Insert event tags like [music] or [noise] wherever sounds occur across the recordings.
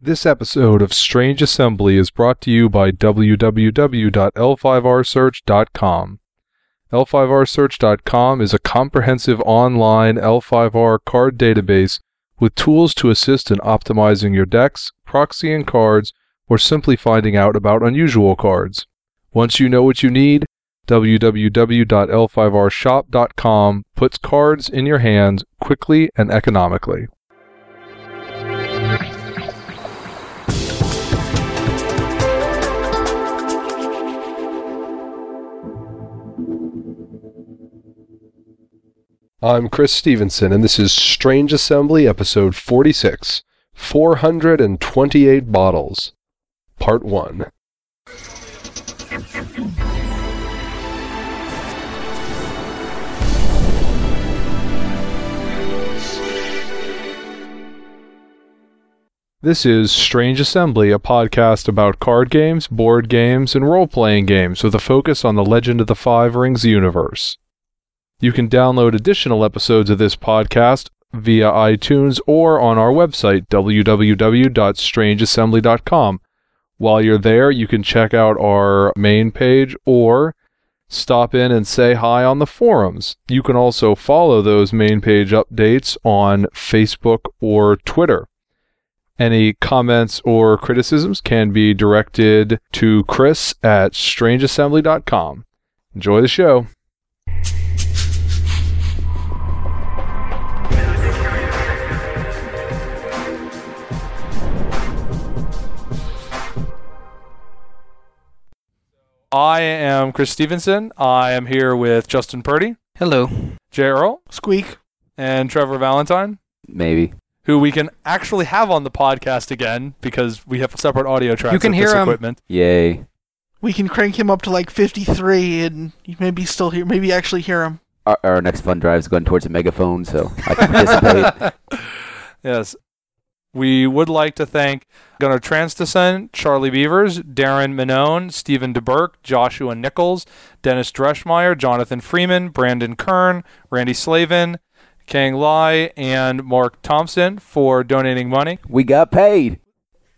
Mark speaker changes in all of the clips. Speaker 1: This episode of Strange Assembly is brought to you by www.l5rsearch.com. L5rsearch.com is a comprehensive online L5R card database with tools to assist in optimizing your decks, proxying cards, or simply finding out about unusual cards. Once you know what you need, www.l5rshop.com puts cards in your hands quickly and economically. I'm Chris Stevenson, and this is Strange Assembly, Episode 46 428 Bottles, Part 1. This is Strange Assembly, a podcast about card games, board games, and role playing games with a focus on the Legend of the Five Rings universe. You can download additional episodes of this podcast via iTunes or on our website, www.strangeassembly.com. While you're there, you can check out our main page or stop in and say hi on the forums. You can also follow those main page updates on Facebook or Twitter. Any comments or criticisms can be directed to Chris at strangeassembly.com. Enjoy the show. I am Chris Stevenson. I am here with Justin Purdy,
Speaker 2: Hello.
Speaker 1: Jay Earl,
Speaker 2: Squeak.
Speaker 1: and Trevor Valentine,
Speaker 3: Maybe.
Speaker 1: who we can actually have on the podcast again because we have separate audio tracks.
Speaker 2: You can
Speaker 1: of
Speaker 2: hear
Speaker 1: this
Speaker 2: him.
Speaker 1: equipment.
Speaker 3: Yay.
Speaker 4: we can crank him up to like 53 and you maybe still hear maybe actually hear him
Speaker 3: Our, our next fund drive is going towards a megaphone, so I can participate. [laughs]
Speaker 1: yes. We would like to thank Gunnar Transtison, Charlie Beavers, Darren Minone, Stephen DeBerk, Joshua Nichols, Dennis Dreschmeyer, Jonathan Freeman, Brandon Kern, Randy Slavin, Kang Lai, and Mark Thompson for donating money.
Speaker 3: we got paid.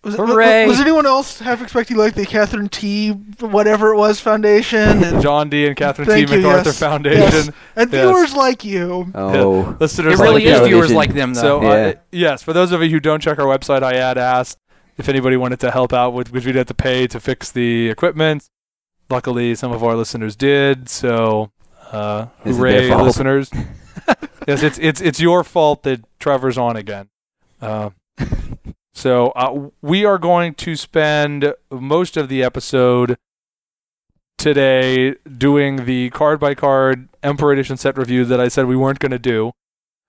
Speaker 4: was,
Speaker 2: Hooray.
Speaker 4: was, was anyone else half expecting like the catherine t whatever it was foundation and,
Speaker 1: [laughs] John D. and Catherine
Speaker 4: Thank
Speaker 1: T.
Speaker 4: you,
Speaker 1: MacArthur
Speaker 4: yes.
Speaker 1: Foundation.
Speaker 4: Yes. and
Speaker 1: Yes.
Speaker 4: viewers like you
Speaker 3: Oh.
Speaker 1: Listeners
Speaker 2: It
Speaker 3: like
Speaker 2: really is
Speaker 3: television.
Speaker 2: viewers like them, though.
Speaker 1: So,
Speaker 3: Yeah.
Speaker 1: uh, yes, for those of you who don't check our website, I had asked if anybody wanted to help out with which we'd have to pay to fix the equipment. Luckily, some of our listeners did. So, uh,
Speaker 3: Is it their
Speaker 1: hooray,
Speaker 3: fault? [laughs]
Speaker 1: listeners! yes, it's it's it's your fault that Trevor's on again. Uh, so uh, we are going to spend most of the episode today doing the card by card Emperor Edition set review that I said we weren't going to do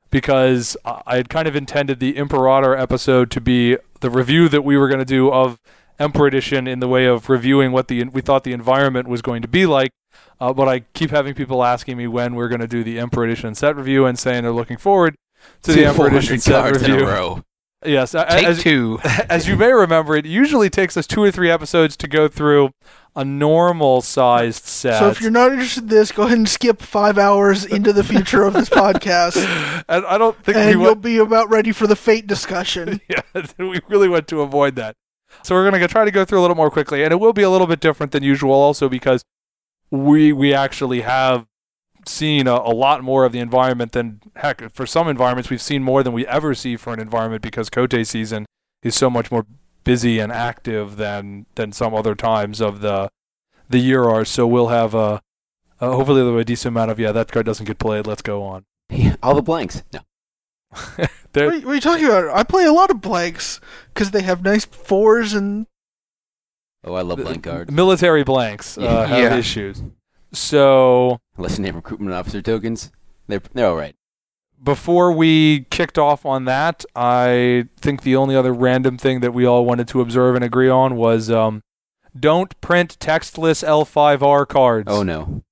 Speaker 1: because I I had kind of intended the Imperator episode to be the review that we were going to do of Emperor Edition in the way of reviewing what the we thought the environment was going to be like. Uh, but I keep having people asking me when we're going to do the Emperor Edition set review and saying they're looking forward to the Emperor Edition set review.
Speaker 2: row.
Speaker 1: Yes, a-
Speaker 2: Take
Speaker 1: as,
Speaker 2: two.
Speaker 1: [laughs] as you may remember, it usually takes us two or three episodes to go through a normal sized set.
Speaker 4: so if
Speaker 1: [laughs]
Speaker 4: you're not interested in this go ahead and skip five hours into the future
Speaker 1: [laughs]
Speaker 4: of this podcast
Speaker 1: and I don't think we
Speaker 4: and you'll
Speaker 1: went,
Speaker 4: be about ready for the fate
Speaker 1: [laughs]
Speaker 4: discussion
Speaker 1: yeah, we really want to avoid that. So we're going to try to go through a little more quickly, and it will be a little bit different than usual, also because we we actually have seen a, a lot more of the environment than heck for some environments we've seen more than we ever see for an environment because Cote season is so much more busy and active than than some other times of the the year are. So we'll have a. Uh, hopefully there'll be a decent amount of yeah that card doesn't get played let's go on
Speaker 3: All the blanks. No.
Speaker 1: There-
Speaker 4: what, are you, what are you talking about i play a lot of blanks because they have nice fours and
Speaker 3: Oh, I love
Speaker 1: The-
Speaker 3: blank cards.
Speaker 1: military blanks uh,
Speaker 3: Yeah.
Speaker 1: have
Speaker 2: Yeah.
Speaker 1: issues so
Speaker 3: Unless you name recruitment officer tokens. They're, they're all right.
Speaker 1: before we kicked off on that, I think the only other random thing that we all wanted to observe and agree on was um, don't print textless L5R cards.
Speaker 3: Oh, no.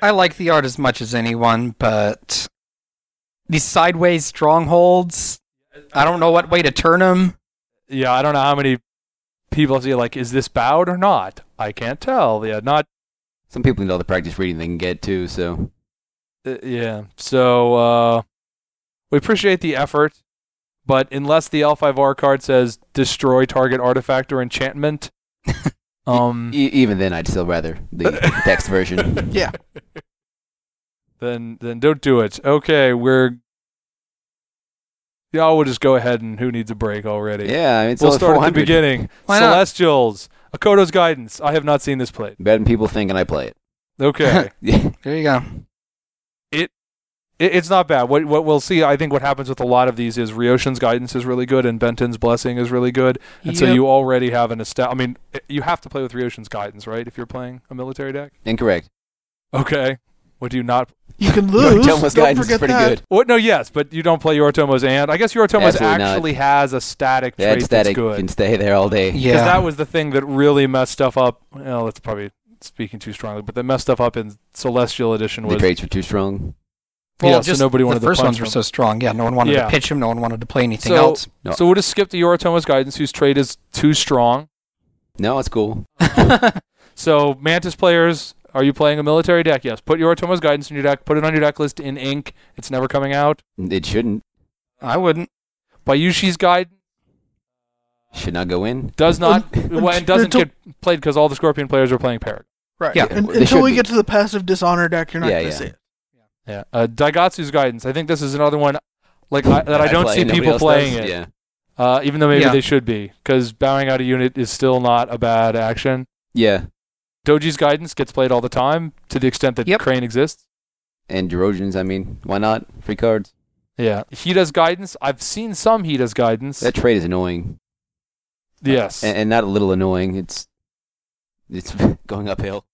Speaker 2: I like the art as much as anyone, but these sideways strongholds, I don't know what way to turn them.
Speaker 1: Yeah, I don't know how many people see like, is this bowed or not? I can't tell. Yeah, not.
Speaker 3: Some people need all the practice reading they can get, too, so.
Speaker 1: uh, yeah. So uh, we appreciate the effort, But unless the L5R card says destroy target artifact or
Speaker 3: [laughs]
Speaker 1: enchantment, um,
Speaker 3: E- even then, I'd still rather
Speaker 1: [laughs]
Speaker 3: the text [laughs] version.
Speaker 4: Yeah.
Speaker 1: then then don't do it. Okay, we're y'all will just go ahead and who needs a break already?
Speaker 3: Yeah, I mean, it's
Speaker 1: we'll
Speaker 3: only
Speaker 1: start at the
Speaker 3: 400.
Speaker 1: beginning.
Speaker 2: Why not?
Speaker 1: Celestials, Akoto's guidance. I have not seen this played.
Speaker 3: Bad people think, and I play it. [laughs]
Speaker 1: Okay,
Speaker 3: Yeah.
Speaker 2: There you go.
Speaker 1: it, it's not bad. What what we'll see, I think, what happens with a lot of these is Ryoshin's guidance is really good and Benton's blessing is really good, and so
Speaker 2: Yep.
Speaker 1: you already have an established. I mean, you have to play with Ryoshin's guidance, right? If you're playing a military deck.
Speaker 3: Incorrect.
Speaker 1: Okay. What do you not?
Speaker 4: You
Speaker 1: [laughs]
Speaker 4: can
Speaker 3: Your
Speaker 4: lose.
Speaker 3: Tomo's
Speaker 4: Don't
Speaker 3: guidance is
Speaker 4: forget
Speaker 3: pretty
Speaker 4: that.
Speaker 3: good.
Speaker 1: What? No, yes, but you don't play Yoritomo's and. I guess Yoritomo's
Speaker 3: Absolutely not.
Speaker 1: actually has a static
Speaker 3: That
Speaker 1: trait
Speaker 3: static
Speaker 1: that's good.
Speaker 3: can stay there all
Speaker 1: [laughs]
Speaker 3: day.
Speaker 1: Because
Speaker 2: Yeah.
Speaker 1: that was the thing that really messed stuff up. Well, that's probably speaking too strongly, but that messed stuff up in Celestial Edition
Speaker 3: The
Speaker 1: was
Speaker 3: traits were too strong.
Speaker 1: well,
Speaker 2: yeah,
Speaker 1: so nobody wanted
Speaker 2: the
Speaker 1: to
Speaker 2: first
Speaker 1: punch
Speaker 2: ones were
Speaker 1: them.
Speaker 2: so strong. Yeah, no one wanted
Speaker 1: Yeah.
Speaker 2: to pitch him. No one wanted to play anything
Speaker 1: So- [laughs]
Speaker 2: else.
Speaker 3: No.
Speaker 1: So we'll just skip to Yoritomo's guidance, whose trait is too strong.
Speaker 3: No, it's cool.
Speaker 1: So Mantis players, are you playing a military deck? Yes. Put Yoritomo's guidance in your deck. Put it on your deck list in ink. It's never coming out.
Speaker 3: It shouldn't.
Speaker 2: I wouldn't.
Speaker 1: Bayushi's guidance
Speaker 3: Should not go in.
Speaker 1: does
Speaker 3: [laughs]
Speaker 1: not
Speaker 4: Un-
Speaker 1: well, and doesn't
Speaker 4: until-
Speaker 1: get played because all the Scorpion players are playing Parrot.
Speaker 4: Right.
Speaker 2: Yeah.
Speaker 4: Un-
Speaker 3: They
Speaker 4: until
Speaker 3: should
Speaker 4: we
Speaker 3: be.
Speaker 4: get to the passive dishonor deck, you're not
Speaker 3: Yeah,
Speaker 4: gonna
Speaker 3: yeah.
Speaker 4: see it.
Speaker 1: Yeah. Uh, Daigatsu's guidance. I think this is another one like [laughs] I, that I don't
Speaker 3: play,
Speaker 1: see
Speaker 3: nobody
Speaker 1: people
Speaker 3: else
Speaker 1: playing
Speaker 3: does.
Speaker 1: it.
Speaker 3: Yeah.
Speaker 1: Uh, even though maybe
Speaker 2: Yeah.
Speaker 1: they should be, because bowing out a unit is still not a bad action.
Speaker 3: Yeah.
Speaker 1: Doji's guidance gets played all the time to the extent that
Speaker 2: Yep.
Speaker 1: Crane exists.
Speaker 3: And Eurasians, I mean, why not? Free cards.
Speaker 1: Yeah. Hida's guidance. I've seen some Hida's guidance.
Speaker 3: That trait is annoying.
Speaker 1: yes.
Speaker 3: And, and not a little annoying. It's it's [laughs] going uphill.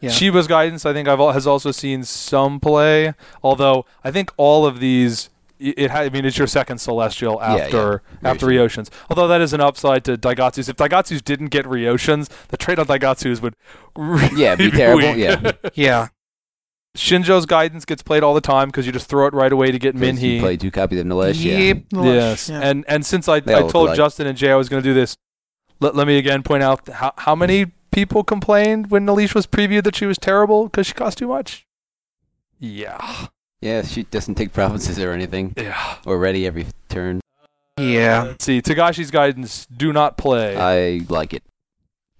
Speaker 2: Yeah.
Speaker 1: Shiba's guidance, I think, I've al- has also seen some play. Although I think all of these, i- it ha- I mean, it's your second celestial
Speaker 3: Yeah, yeah.
Speaker 1: after after Ryoshins. Although that is an upside to Daigatsu's. If Daigatsu's didn't get Ryoshins, the trade on Daigatsu's would really
Speaker 3: Yeah, be terrible,
Speaker 1: weak.
Speaker 3: yeah.
Speaker 2: Yeah.
Speaker 1: [laughs] Shinjo's guidance gets played all the time because you just throw it right away to get
Speaker 3: 'Cause You
Speaker 1: Minhee.
Speaker 3: play two copies of Nalesh. Yeah.
Speaker 2: Yep.
Speaker 4: Unless-
Speaker 1: Yes,
Speaker 4: yeah.
Speaker 1: and and since I,
Speaker 3: They
Speaker 1: I
Speaker 3: all look
Speaker 1: told
Speaker 3: alike.
Speaker 1: Justin and Jay I was going to do this, let, let me again point out how how many people complained when Alicia was previewed that she was terrible because she cost too much. Yeah,
Speaker 3: Yeah, she doesn't take provinces or anything.
Speaker 1: yeah.
Speaker 3: Or ready every turn.
Speaker 2: Yeah.
Speaker 1: See, Tagashi's guidance: do not play.
Speaker 3: I like it.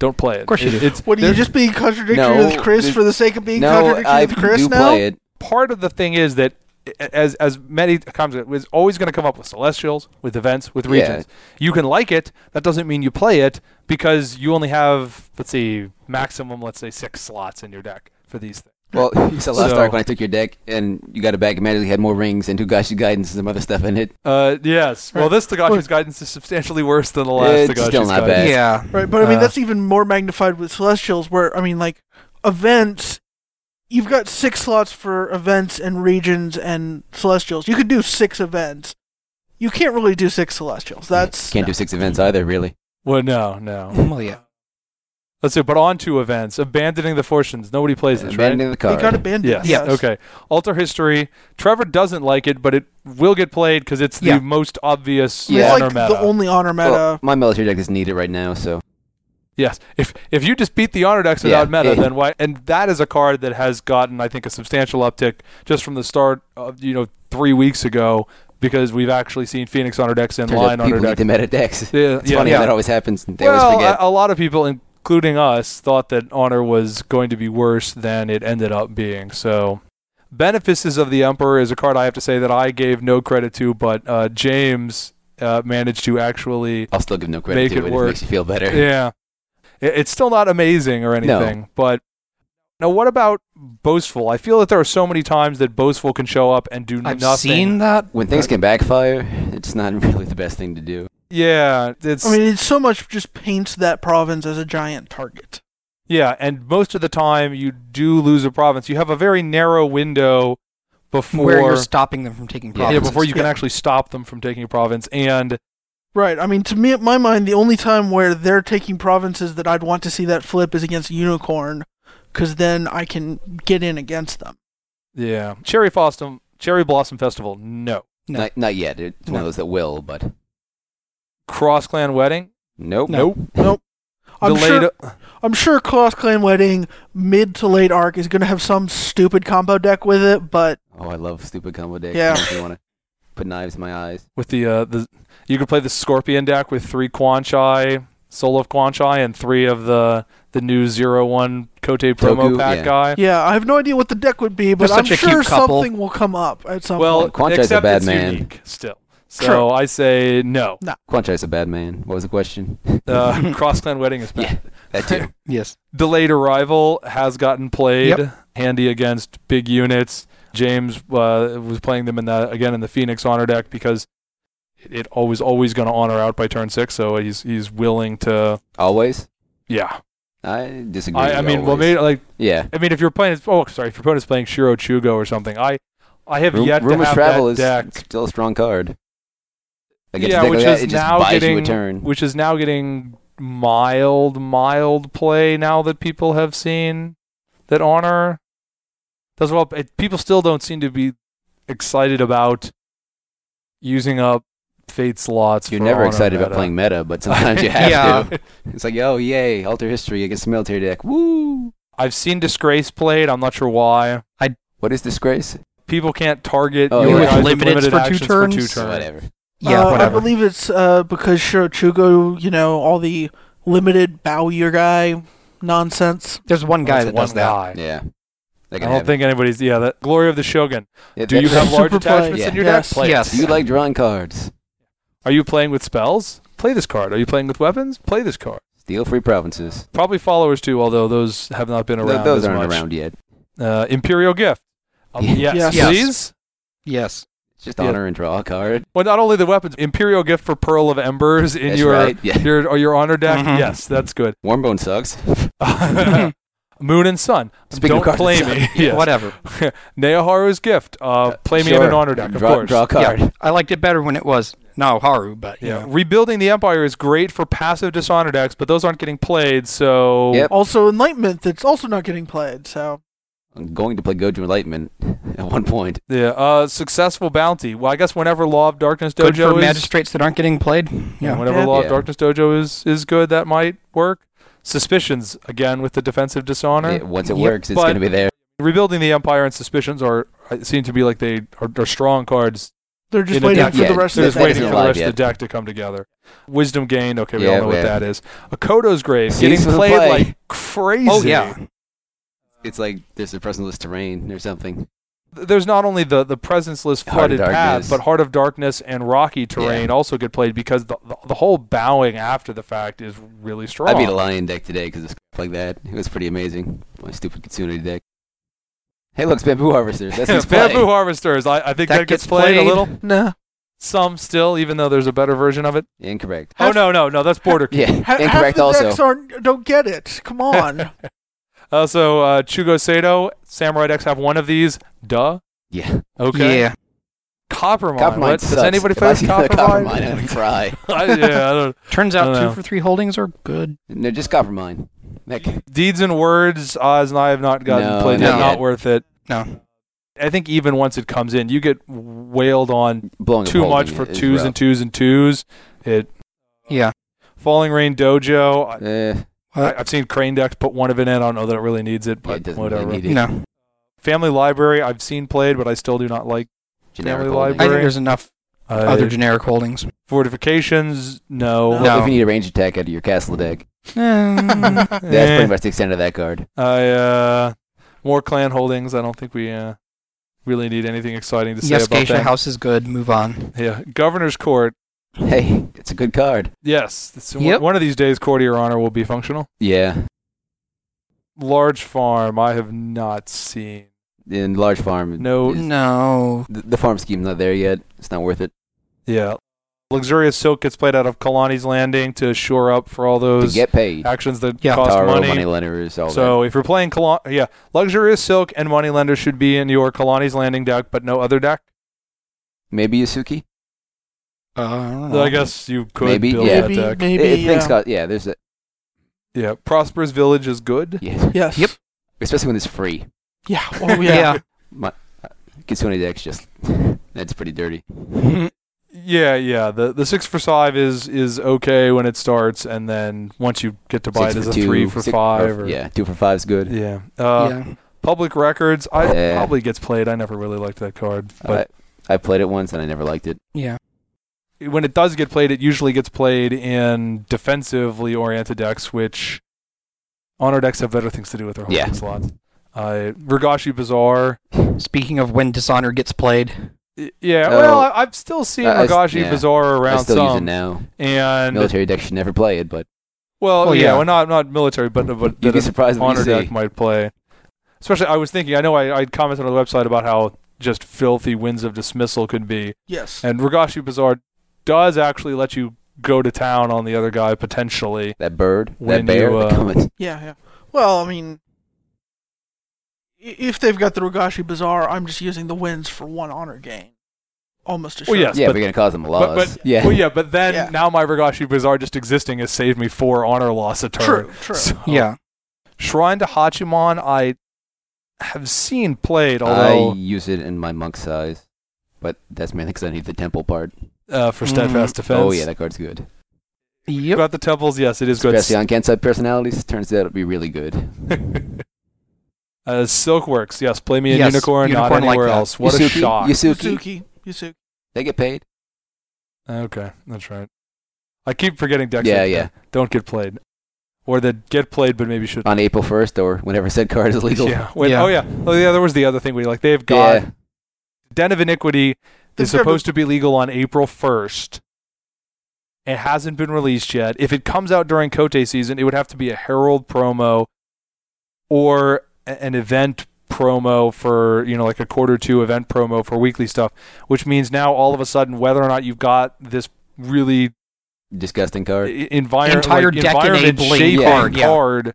Speaker 1: Don't play it. Of
Speaker 2: course you do.
Speaker 1: It's
Speaker 4: What are you
Speaker 1: there's-
Speaker 4: just being contradictory
Speaker 3: No,
Speaker 4: with Chris
Speaker 3: there's-
Speaker 4: for the sake of being
Speaker 3: no,
Speaker 4: contradictory
Speaker 3: I
Speaker 4: with Chris
Speaker 3: do
Speaker 4: now?
Speaker 3: play it.
Speaker 1: part of the thing is that as as many times it was always going to come up with celestials, with events, with
Speaker 3: Yeah.
Speaker 1: regions. You can like it. That doesn't mean you play it because you only have let's see maximum let's say six slots in your deck for these things.
Speaker 3: Well, [laughs] you said last
Speaker 1: So-
Speaker 3: arc when I took your deck, and you got it back. It magically had more rings and two Gashi guidance and some other stuff in it.
Speaker 1: Uh, yes. Well, this Tagashi's guidance is substantially worse than the last
Speaker 3: It's
Speaker 1: Tagashi's
Speaker 3: still not
Speaker 1: guidance.
Speaker 3: bad.
Speaker 2: Yeah.
Speaker 4: Right, but I mean
Speaker 1: Uh,
Speaker 4: that's even more magnified with Celestials, where I mean like events. You've got six slots for events and regions and Celestials. You could do six events. You can't really do six Celestials. That's
Speaker 3: can't do six events either, really.
Speaker 1: Well, no, no.
Speaker 2: Well, yeah.
Speaker 1: Let's see. But on to events. Abandoning the fortunes. Nobody plays this, right?
Speaker 3: Abandoning the
Speaker 4: they
Speaker 3: card.
Speaker 4: got abandoned.
Speaker 1: Yes.
Speaker 4: yes.
Speaker 1: Okay. Alter history. Trevor doesn't like it, but it will get played because it's the
Speaker 2: Yeah.
Speaker 1: most obvious
Speaker 4: I mean,
Speaker 3: Yeah.
Speaker 1: honor
Speaker 4: it's like
Speaker 1: meta.
Speaker 4: the only honor meta.
Speaker 1: uh,
Speaker 3: Well, my military deck is needed right now, so
Speaker 1: yes. If if you just beat the honor decks without
Speaker 3: Yeah.
Speaker 1: meta, then why? And that is a card that has gotten, I think, a substantial uptick just from the start of you know three weeks ago because we've actually seen Phoenix honor decks and
Speaker 3: turns
Speaker 1: Lion
Speaker 3: out
Speaker 1: honor
Speaker 3: people need
Speaker 1: decks.
Speaker 3: the meta decks. [laughs] It's
Speaker 1: Yeah, yeah.
Speaker 3: funny
Speaker 2: Yeah.
Speaker 3: how that always happens. They
Speaker 1: well,
Speaker 3: always forget.
Speaker 1: A, a lot of people, including us, thought that Honor was going to be worse than it ended up being. So, Benefices of the Emperor is a card I have to say that I gave no credit to, but uh, James uh, managed to actually.
Speaker 3: I'll still give no credit
Speaker 1: Make
Speaker 3: to
Speaker 1: it
Speaker 3: it.
Speaker 1: work.
Speaker 3: It makes you feel better.
Speaker 1: [laughs] Yeah. It- it's still not amazing or
Speaker 3: No.
Speaker 1: anything, but. Now, what about Boastful? I feel that there are so many times that Boastful can show up and do
Speaker 2: I've
Speaker 1: nothing.
Speaker 2: seen that.
Speaker 3: When things can backfire, it's not [laughs] really the best thing to do.
Speaker 1: Yeah, it's
Speaker 4: I mean, it's so much just paints that province as a giant target.
Speaker 1: Yeah, and most of the time you do lose a province. You have a very narrow window before
Speaker 2: Where you're stopping them from taking
Speaker 3: Yeah,
Speaker 1: yeah,
Speaker 2: provinces.
Speaker 1: before you can
Speaker 4: Yeah.
Speaker 1: actually stop them from taking a province. And
Speaker 4: Right. I mean, to me, in my mind, the only time where they're taking provinces that I'd want to see that flip is against Unicorn, because then I can get in against them.
Speaker 1: yeah, Cherry Blossom, Cherry Blossom Festival, no.
Speaker 2: No.
Speaker 3: Not, not yet. It's one of
Speaker 2: No.
Speaker 3: those that will, but
Speaker 1: Cross Clan Wedding,
Speaker 3: nope.
Speaker 1: nope.
Speaker 4: I'm
Speaker 1: Delayed,
Speaker 4: sure. I'm sure Cross Clan Wedding mid to late arc is gonna have some stupid combo deck with it, but
Speaker 3: [laughs] Oh, I love stupid combo decks.
Speaker 4: Yeah.
Speaker 3: I don't know if you wanna- Put knives in my eyes.
Speaker 1: with the uh, the you could play the Scorpion deck with three Quan Chi, Soul of Quan Chi, and three of the the new zero one Kote promo
Speaker 3: Toku,
Speaker 1: pack
Speaker 3: yeah.
Speaker 1: guy.
Speaker 4: Yeah, I have no idea what the deck would be, but
Speaker 2: They're
Speaker 4: I'm
Speaker 2: such a
Speaker 4: sure
Speaker 2: cute couple.
Speaker 4: something will come up at some
Speaker 1: Well,
Speaker 4: point.
Speaker 3: Quan Chi's a
Speaker 1: except
Speaker 3: bad
Speaker 1: it's
Speaker 3: man.
Speaker 1: unique still. So
Speaker 4: True.
Speaker 1: I say
Speaker 4: [laughs]
Speaker 1: no.
Speaker 3: Quanchai's a bad man. What was the question?
Speaker 1: Uh, Cross Clan Wedding is bad.
Speaker 3: Yeah.
Speaker 1: [laughs]
Speaker 3: That too.
Speaker 2: Yes.
Speaker 1: Delayed Arrival has gotten played handy against big units. James uh, was playing them in the again in the Phoenix Honor deck because it, it always always going to honor out by turn six, so he's he's willing to
Speaker 3: Always?
Speaker 1: yeah.
Speaker 3: I disagree.
Speaker 1: I, I
Speaker 3: with
Speaker 1: mean, well,
Speaker 3: always.
Speaker 1: maybe like
Speaker 3: Yeah.
Speaker 1: I mean, if you're playing, oh, sorry, if your opponent's playing Shiro Chugo or something, I, I have
Speaker 3: Ru-
Speaker 1: yet to
Speaker 3: Rumor's
Speaker 1: have
Speaker 3: Travel
Speaker 1: that
Speaker 3: is
Speaker 1: deck,
Speaker 3: still a strong card. Against
Speaker 1: Yeah,
Speaker 3: a deck
Speaker 1: which
Speaker 3: like that,
Speaker 1: is
Speaker 3: it just
Speaker 1: now
Speaker 3: buys you a
Speaker 1: getting-
Speaker 3: turn.
Speaker 1: which is now getting mild, mild play now that people have seen that Honor does well. It, people still don't seem to be excited about using up Fate slots.
Speaker 3: You're
Speaker 1: for
Speaker 3: never
Speaker 1: Honor
Speaker 3: excited about
Speaker 1: meta.
Speaker 3: playing meta, but
Speaker 1: [laughs]
Speaker 3: sometimes you have
Speaker 2: Yeah.
Speaker 3: to. It's like, oh, yay, alter history against the military deck.
Speaker 4: Uh,
Speaker 3: Woo!
Speaker 1: I've seen Disgrace played. I'm not sure why.
Speaker 3: What is disgrace?
Speaker 1: People can't target
Speaker 3: Oh,
Speaker 1: your
Speaker 3: yeah.
Speaker 1: guys with
Speaker 2: Limited for
Speaker 1: limited
Speaker 2: two
Speaker 1: actions
Speaker 2: turns?
Speaker 1: For two turns.
Speaker 3: Whatever.
Speaker 2: Yeah,
Speaker 4: Uh, I
Speaker 2: whatever.
Speaker 4: believe it's uh, because Shirochugo, you know, all the limited bow year guy nonsense.
Speaker 2: There's one guy that
Speaker 1: That's Oh, one
Speaker 2: does that.
Speaker 1: guy.
Speaker 3: Yeah. They
Speaker 1: I
Speaker 3: can
Speaker 1: don't
Speaker 3: have it.
Speaker 1: think anybody's. Yeah, that glory of the Shogun.
Speaker 3: Yeah,
Speaker 1: Do you
Speaker 3: that's-
Speaker 1: have large
Speaker 4: Super play.
Speaker 1: attachments in
Speaker 3: Yeah.
Speaker 1: your
Speaker 4: Yes.
Speaker 1: deck? Play it.
Speaker 2: Yes.
Speaker 3: You like drawing cards.
Speaker 1: Are you playing with spells? Play this card. Are you playing with weapons? Play this card.
Speaker 3: Steal free provinces.
Speaker 1: Probably followers too, although those have not been
Speaker 3: Th-
Speaker 1: around
Speaker 3: those
Speaker 1: as
Speaker 3: aren't
Speaker 1: much.
Speaker 3: around yet.
Speaker 1: Uh, Imperial gift.
Speaker 3: [laughs]
Speaker 1: Um,
Speaker 3: Yeah.
Speaker 1: yes,
Speaker 4: Yes.
Speaker 2: Yes.
Speaker 1: please.
Speaker 2: Yes.
Speaker 3: It's just
Speaker 1: Yeah.
Speaker 3: honor and draw a card.
Speaker 1: Well, not only the weapons. Imperial gift for Pearl of Embers in
Speaker 3: That's
Speaker 1: your
Speaker 3: right. Yeah. [laughs]
Speaker 1: your or your honor deck.
Speaker 2: Mhm.
Speaker 1: Yes, that's good.
Speaker 3: Warmbone sucks.
Speaker 2: [laughs] Mm-hmm.
Speaker 1: [laughs] Moon and Sun.
Speaker 3: Speaking of
Speaker 1: Don't
Speaker 3: cards,
Speaker 1: play
Speaker 3: it's [laughs]
Speaker 1: me.
Speaker 3: on-
Speaker 1: yes.
Speaker 2: Whatever.
Speaker 1: [laughs] Neoharu's gift. Uh, play me in
Speaker 3: Sure.
Speaker 1: an honor deck, of
Speaker 3: Draw-
Speaker 1: course.
Speaker 3: Draw a card.
Speaker 2: Yeah. I liked it better when it was no Haru, but you
Speaker 1: Yeah.
Speaker 2: know.
Speaker 1: Rebuilding the Empire is great for passive dishonor decks, but those aren't getting played, so
Speaker 3: Yep.
Speaker 4: Also, Enlightenment that's also not getting played. So,
Speaker 3: I'm going to play Goju Enlightenment at one point.
Speaker 1: yeah. Uh, successful bounty. Well, I guess whenever Law of Darkness Dojo
Speaker 2: good for
Speaker 1: is
Speaker 2: magistrates that aren't getting played.
Speaker 1: yeah,
Speaker 2: Yeah.
Speaker 1: whenever Law of
Speaker 3: Yeah.
Speaker 1: Darkness Dojo is is good, that might work. Suspicions again with the defensive dishonor.
Speaker 3: Yeah, once it
Speaker 2: Yep,
Speaker 3: works, it's
Speaker 1: but-
Speaker 3: going to be there.
Speaker 1: Rebuilding the Empire and suspicions are uh, seem to be like they are, are strong cards.
Speaker 4: they're just
Speaker 1: In a
Speaker 4: waiting
Speaker 1: deck-
Speaker 4: for
Speaker 3: yeah,
Speaker 4: the rest
Speaker 1: They're
Speaker 4: of
Speaker 1: just
Speaker 4: the
Speaker 3: deck
Speaker 1: waiting
Speaker 3: isn't
Speaker 1: for
Speaker 4: deck.
Speaker 1: the
Speaker 3: alive
Speaker 1: rest
Speaker 3: yet.
Speaker 1: of the deck to come together. Wisdom gained. Okay, we
Speaker 3: Yeah,
Speaker 1: all know what
Speaker 3: yeah.
Speaker 1: that is. Akodo's grave
Speaker 3: Cease
Speaker 1: getting
Speaker 3: and
Speaker 1: played
Speaker 3: play.
Speaker 1: like crazy.
Speaker 2: Oh yeah.
Speaker 3: It's like there's a personless terrain or something.
Speaker 1: there's not only the, the presence list
Speaker 3: Heart of
Speaker 1: flooded path,
Speaker 3: Darkness.
Speaker 1: but Heart of Darkness and Rocky Terrain also get played because the, the, the whole bowing after the fact is really strong.
Speaker 3: I beat a lion deck today because it's like that. It was pretty amazing. My stupid Kitsune deck. Hey, look, it's [laughs] Bamboo Harvesters. That's who's playing.
Speaker 1: [laughs] Bamboo Harvesters. I, I think that,
Speaker 2: That
Speaker 1: gets,
Speaker 2: gets
Speaker 1: played, a
Speaker 2: played.
Speaker 1: little.
Speaker 4: Nah.
Speaker 1: Some still, even though there's a better version of it.
Speaker 3: Incorrect.
Speaker 1: oh
Speaker 4: Half-
Speaker 1: no, no, no. That's Border. [laughs]
Speaker 3: Yeah,
Speaker 4: Ha- half
Speaker 3: incorrect
Speaker 4: the
Speaker 3: also.
Speaker 4: decks aren't, don't get it. Come
Speaker 1: [laughs]
Speaker 4: on.
Speaker 1: Also, uh, Chugo Sato, Samurai decks have one of these. Duh.
Speaker 3: yeah.
Speaker 1: Okay.
Speaker 2: Yeah.
Speaker 1: Coppermine.
Speaker 3: Copper mine
Speaker 1: What-
Speaker 3: sucks.
Speaker 1: Does anybody
Speaker 3: If
Speaker 1: play
Speaker 3: I
Speaker 1: with
Speaker 3: see another
Speaker 1: Coppermine?
Speaker 3: Copper mine, I'm gonna cry.
Speaker 1: [laughs]
Speaker 3: [laughs]
Speaker 1: I, yeah, I don't.
Speaker 2: Turns
Speaker 1: I
Speaker 2: out
Speaker 1: don't know.
Speaker 2: two for three holdings are good.
Speaker 3: No, just copper mine. Heck,
Speaker 1: Deeds and words, Oz and I have not gotten
Speaker 3: No,
Speaker 1: played.
Speaker 2: not
Speaker 1: They're not
Speaker 3: yet.
Speaker 1: worth it.
Speaker 2: No.
Speaker 1: I think even once it comes in, you get wailed on
Speaker 3: blowing
Speaker 1: too much for twos and twos and twos. It
Speaker 2: Yeah.
Speaker 1: Falling Rain Dojo. I,
Speaker 3: two. Uh,
Speaker 1: I, I've seen Crane Deck put one of it in. I don't know that it really needs it,
Speaker 3: yeah, it
Speaker 1: but
Speaker 3: doesn't
Speaker 1: whatever.
Speaker 3: really need it.
Speaker 2: No.
Speaker 1: Family Library. I've seen played, but I still do not like
Speaker 3: Generic
Speaker 1: Family
Speaker 3: holding.
Speaker 2: I think
Speaker 1: Library.
Speaker 2: there's enough
Speaker 1: uh,
Speaker 2: other generic
Speaker 1: [laughs]
Speaker 2: holdings.
Speaker 1: fortifications. No.
Speaker 4: No.
Speaker 3: Well, if you need a range attack out of your castle deck,
Speaker 2: Eh,
Speaker 3: that's
Speaker 1: Eh.
Speaker 3: pretty much the extent of that card. [laughs]
Speaker 1: I uh, more clan holdings. I don't think we uh, really need anything exciting to say
Speaker 2: yes,
Speaker 1: about
Speaker 2: Geisha
Speaker 1: that.
Speaker 2: House is good. Move on.
Speaker 1: Yeah, Governor's Court.
Speaker 3: Hey, it's a good card.
Speaker 1: Yes, it's one-
Speaker 2: Yep.
Speaker 1: one of these days, Court of Your Honor will be functional.
Speaker 3: Yeah,
Speaker 1: Large Farm. I have not seen.
Speaker 3: in large farm.
Speaker 1: No.
Speaker 3: is-
Speaker 2: No.
Speaker 3: the, the farm scheme's not there yet. It's not worth it.
Speaker 1: Yeah, Luxurious Silk gets played out of Kalani's Landing to shore up for all
Speaker 3: To
Speaker 1: those
Speaker 3: get paid,
Speaker 1: actions that
Speaker 2: Yeah.
Speaker 1: cost
Speaker 3: Taro,
Speaker 1: money.
Speaker 3: moneylenders, all
Speaker 1: So if you're playing Kalani, yeah, Luxurious Silk and Moneylender should be in your Kalani's Landing deck, but no other deck.
Speaker 3: that. Maybe Yusuke.
Speaker 2: Uh, I don't
Speaker 1: Though
Speaker 2: know.
Speaker 1: I
Speaker 2: [laughs]
Speaker 1: guess you could
Speaker 3: Maybe,
Speaker 1: build
Speaker 3: yeah.
Speaker 1: that
Speaker 4: maybe,
Speaker 1: deck.
Speaker 4: maybe. uh,
Speaker 3: it, it
Speaker 4: yeah.
Speaker 3: thinks got yeah. There's a
Speaker 1: Yeah, Prosperous Village is good.
Speaker 3: yeah,
Speaker 4: yes.
Speaker 2: Yep.
Speaker 3: especially when it's free.
Speaker 4: Yeah.
Speaker 1: [laughs]
Speaker 4: Oh, yeah.
Speaker 2: yeah.
Speaker 3: Kitsune decks just [laughs] that's pretty dirty.
Speaker 1: Yeah, yeah. The the six for five is is okay when it starts, and then once you get to buy
Speaker 3: Six
Speaker 1: it as
Speaker 3: for
Speaker 1: a
Speaker 3: two,
Speaker 1: three for
Speaker 3: six- oh,
Speaker 1: five,
Speaker 3: or-
Speaker 1: or,
Speaker 3: yeah, two for five is good.
Speaker 1: yeah. Uh,
Speaker 2: yeah.
Speaker 1: Public records, I
Speaker 3: Yeah.
Speaker 1: probably gets played. I never really liked that card, but
Speaker 3: Uh, I played it once and I never liked it.
Speaker 2: Yeah.
Speaker 1: when it does get played, it usually gets played in defensively oriented decks, which honor decks have better things to do with their holding
Speaker 3: Yeah.
Speaker 1: slots. Uh, Rigashi Bazaar.
Speaker 2: Speaking of when Dishonor gets played,
Speaker 1: Y- Yeah,
Speaker 3: Oh.
Speaker 1: well, I, I've still seen
Speaker 3: I- I s-
Speaker 1: Rigashi
Speaker 3: yeah.
Speaker 1: Bazaar around
Speaker 3: I still
Speaker 1: some.
Speaker 3: use it now.
Speaker 1: And
Speaker 3: Military deck should never play it, but
Speaker 1: well,
Speaker 2: Well,
Speaker 1: yeah,
Speaker 2: yeah.
Speaker 1: well, not not military, but but
Speaker 3: oh, you'd
Speaker 1: that
Speaker 3: be
Speaker 1: an
Speaker 3: surprised what you
Speaker 1: honor
Speaker 3: see.
Speaker 1: deck might play. Especially, I was thinking. I know I I commented on the website about how just filthy winds of dismissal could be.
Speaker 4: Yes.
Speaker 1: And Rigashi Bazaar does actually let you go to town on the other guy potentially.
Speaker 3: That bird,
Speaker 1: When
Speaker 3: that bear,
Speaker 1: you, uh,
Speaker 3: the
Speaker 1: [laughs]
Speaker 3: comet.
Speaker 4: Yeah, yeah. Well, I mean, i- if they've got the Rogashi Bazaar, I'm just using the wins for one honor gain. Almost
Speaker 1: Well,
Speaker 4: assured.
Speaker 1: yes,
Speaker 3: Yeah,
Speaker 1: but,
Speaker 3: we're gonna cause them a
Speaker 1: but-
Speaker 3: loss. yeah,
Speaker 1: well, yeah, but then
Speaker 4: Yeah.
Speaker 1: now my Rigashi Bazaar just existing has saved me four honor loss a turn.
Speaker 4: True, true.
Speaker 1: So-
Speaker 2: yeah,
Speaker 1: Shrine to Hachiman, I have seen played,
Speaker 3: I
Speaker 1: although
Speaker 3: use it in my monk size, but that's mainly because I need the temple part.
Speaker 1: uh,
Speaker 2: Mm.
Speaker 1: for steadfast defense.
Speaker 3: Oh yeah, that card's good.
Speaker 2: yep.
Speaker 1: about the temples, yes, it is good.
Speaker 3: Especially on Gensai personalities, turns out it'd be really good.
Speaker 1: [laughs] uh, Silkworks, yes, play me a
Speaker 2: Yes,
Speaker 1: unicorn, not
Speaker 2: unicorn like
Speaker 1: anywhere
Speaker 2: that.
Speaker 1: else. [laughs] What a
Speaker 3: Yusuke-
Speaker 1: shock!
Speaker 3: Yusuke,
Speaker 4: Yusuke, Yusuke.
Speaker 3: they get paid.
Speaker 1: Okay, that's right. I keep forgetting decks.
Speaker 3: Yeah,
Speaker 1: that
Speaker 3: yeah.
Speaker 1: Don't get played, or that get played but maybe should.
Speaker 3: On April first or whenever said card is legal.
Speaker 1: Yeah. Wait,
Speaker 2: Yeah.
Speaker 1: Oh yeah. Oh yeah. There was the other thing we like. They have got
Speaker 3: Yeah.
Speaker 1: Den of Iniquity
Speaker 4: They've
Speaker 1: is
Speaker 4: got
Speaker 1: supposed to be legal on April first. It hasn't been released yet. If it comes out during Kote season, it would have to be a Herald promo or a- an event promo for, you know, like a quarter two event promo for weekly stuff, which means now all of a sudden whether or not you've got this really
Speaker 3: Disgusting
Speaker 1: i-
Speaker 3: card.
Speaker 1: envir-
Speaker 2: Entire
Speaker 1: like
Speaker 2: deck
Speaker 1: environment
Speaker 2: enabling
Speaker 1: shaping
Speaker 2: card, yeah.
Speaker 1: card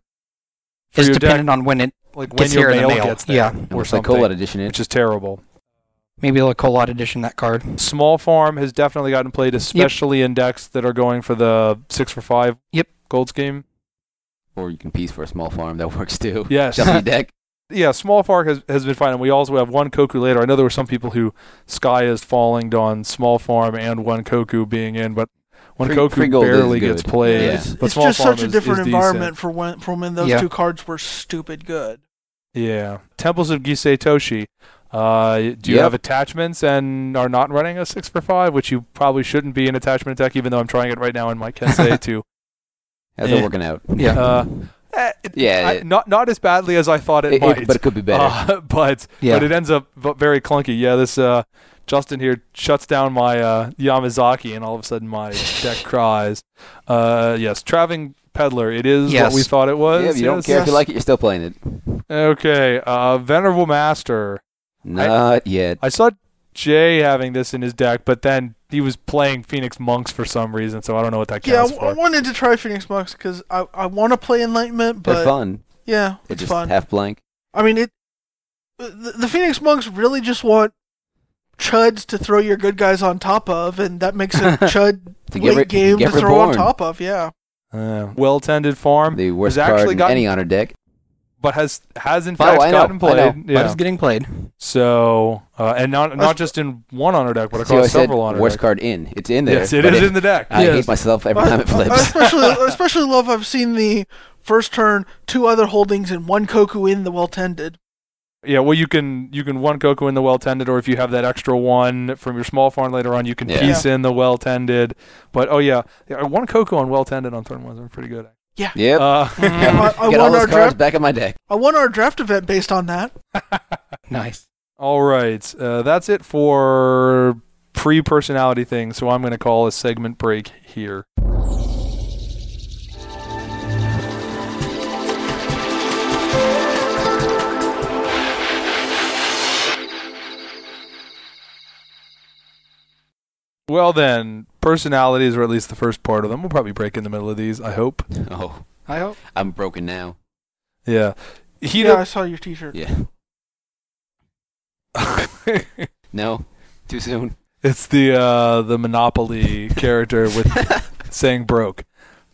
Speaker 1: for
Speaker 2: It's
Speaker 1: your deck,
Speaker 2: dependent on when it.
Speaker 1: like when
Speaker 2: gets here
Speaker 1: your
Speaker 2: in the
Speaker 1: mail,
Speaker 2: mail,
Speaker 1: gets there
Speaker 2: yeah.
Speaker 1: or
Speaker 3: It's like
Speaker 1: something,
Speaker 3: Colette edition it.
Speaker 1: which is terrible.
Speaker 2: Maybe they'll collot edition that card.
Speaker 1: Small Farm has definitely gotten played, especially in decks that are going for the six for five.
Speaker 2: Yep.
Speaker 1: Gold scheme.
Speaker 3: Or you can piece for a small farm. That works too.
Speaker 1: [laughs] Yes.
Speaker 3: Shuffle your deck.
Speaker 1: yeah. Small Farm has, has been fine, and we also have one Koku later. I know there were some people who Sky is falling on Small Farm and one Koku being in, but one
Speaker 3: Free-
Speaker 1: Koku
Speaker 3: free gold is
Speaker 1: barely
Speaker 3: good.
Speaker 1: gets played.
Speaker 3: Yeah.
Speaker 4: It's,
Speaker 1: But
Speaker 4: it's
Speaker 1: Small
Speaker 4: just
Speaker 1: Farm
Speaker 4: such a
Speaker 1: is-
Speaker 4: different
Speaker 1: is decent.
Speaker 4: environment for when from when those
Speaker 2: Yeah.
Speaker 4: two cards were stupid good.
Speaker 1: Yeah. Temples of Gisei Toshi. Uh, do you
Speaker 3: Yep.
Speaker 1: have attachments and are not running a six for five, which you probably shouldn't be an attachment deck, even though I'm trying it right now in
Speaker 3: [laughs]
Speaker 1: my Kensei too.
Speaker 3: How's
Speaker 1: Yeah.
Speaker 3: it working out?
Speaker 2: Yeah.
Speaker 1: Uh, eh,
Speaker 3: [laughs] Yeah.
Speaker 1: I-
Speaker 3: it-
Speaker 1: not not as badly as I thought it,
Speaker 3: it-
Speaker 1: might,
Speaker 3: it- but it could be better.
Speaker 1: Uh, [laughs] but
Speaker 2: Yeah.
Speaker 1: but it ends up v- very clunky. Yeah, this uh, Justin here shuts down my uh, Yamazaki, and all of a sudden my deck cries. Uh, yes, traveling peddler. It is what
Speaker 2: Yes.
Speaker 1: we thought it was.
Speaker 3: yeah, if you don't
Speaker 1: yes.
Speaker 3: care if you
Speaker 4: yes.
Speaker 3: like it, you're still playing it.
Speaker 1: Okay, uh, venerable master.
Speaker 3: Not yet.
Speaker 1: I saw Jay having this in his deck, but then he was playing Phoenix monks for some reason, so I don't know what that
Speaker 4: Yeah, I,
Speaker 1: counts
Speaker 4: w- I
Speaker 1: for.
Speaker 4: wanted to try Phoenix Monks because I, I want to play Enlightenment,
Speaker 3: They're
Speaker 4: but
Speaker 3: fun.
Speaker 4: yeah,
Speaker 3: They're
Speaker 4: it's
Speaker 3: just
Speaker 4: fun.
Speaker 3: half blank.
Speaker 4: I mean, it. The, the Phoenix Monks really just want chuds to throw your good guys on top of, and that makes
Speaker 3: [laughs]
Speaker 4: a chud
Speaker 3: To get
Speaker 4: late
Speaker 3: re-
Speaker 4: game to
Speaker 3: get
Speaker 4: throw
Speaker 3: reborn.
Speaker 4: on top of. Yeah,
Speaker 1: Uh, well tended
Speaker 4: Um,
Speaker 1: farm,
Speaker 3: The worst
Speaker 1: There's actually
Speaker 3: card in
Speaker 1: gotten-
Speaker 3: any honor deck.
Speaker 1: but has has in
Speaker 3: Oh,
Speaker 1: fact
Speaker 3: I know,
Speaker 1: gotten
Speaker 3: I
Speaker 1: played.
Speaker 3: know.
Speaker 2: But
Speaker 1: Yeah.
Speaker 2: it's getting played.
Speaker 1: So uh, and not not just in one honor
Speaker 3: [laughs]
Speaker 1: deck, but
Speaker 3: See, I
Speaker 1: across
Speaker 3: said
Speaker 1: several honor
Speaker 3: worst
Speaker 1: decks.
Speaker 3: card in. It's in there.
Speaker 1: yes, it
Speaker 3: but
Speaker 1: is in the deck.
Speaker 3: I
Speaker 1: yes.
Speaker 3: hate myself every
Speaker 4: I-
Speaker 3: time it
Speaker 4: I-
Speaker 3: [laughs]
Speaker 4: I
Speaker 3: flips.
Speaker 4: especially, I especially love. I've seen the first turn, two other holdings, and one Koku in the well tended.
Speaker 1: yeah, well, you can you can one Goku in the well tended, or if you have that extra one from your small farm later on, you can
Speaker 3: Yeah.
Speaker 1: piece in the well tended. But oh yeah, yeah one Goku on well tended on turn ones are pretty good.
Speaker 3: [laughs] Yep.
Speaker 1: Uh,
Speaker 3: Yeah,
Speaker 4: I, I
Speaker 3: Get all
Speaker 4: won
Speaker 3: those
Speaker 4: our
Speaker 3: cards
Speaker 4: draft.
Speaker 3: back in my deck.
Speaker 4: I won our draft event based on that.
Speaker 2: Nice.
Speaker 1: all right, uh, that's it for pre-personality things. So I'm going to call a segment break here. Well, then, personalities, or at least the first part of them. We'll probably break in the middle of these, I hope.
Speaker 3: Oh,
Speaker 2: I hope.
Speaker 3: I'm broken now.
Speaker 1: Yeah. Heat
Speaker 4: yeah, I saw your T-shirt.
Speaker 1: [laughs]
Speaker 3: Yeah.
Speaker 1: up.
Speaker 3: No. Too soon.
Speaker 1: it's the uh, the Monopoly character with saying broke.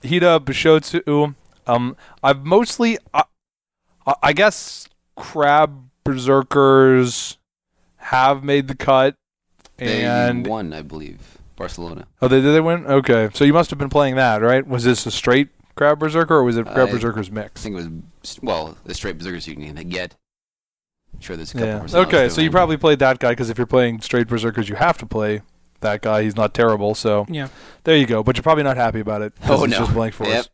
Speaker 1: Hida Bishotsu. Um, I've mostly, I, I- I guess, crab berserkers have made the cut,
Speaker 3: [laughs] they
Speaker 1: and
Speaker 3: won, I believe. Barcelona.
Speaker 1: oh, they did they win? Okay, so you must have been playing that, right? Was this a straight crab
Speaker 3: Uh,
Speaker 1: berserker, or was it crab
Speaker 3: I-
Speaker 1: berserkers
Speaker 3: I
Speaker 1: mix?
Speaker 3: think it was well the straight berserkers you can get. sure there's a couple
Speaker 1: Yeah.
Speaker 3: more songs
Speaker 1: Okay, so
Speaker 3: doing-
Speaker 1: you probably played that guy because if you're playing straight berserkers, you have to play that guy. He's not terrible, so
Speaker 2: Yeah.
Speaker 1: there you go. But you're probably not happy about it. 'cause
Speaker 3: Oh,
Speaker 1: it's
Speaker 3: no.
Speaker 1: just blank for
Speaker 3: Yep.
Speaker 1: us.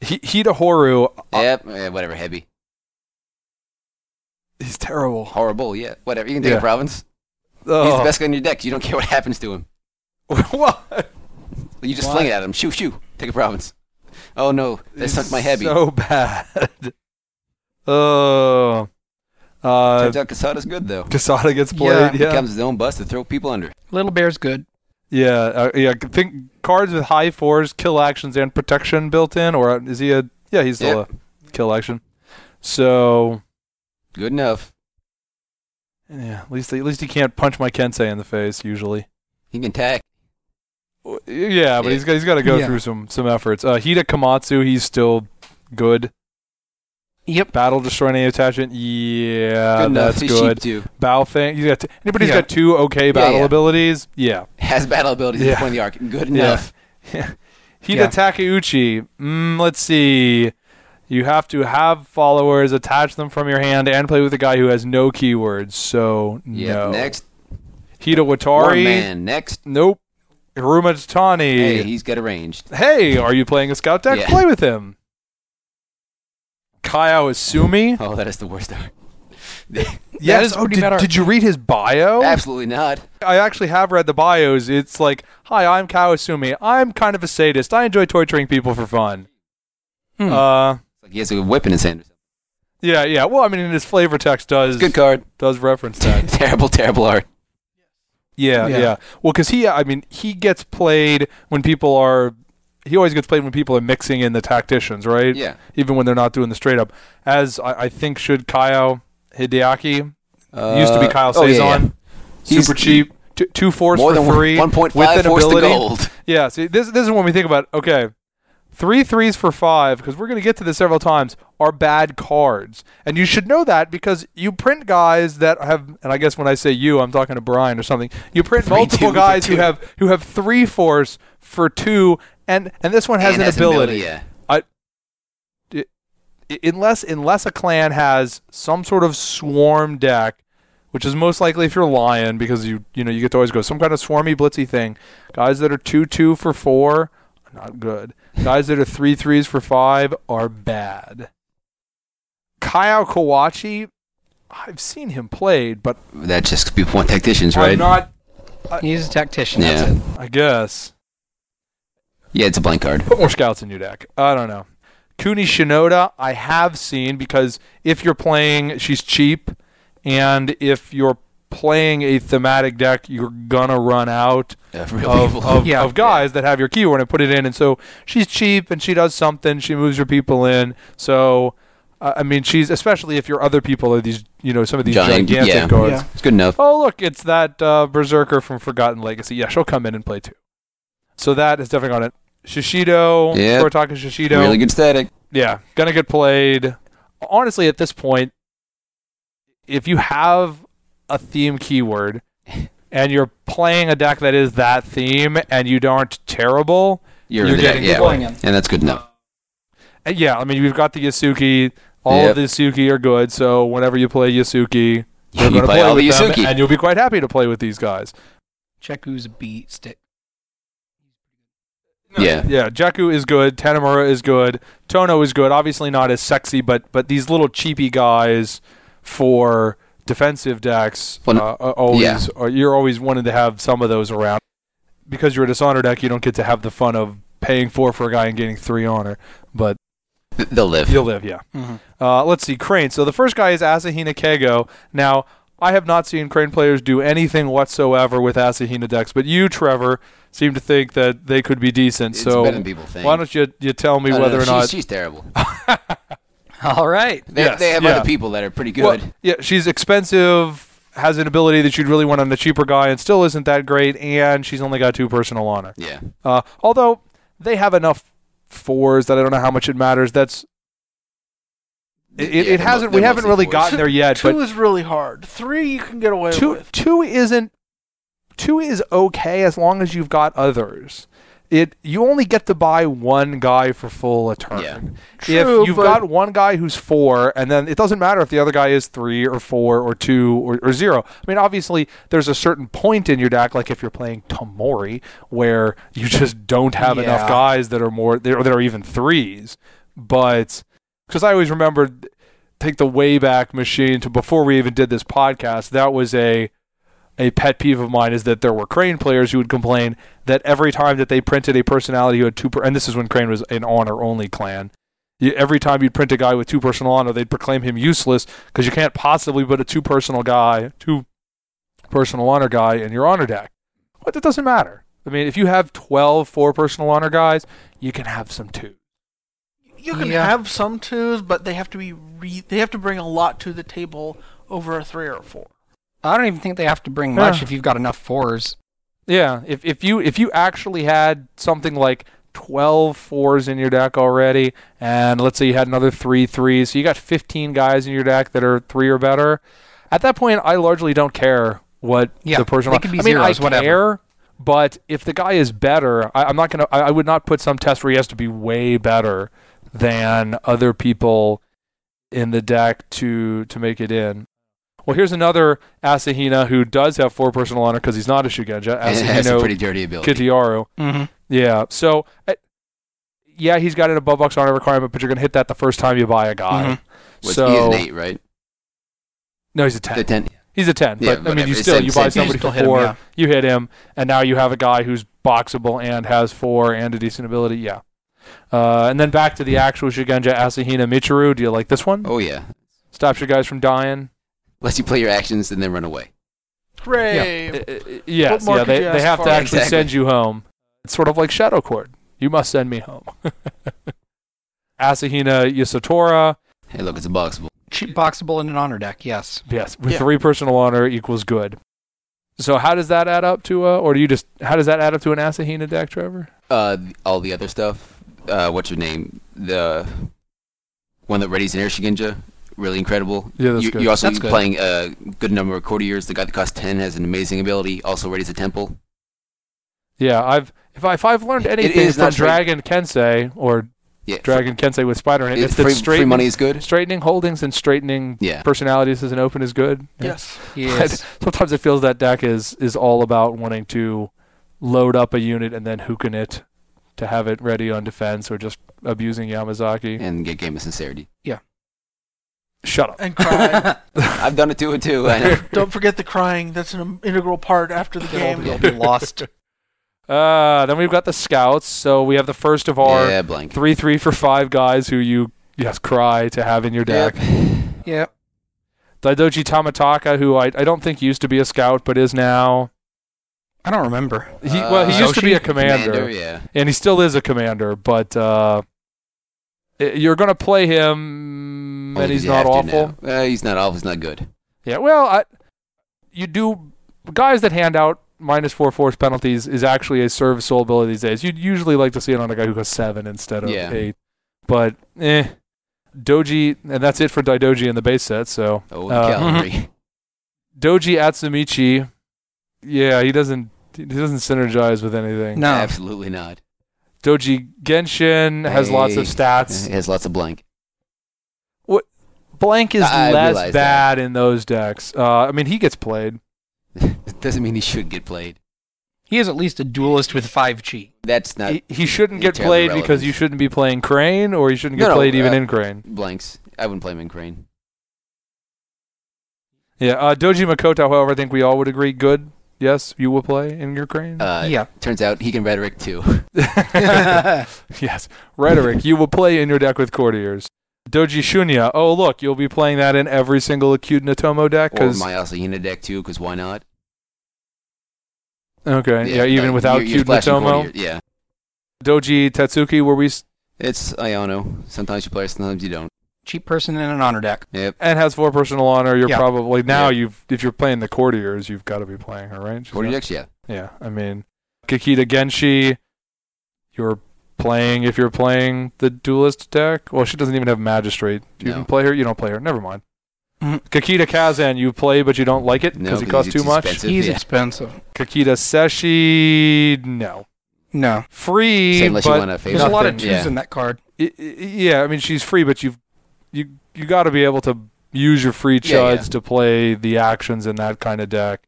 Speaker 1: H- Hidahoru, uh,
Speaker 3: Yep, yeah, eh, whatever, heavy.
Speaker 1: he's terrible.
Speaker 3: Horrible, yeah. Whatever, you can take
Speaker 1: Yeah.
Speaker 3: a province. He's the
Speaker 1: Oh.
Speaker 3: best guy on your deck. You don't care what happens to him.
Speaker 1: [laughs] What?
Speaker 3: You just
Speaker 1: Why?
Speaker 3: fling it at him. Shoo, shoo. Take a province. Oh no, that sunk my heavy.
Speaker 1: So bad. [laughs] Oh. Uh,
Speaker 3: Turns out Casada's good though.
Speaker 1: Casada gets played.
Speaker 3: He
Speaker 1: Yeah.
Speaker 3: comes his own bus to throw people under.
Speaker 2: Little Bear's good.
Speaker 1: Yeah, uh, yeah. I Think cards with high fours, kill actions, and protection built in, or uh, is he a? Yeah, he's still
Speaker 3: Yep.
Speaker 1: a kill action. So
Speaker 3: Good enough.
Speaker 1: yeah, at least at least he can't punch my Kensei in the face usually.
Speaker 3: He can tack.
Speaker 1: W- Yeah, but
Speaker 3: Yeah.
Speaker 1: he's got he's got to go
Speaker 2: Yeah.
Speaker 1: through some some efforts. Uh, Hida Komatsu, he's still good.
Speaker 2: Yep.
Speaker 1: Battle destroy any attachment. Yeah,
Speaker 3: good enough.
Speaker 1: Ah, that's
Speaker 3: He's
Speaker 1: good.
Speaker 3: cheap too.
Speaker 1: Bow thing. He's got t- anybody has
Speaker 2: Yeah.
Speaker 1: got two okay battle
Speaker 3: yeah.
Speaker 1: abilities. Yeah.
Speaker 3: Has battle abilities at
Speaker 1: Yeah.
Speaker 3: the point of the arc. Good
Speaker 1: Yeah.
Speaker 3: enough.
Speaker 1: Hida
Speaker 2: Yeah.
Speaker 1: Takeuchi. Mm, let's see. You have to have followers, attach them from your hand, and play with a guy who has no keywords. So
Speaker 3: Yeah.
Speaker 1: no.
Speaker 3: Next.
Speaker 1: Hida
Speaker 3: One
Speaker 1: Watari.
Speaker 3: man. Next.
Speaker 1: Nope. Hiruma Tatani.
Speaker 3: Hey,
Speaker 1: Hey.
Speaker 3: he's got arranged.
Speaker 1: are you playing a scout deck?
Speaker 3: Yeah.
Speaker 1: Play with him. Kayao Isumi.
Speaker 3: Oh, that is the worst art.
Speaker 1: Yes.
Speaker 2: is
Speaker 1: oh,
Speaker 2: pretty
Speaker 1: did,
Speaker 2: bad art.
Speaker 1: did you read his bio?
Speaker 3: Absolutely not.
Speaker 1: I actually have read the bios. It's like, hi, I'm Kawasumi. I'm kind of a sadist. I enjoy torturing people for fun.
Speaker 2: Hmm.
Speaker 1: Uh,
Speaker 3: It's like he has a whip in his hand. or something.
Speaker 1: yeah, yeah. Well, I mean, his flavor text does
Speaker 3: Good card.
Speaker 1: does reference
Speaker 3: [laughs]
Speaker 1: that.
Speaker 3: terrible, terrible art.
Speaker 1: yeah, yeah,
Speaker 2: Yeah.
Speaker 1: Well, because he, I mean, he gets played when people are. He always gets played when people are mixing in the tacticians, right?
Speaker 3: Yeah.
Speaker 1: Even when they're not doing the straight up, as I, I think should Kyle Hideaki
Speaker 3: Uh,
Speaker 1: used to be Kyle
Speaker 3: oh, yeah,
Speaker 1: Saison.
Speaker 3: yeah. He's-
Speaker 1: Super cheap, t- two force
Speaker 3: More
Speaker 1: for
Speaker 3: than
Speaker 1: free,
Speaker 3: one point
Speaker 1: with
Speaker 3: five
Speaker 1: an
Speaker 3: force to
Speaker 1: ability.
Speaker 3: gold.
Speaker 1: Yeah, see, this this is when we think about okay, three threes for five because we're going to get to this several times are bad cards, and you should know that because you print guys that have, and I guess when I say you, I'm talking to Brian or something. You print
Speaker 3: Three, two
Speaker 1: multiple
Speaker 3: for
Speaker 1: guys who
Speaker 3: two.
Speaker 1: have who have three force for two, and and this one has
Speaker 3: And
Speaker 1: an
Speaker 3: has
Speaker 1: ability.
Speaker 3: Yeah.
Speaker 1: I- Unless unless a clan has some sort of swarm deck, which is most likely if you're lion because you you know you get to always go some kind of swarmy blitzy thing. Guys that are two two for four are not good. Guys that are three threes for five are bad. Kyle Kawachi, I've seen him played, but
Speaker 3: That just be one tacticians, right?
Speaker 1: I'm not.
Speaker 2: He's a tactician. That's
Speaker 3: yeah.
Speaker 2: it.
Speaker 1: I guess
Speaker 3: Yeah, it's a blank card.
Speaker 1: put more scouts in your deck. I don't know. Kuni Shinoda, I have seen because if you're playing, she's cheap, and if you're playing a thematic deck, you're gonna run out
Speaker 3: Of real
Speaker 1: of,
Speaker 3: people.
Speaker 1: of,
Speaker 2: Yeah.
Speaker 1: of guys that have your keyword and put it in. And so she's cheap and she does something. She moves your people in. So, uh, I mean, she's especially if your other people are these, you know, some of these
Speaker 3: Giant, [laughs]
Speaker 1: gigantic
Speaker 3: yeah.
Speaker 1: cards.
Speaker 4: Yeah.
Speaker 3: It's good enough.
Speaker 1: Oh, look, it's that uh, Berserker from Forgotten Legacy. Yeah, she'll come in and play too. So that is definitely on it. Shishido,
Speaker 3: Yeah.
Speaker 1: Kurotaka Shishido.
Speaker 3: Really good static.
Speaker 1: Yeah, gonna get played. Honestly, at this point, if you have a theme keyword and you're playing a deck that is that theme and you aren't terrible,
Speaker 3: You're,
Speaker 1: You're
Speaker 3: the-
Speaker 1: getting-
Speaker 3: yeah,
Speaker 1: you're
Speaker 2: blowing him.
Speaker 3: and that's good enough.
Speaker 1: uh, yeah, I mean, we've got the Yasuki. All
Speaker 3: Yep.
Speaker 1: of the Yasuki are good, so [laughs] whenever you play Yasuki, you're
Speaker 3: You
Speaker 1: gonna
Speaker 3: play all
Speaker 1: with
Speaker 3: the
Speaker 1: them,
Speaker 3: Yasuki.
Speaker 1: and you'll be quite happy to play with these guys.
Speaker 2: Cheku's a beat stick.
Speaker 3: Yeah.
Speaker 1: Yeah, Jaku is good. Tanamura is good. Tono is good. Obviously not as sexy, but but these little cheapy guys for defensive decks
Speaker 3: Well,
Speaker 1: uh, are always are, you're always wanted to have some of those around because you're a dishonor deck. You don't get to have the fun of paying four for a guy and getting three honor, but
Speaker 3: Th- They'll live.
Speaker 1: you'll live. Yeah.
Speaker 2: Mhm.
Speaker 1: Uh, let's see, Crane. So the first guy is Asahina Kego. Now, I have not seen Crane players do anything whatsoever with Asahina decks, but you, Trevor, seem to think that they could be decent.
Speaker 3: It's
Speaker 1: so
Speaker 3: better than people think.
Speaker 1: why don't you you tell me
Speaker 3: No, no,
Speaker 1: whether
Speaker 3: no,
Speaker 1: or not?
Speaker 3: she's, she's
Speaker 1: [laughs]
Speaker 3: terrible.
Speaker 2: All right.
Speaker 3: They,
Speaker 1: Yes,
Speaker 3: they have
Speaker 1: yeah.
Speaker 3: other people that are pretty good.
Speaker 1: Well, yeah, she's expensive, has an ability that you'd really want on a cheaper guy, and still isn't that great. And she's only got two personal honor.
Speaker 3: yeah.
Speaker 1: Uh, although they have enough fours that I don't know how much it matters. That's it, it,
Speaker 3: Yeah,
Speaker 1: it
Speaker 3: they're
Speaker 1: hasn't.
Speaker 3: mo-
Speaker 1: We
Speaker 3: they're
Speaker 1: haven't
Speaker 3: mostly
Speaker 1: really
Speaker 3: fours. [laughs]
Speaker 1: gotten there yet.
Speaker 4: Two
Speaker 1: but
Speaker 4: is really hard. Three you can get away
Speaker 1: two
Speaker 4: with.
Speaker 1: two isn't two is okay as long as you've got others. it you only get to buy one guy for full a turn.
Speaker 3: Yeah.
Speaker 1: if you've got one guy who's four, and then it doesn't matter if the other guy is three or four or two or, or zero. I mean, obviously, there's a certain point in your deck, like if you're playing Tomori, where you just don't have enough
Speaker 2: Yeah.
Speaker 1: guys that are more that are, that are even threes. But because I always remember, take the Wayback Machine to before we even did this podcast. That was a a pet peeve of mine is that there were Crane players who would complain that every time that they printed a personality who had two, per- and this is when Crane was an honor only clan. You, every time you'd print a guy with two personal honor, they'd proclaim him useless because you can't possibly put a two personal guy, two personal honor guy in your honor deck. But that doesn't matter. I mean, if you have 12 four personal honor guys, you can have some two.
Speaker 4: You can
Speaker 2: Yeah.
Speaker 4: have some twos, but they have to be re- they have to bring a lot to the table over a three or a four.
Speaker 2: I don't even think they have to bring much
Speaker 1: Yeah.
Speaker 2: if you've got enough fours.
Speaker 1: Yeah, if if you if you actually had something like 12 fours in your deck already, and let's say you had another three threes, so you got 15 guys in your deck that are three or better. At that point, I largely don't care what
Speaker 2: Yeah,
Speaker 1: the person.
Speaker 2: they could be
Speaker 1: I mean,
Speaker 2: zeros,
Speaker 1: I
Speaker 2: whatever.
Speaker 1: care, but if the guy is better, I, I'm not gonna. I, I would not put some test where he has to be way better than other people in the deck to to make it in. Well, here's another Asahina who does have four personal honor because he's not
Speaker 3: [laughs]
Speaker 1: a Shugenja.
Speaker 3: It has some
Speaker 1: Asahino
Speaker 3: pretty dirty ability.
Speaker 1: Kitayaru.
Speaker 2: Mm-hmm.
Speaker 1: Yeah. So, uh, yeah, he's got an above box honor requirement, but you're going to hit that the first time you buy a
Speaker 2: Uh,
Speaker 1: guy.
Speaker 2: Mm-hmm.
Speaker 3: What's- Mm-hmm. he's
Speaker 1: So
Speaker 3: an eight, right?
Speaker 1: no, he's a
Speaker 3: The
Speaker 1: ten.
Speaker 3: ten.
Speaker 1: He's a ten.
Speaker 3: Yeah,
Speaker 1: but I mean,
Speaker 3: whatever.
Speaker 1: you
Speaker 3: It's
Speaker 1: still
Speaker 3: same-
Speaker 1: you buy
Speaker 3: same
Speaker 1: somebody
Speaker 2: thing. Still
Speaker 1: for
Speaker 2: hit him,
Speaker 1: four,
Speaker 2: yeah.
Speaker 1: you hit him, and now you have a guy who's boxable and has four and a decent ability. Yeah. Uh, and then back to the actual Shigenja Asahina Michiru. Do you like this one?
Speaker 3: Oh yeah.
Speaker 1: Stops your guys from dying.
Speaker 3: Lets you play your actions and then run away.
Speaker 4: Hooray!
Speaker 1: Uh, uh, yes.
Speaker 4: more
Speaker 1: Yeah.
Speaker 4: could
Speaker 1: They,
Speaker 4: you
Speaker 1: they
Speaker 4: ask
Speaker 1: have to
Speaker 4: for?
Speaker 1: actually
Speaker 3: Exactly.
Speaker 1: send you home. It's sort of like Shadow Court. You must send me home. [laughs] Asahina Yasatora.
Speaker 3: Hey, look, it's a boxable.
Speaker 2: Cheap boxable in an honor deck, [laughs] yes.
Speaker 1: Yes, with
Speaker 4: Yeah.
Speaker 1: three personal honor equals good. So how does that add up to, uh, or do you just how does that add up to an Asahina deck, Trevor?
Speaker 3: Uh, th- all the other stuff. Uh, what's your name? The one that readies an air shigenja. Really incredible.
Speaker 1: Yeah, that's
Speaker 3: you,
Speaker 1: good.
Speaker 3: you also
Speaker 2: That's good.
Speaker 3: playing a good number of courtiers. The guy that costs ten has an amazing ability. Also readies a temple.
Speaker 1: Yeah, I've if, I, if I've learned
Speaker 3: It
Speaker 1: anything
Speaker 3: is
Speaker 1: from
Speaker 3: not free-
Speaker 1: Dragon Kensei or
Speaker 3: Yeah.
Speaker 1: Dragon Kensei with Spider in it,
Speaker 3: It-
Speaker 1: it's
Speaker 3: free,
Speaker 1: that
Speaker 3: free
Speaker 1: straightening,
Speaker 3: money is good.
Speaker 1: straightening holdings and straightening
Speaker 3: Yeah.
Speaker 1: personalities as an open is good. [laughs]
Speaker 4: Yes.
Speaker 2: Yes.
Speaker 1: Sometimes it feels that deck is is all about wanting to load up a unit and then hooking it to have it ready on defense or just abusing Yamazaki.
Speaker 3: And get game of sincerity.
Speaker 1: Shut up.
Speaker 4: And cry.
Speaker 1: [laughs]
Speaker 3: I've done it too and too. [laughs] I know.
Speaker 4: Don't forget the crying. That's an integral part after the
Speaker 2: You'll,
Speaker 4: game.
Speaker 2: you'll be lost. [laughs]
Speaker 1: Uh, then we've got the scouts. So we have the first of our
Speaker 3: yeah, blank.
Speaker 1: three three for five guys who you yes cry to have in your deck.
Speaker 3: Yep.
Speaker 2: Yep.
Speaker 1: Daidoji Tamataka, who I, I don't think used to be a scout but is now.
Speaker 2: I don't remember.
Speaker 1: He, well, he
Speaker 3: Uh,
Speaker 1: used to be a
Speaker 2: Zoshi?
Speaker 1: commander,
Speaker 3: yeah.
Speaker 1: and he still is a commander, but uh, i- you're going to play him,
Speaker 3: Only
Speaker 1: and
Speaker 3: 'cause
Speaker 1: he's
Speaker 3: you
Speaker 1: not
Speaker 3: Oh, have to
Speaker 1: awful.
Speaker 3: now. Uh, he's not awful. He's not good.
Speaker 1: Yeah, well, I, you do guys that hand out minus four force penalties is actually a serviceable ability these days. You'd usually like to see it on a guy who goes seven instead of
Speaker 3: Yeah.
Speaker 1: eight, but eh. Doji, and that's it for Daidoji in the base set. So
Speaker 3: Oh,
Speaker 1: Uh, [laughs]
Speaker 3: Calgary.
Speaker 1: Doji Atsumichi, yeah, he doesn't he doesn't synergize with anything.
Speaker 2: No.
Speaker 3: Absolutely not.
Speaker 1: Doji Genshin has lots of
Speaker 3: Hey.
Speaker 1: stats.
Speaker 3: [laughs] He has lots of blank.
Speaker 1: Blank is
Speaker 3: I
Speaker 1: less
Speaker 3: realize
Speaker 1: bad in those decks. Uh, I mean, he gets played.
Speaker 3: Doesn't mean he should get played.
Speaker 2: He is at least a duelist with 5G.
Speaker 3: That's not
Speaker 1: He, he shouldn't get
Speaker 3: entirely
Speaker 1: played because
Speaker 3: relevant.
Speaker 1: you shouldn't be playing Crane, or you shouldn't get
Speaker 3: No, no,
Speaker 1: played even
Speaker 3: uh,
Speaker 1: in Crane.
Speaker 3: blanks. I wouldn't play him in Crane.
Speaker 1: Yeah, uh, Doji Makoto, however, I think we all would agree, good. Yes, you will play in your
Speaker 3: [laughs]
Speaker 1: crane. [laughs]
Speaker 3: Uh,
Speaker 2: yeah.
Speaker 3: Turns out he can rhetoric too.
Speaker 1: yes, rhetoric. you will play in your deck with courtiers. Doji Shunya. Oh, look, you'll be playing that in every single acute Natomo deck.
Speaker 3: or
Speaker 1: 'cause-
Speaker 3: my Asahina deck too, because why not?
Speaker 1: okay, yeah, even
Speaker 3: uh,
Speaker 1: without
Speaker 3: you're- you're
Speaker 1: acute
Speaker 3: flashing
Speaker 1: Natomo.
Speaker 3: courtier- Yeah.
Speaker 1: Doji Tatsuki, where we s-
Speaker 3: It's Iono. Sometimes you play, sometimes you don't.
Speaker 2: Cheap person in an honor deck.
Speaker 3: Yep.
Speaker 1: and has four personal honor. You're
Speaker 2: Yeah.
Speaker 1: probably now
Speaker 3: Yeah.
Speaker 1: you've if you're playing the courtiers, you've got to be playing her, right? She's
Speaker 3: Courtier
Speaker 1: got-
Speaker 3: decks, yeah.
Speaker 1: Yeah, I mean, Kikita Genshi, you're playing if you're playing the duelist deck. Well, she doesn't even have magistrate. Do you
Speaker 3: No.
Speaker 1: even play her? You don't play her. Never mind.
Speaker 2: Mhm.
Speaker 1: Kikita Kazan, you play but you don't like it
Speaker 3: No,
Speaker 1: because he
Speaker 3: 'cause
Speaker 1: costs
Speaker 3: it's
Speaker 1: too much.
Speaker 3: expensive,
Speaker 2: He's
Speaker 3: yeah.
Speaker 2: expensive.
Speaker 1: Kikita Seshi, no.
Speaker 2: No.
Speaker 1: Free,
Speaker 3: Say unless you
Speaker 1: but
Speaker 3: want to
Speaker 2: There's a
Speaker 3: favor.
Speaker 2: lot of twos nothing.
Speaker 3: yeah.
Speaker 2: in that card.
Speaker 1: I- I- yeah, I mean she's free, but you've you you got to be able to use your free chuds
Speaker 3: Yeah, yeah.
Speaker 1: to play the actions in that kind of deck.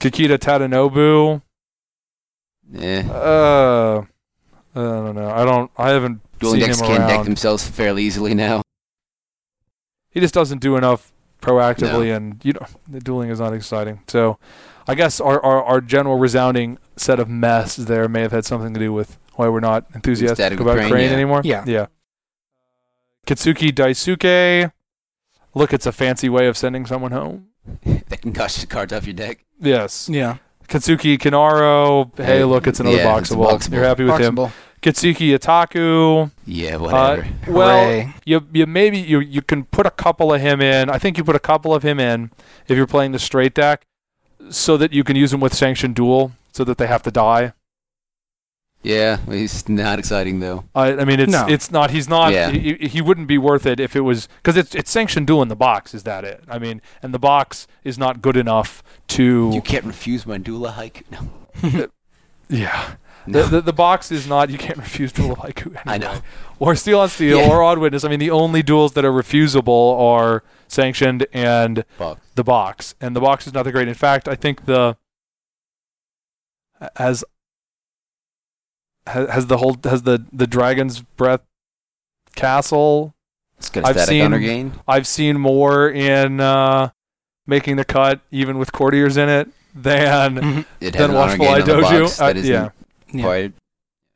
Speaker 1: Kikita Tadanobu.
Speaker 3: yeah.
Speaker 1: Uh, I don't know. I don't. I haven't
Speaker 3: Dueling
Speaker 1: seen
Speaker 3: decks
Speaker 1: him
Speaker 3: can deck
Speaker 1: around.
Speaker 3: themselves fairly easily now. [laughs]
Speaker 1: He just doesn't do enough proactively, and you know the dueling is not exciting. So, I guess our, our our general resounding set of mess there may have had something to do with why we're not enthusiastic
Speaker 3: Ecstatic
Speaker 1: about
Speaker 3: Crane,
Speaker 1: Crane,
Speaker 3: yeah.
Speaker 1: anymore.
Speaker 2: Yeah.
Speaker 1: Yeah. Katsuki Daisuke. Look, it's a fancy way of sending someone home.
Speaker 3: that can cost you cards off your deck.
Speaker 1: Yes.
Speaker 2: Yeah.
Speaker 1: Katsuki Kanaro. Hey,
Speaker 3: Hey,
Speaker 1: look, it's another
Speaker 3: yeah, it's a
Speaker 1: boxable.
Speaker 3: boxable.
Speaker 1: You're happy with him.
Speaker 2: Boxable.
Speaker 1: Katsuki Itaku.
Speaker 3: Yeah, whatever.
Speaker 1: Well,
Speaker 2: Hooray.
Speaker 1: you you maybe you you can put a couple of him in. I think you put a couple of him in if you're playing the straight deck, so that you can use them with sanctioned duel, so that they have to die.
Speaker 3: yeah, well, he's not exciting though.
Speaker 1: I, I mean, it's
Speaker 2: No.
Speaker 1: it's not. He's not.
Speaker 3: Yeah.
Speaker 1: He, he wouldn't be worth it if it was because it's it's sanctioned duel in the box. Is that it? I mean, and the box is not good enough to.
Speaker 3: You can't refuse my Dula haiku. No,
Speaker 2: [laughs]
Speaker 1: yeah.
Speaker 3: no.
Speaker 1: The, the, the box is not. You can't refuse duel haiku. Anyway.
Speaker 3: [laughs] I know.
Speaker 1: Or steel on steel,
Speaker 3: Yeah.
Speaker 1: or odd witness. I mean, the only duels that are refusable are sanctioned and
Speaker 3: Fuck.
Speaker 1: the box, and the box is not that great. In fact, I think the has has, has the whole has the the dragon's breath castle.
Speaker 3: It's got a
Speaker 1: I've
Speaker 3: static
Speaker 1: seen-
Speaker 3: honor gain.
Speaker 1: I've seen more in uh, making the cut, even with courtiers in it, than
Speaker 2: Mhm.
Speaker 3: It has
Speaker 1: than
Speaker 3: an honor
Speaker 1: watchful
Speaker 3: gain
Speaker 1: eye
Speaker 3: on the box
Speaker 1: dojo. Uh,
Speaker 3: that isn't
Speaker 1: yeah.
Speaker 2: Yeah.
Speaker 3: required.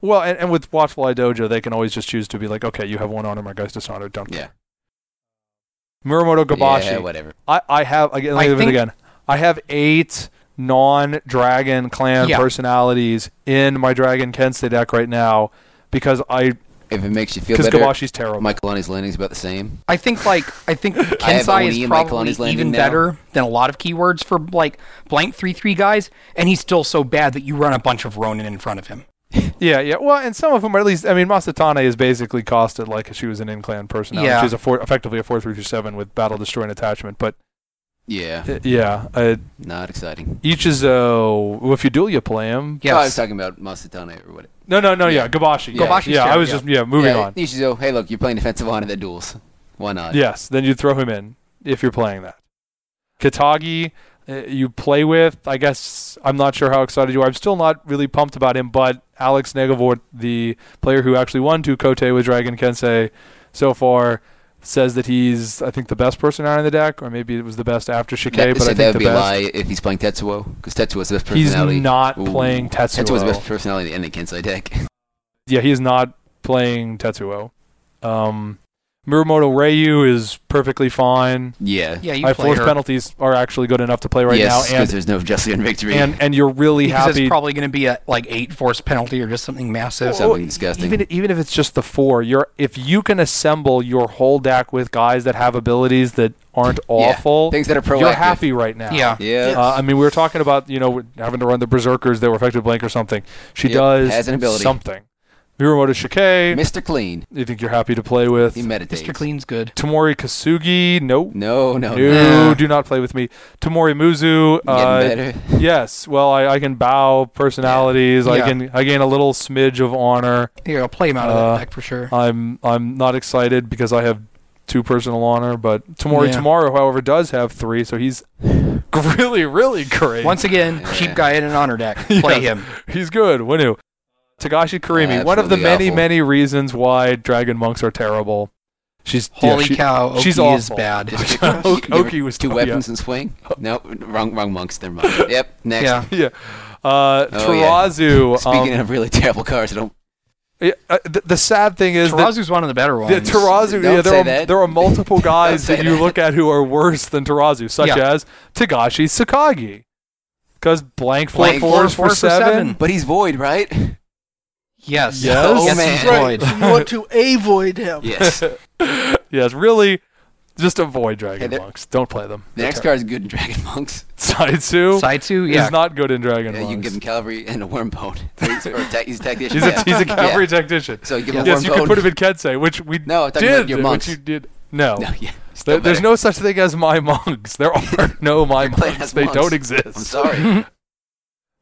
Speaker 1: Well, and, and with watchful eye dojo, they can always just choose to be like, okay, you have one honor, my guy's dishonored. Don't
Speaker 3: Yeah.
Speaker 1: care. Muramoto Gabashi.
Speaker 3: Yeah, whatever.
Speaker 1: I, I have again.
Speaker 2: I
Speaker 1: Let me do it
Speaker 2: think-
Speaker 1: again. I have eight non-dragon clan
Speaker 2: Yeah.
Speaker 1: personalities in my dragon Kensei deck right now because I
Speaker 3: If it makes you feel
Speaker 1: because
Speaker 3: better,
Speaker 1: Kabashi's terrible.
Speaker 3: my Kalani's landing is about the same.
Speaker 2: I think like I
Speaker 3: [laughs]
Speaker 2: think
Speaker 3: have
Speaker 2: Kensai
Speaker 3: Oni
Speaker 2: is
Speaker 3: in my
Speaker 2: probably
Speaker 3: Kalani's Landing
Speaker 2: even
Speaker 3: now.
Speaker 2: better than a lot of keywords for like blank three three guys, and he's still so bad that you run a bunch of Ronin in front of
Speaker 3: Oh,
Speaker 2: him.
Speaker 1: yeah, yeah. Well, and some of them are at least. I mean, Masatane is basically costed like she was an in clan personality.
Speaker 2: Yeah.
Speaker 1: She's a four, effectively a four three two seven with battle destroying attachment. But
Speaker 3: Yeah,
Speaker 1: uh, yeah, uh,
Speaker 3: not exciting.
Speaker 1: each is a. Well, if you duel, you play him.
Speaker 3: Yeah, I was
Speaker 2: Yes.
Speaker 3: talking about Masatane or whatever.
Speaker 1: No, no, no. Yeah,
Speaker 3: Yeah.
Speaker 1: Gabashi. Yeah,
Speaker 2: Gobashi's
Speaker 1: yeah I was
Speaker 2: terrible.
Speaker 1: just yeah moving
Speaker 3: yeah,
Speaker 1: on.
Speaker 3: Nishizo, hey, look, you're playing defensive honor that duels. Why not?
Speaker 1: Yes, then you throw him in if you're playing that. Katagi, uh, you play with. I guess I'm not sure how excited you are. I'm still not really pumped about him, but Alex Negavort, the player who actually won to Kote with Dragon Kensei so far, says that he's, I think, the best person out in the deck, or maybe it was the best after Shike,
Speaker 3: That-
Speaker 1: but
Speaker 3: so
Speaker 1: I think
Speaker 3: that would
Speaker 1: the
Speaker 3: be a
Speaker 1: best.
Speaker 3: lie if he's playing Tetsuo, because Tetsuo's the best
Speaker 1: He's
Speaker 3: personality.
Speaker 1: not
Speaker 3: Ooh.
Speaker 1: playing Tetsuo.
Speaker 3: Tetsuo's the best personality in the Kensai deck. [laughs]
Speaker 1: yeah, he is not playing Tetsuo. Um, Muramoto Ryu is perfectly fine.
Speaker 3: yeah.
Speaker 2: Yeah, you
Speaker 1: I
Speaker 2: play
Speaker 1: force
Speaker 2: her.
Speaker 1: penalties are actually good enough to play right
Speaker 3: yes,
Speaker 1: now,
Speaker 3: because
Speaker 1: and
Speaker 3: there's no Justice and Victory.
Speaker 1: and and you're really
Speaker 2: because
Speaker 1: happy.
Speaker 2: it's probably going to be a like eight force penalty or just something massive.
Speaker 3: something disgusting.
Speaker 1: Even even if it's just the four, you're if you can assemble your whole deck with guys that have abilities that aren't awful,
Speaker 3: things that are proactive.
Speaker 1: you're happy right now.
Speaker 2: yeah.
Speaker 3: Yeah.
Speaker 1: Uh, I mean, we were talking about you know we're having to run the berserkers that were effective blank or something. She
Speaker 3: Yep,
Speaker 1: does
Speaker 3: has an ability.
Speaker 1: something. Muramoto Shike,
Speaker 3: Mr. Clean.
Speaker 1: you think you're happy to play with?
Speaker 3: He meditates.
Speaker 2: Mr. Clean's good.
Speaker 1: Tomori Kasugi, no,
Speaker 3: No, no, Oh, no.
Speaker 1: no,
Speaker 2: Nah.
Speaker 1: do not play with me. Tomori Muzu, uh,
Speaker 3: Getting better.
Speaker 1: Yes. Well, I, I can bow personalities. I
Speaker 2: Yeah.
Speaker 1: can I gain a little smidge of honor.
Speaker 2: Here, I'll play him out of
Speaker 1: Uh,
Speaker 2: that deck for sure.
Speaker 1: I'm I'm not excited because I have two personal honor, but Tamori
Speaker 2: Yeah.
Speaker 1: Tomorrow, however, does have three, so he's really really great.
Speaker 2: Once again,
Speaker 3: Yeah.
Speaker 2: cheap guy in an honor deck. Play
Speaker 1: [laughs] Yeah.
Speaker 2: him.
Speaker 1: he's good. Winu. Tagashi Karimi, one of the
Speaker 3: Absolutely
Speaker 1: many
Speaker 3: [laughs] awful.
Speaker 1: many reasons why dragon monks are terrible. She's yeah,
Speaker 2: Holy
Speaker 1: she-
Speaker 2: cow, Oki
Speaker 1: she's
Speaker 2: is
Speaker 1: awful.
Speaker 2: bad.
Speaker 1: [laughs]
Speaker 3: Just-
Speaker 1: Oki-
Speaker 3: Give her
Speaker 1: Oki was
Speaker 3: two
Speaker 1: yeah.
Speaker 3: weapons and swing. No, wrong, wrong monks. Never
Speaker 1: [laughs]
Speaker 3: mind. Yep. Next.
Speaker 2: Yeah.
Speaker 1: Yeah. Uh,
Speaker 3: Oh, yeah. [laughs]
Speaker 1: Terazu.
Speaker 3: Speaking
Speaker 1: um,
Speaker 3: of really terrible cards, I don't.
Speaker 1: yeah, uh, the, the sad thing is that
Speaker 2: Tarazu's one of the better ones.
Speaker 1: Yeah, Tarazu.
Speaker 3: Don't
Speaker 1: Yeah, there
Speaker 3: say
Speaker 1: are
Speaker 3: that.
Speaker 1: there
Speaker 3: [laughs]
Speaker 1: are multiple guys
Speaker 3: say
Speaker 1: that you
Speaker 3: that.
Speaker 1: look at who are worse than Tarazu, such
Speaker 2: Yeah.
Speaker 1: as Tagashi Sakagi, because blank four
Speaker 3: Blank
Speaker 1: fours
Speaker 2: four
Speaker 1: for
Speaker 2: for
Speaker 1: seven.
Speaker 2: seven.
Speaker 3: But he's void, right?
Speaker 2: yes.
Speaker 1: Yes.
Speaker 3: Oh,
Speaker 2: yes,
Speaker 3: man.
Speaker 2: he's
Speaker 4: Right.
Speaker 2: void.
Speaker 4: so you want
Speaker 1: [laughs]
Speaker 4: to avoid him.
Speaker 3: Yes. the
Speaker 1: yes, really, just avoid Dragon
Speaker 3: Hey, there-
Speaker 1: Monks. Don't play them.
Speaker 3: next card is good in Dragon Monks.
Speaker 1: Saitsu
Speaker 2: Saitsu, yeah.
Speaker 1: is not good in Dragon
Speaker 3: Yeah, you
Speaker 1: Monks.
Speaker 3: can give him Calvary and a Worm Bone. [laughs] He's, or ta- he's a tactician. [laughs]
Speaker 1: he's
Speaker 3: yeah.
Speaker 1: a he's a
Speaker 3: Yeah.
Speaker 1: cavalry tactician.
Speaker 3: So you give him
Speaker 1: yes,
Speaker 3: Worm
Speaker 1: you
Speaker 3: Bone.
Speaker 1: could put him in Kensei, which we
Speaker 3: No, I'm talking about
Speaker 1: did.
Speaker 3: your
Speaker 1: which
Speaker 3: monks.
Speaker 1: you did. No. [laughs]
Speaker 3: No, yeah.
Speaker 1: There-
Speaker 3: still
Speaker 1: there's
Speaker 3: better.
Speaker 1: no such thing as my [laughs] monks. There are no my
Speaker 3: Playing
Speaker 1: monks.
Speaker 3: as
Speaker 1: They
Speaker 3: monks.
Speaker 1: don't exist.
Speaker 3: I'm sorry.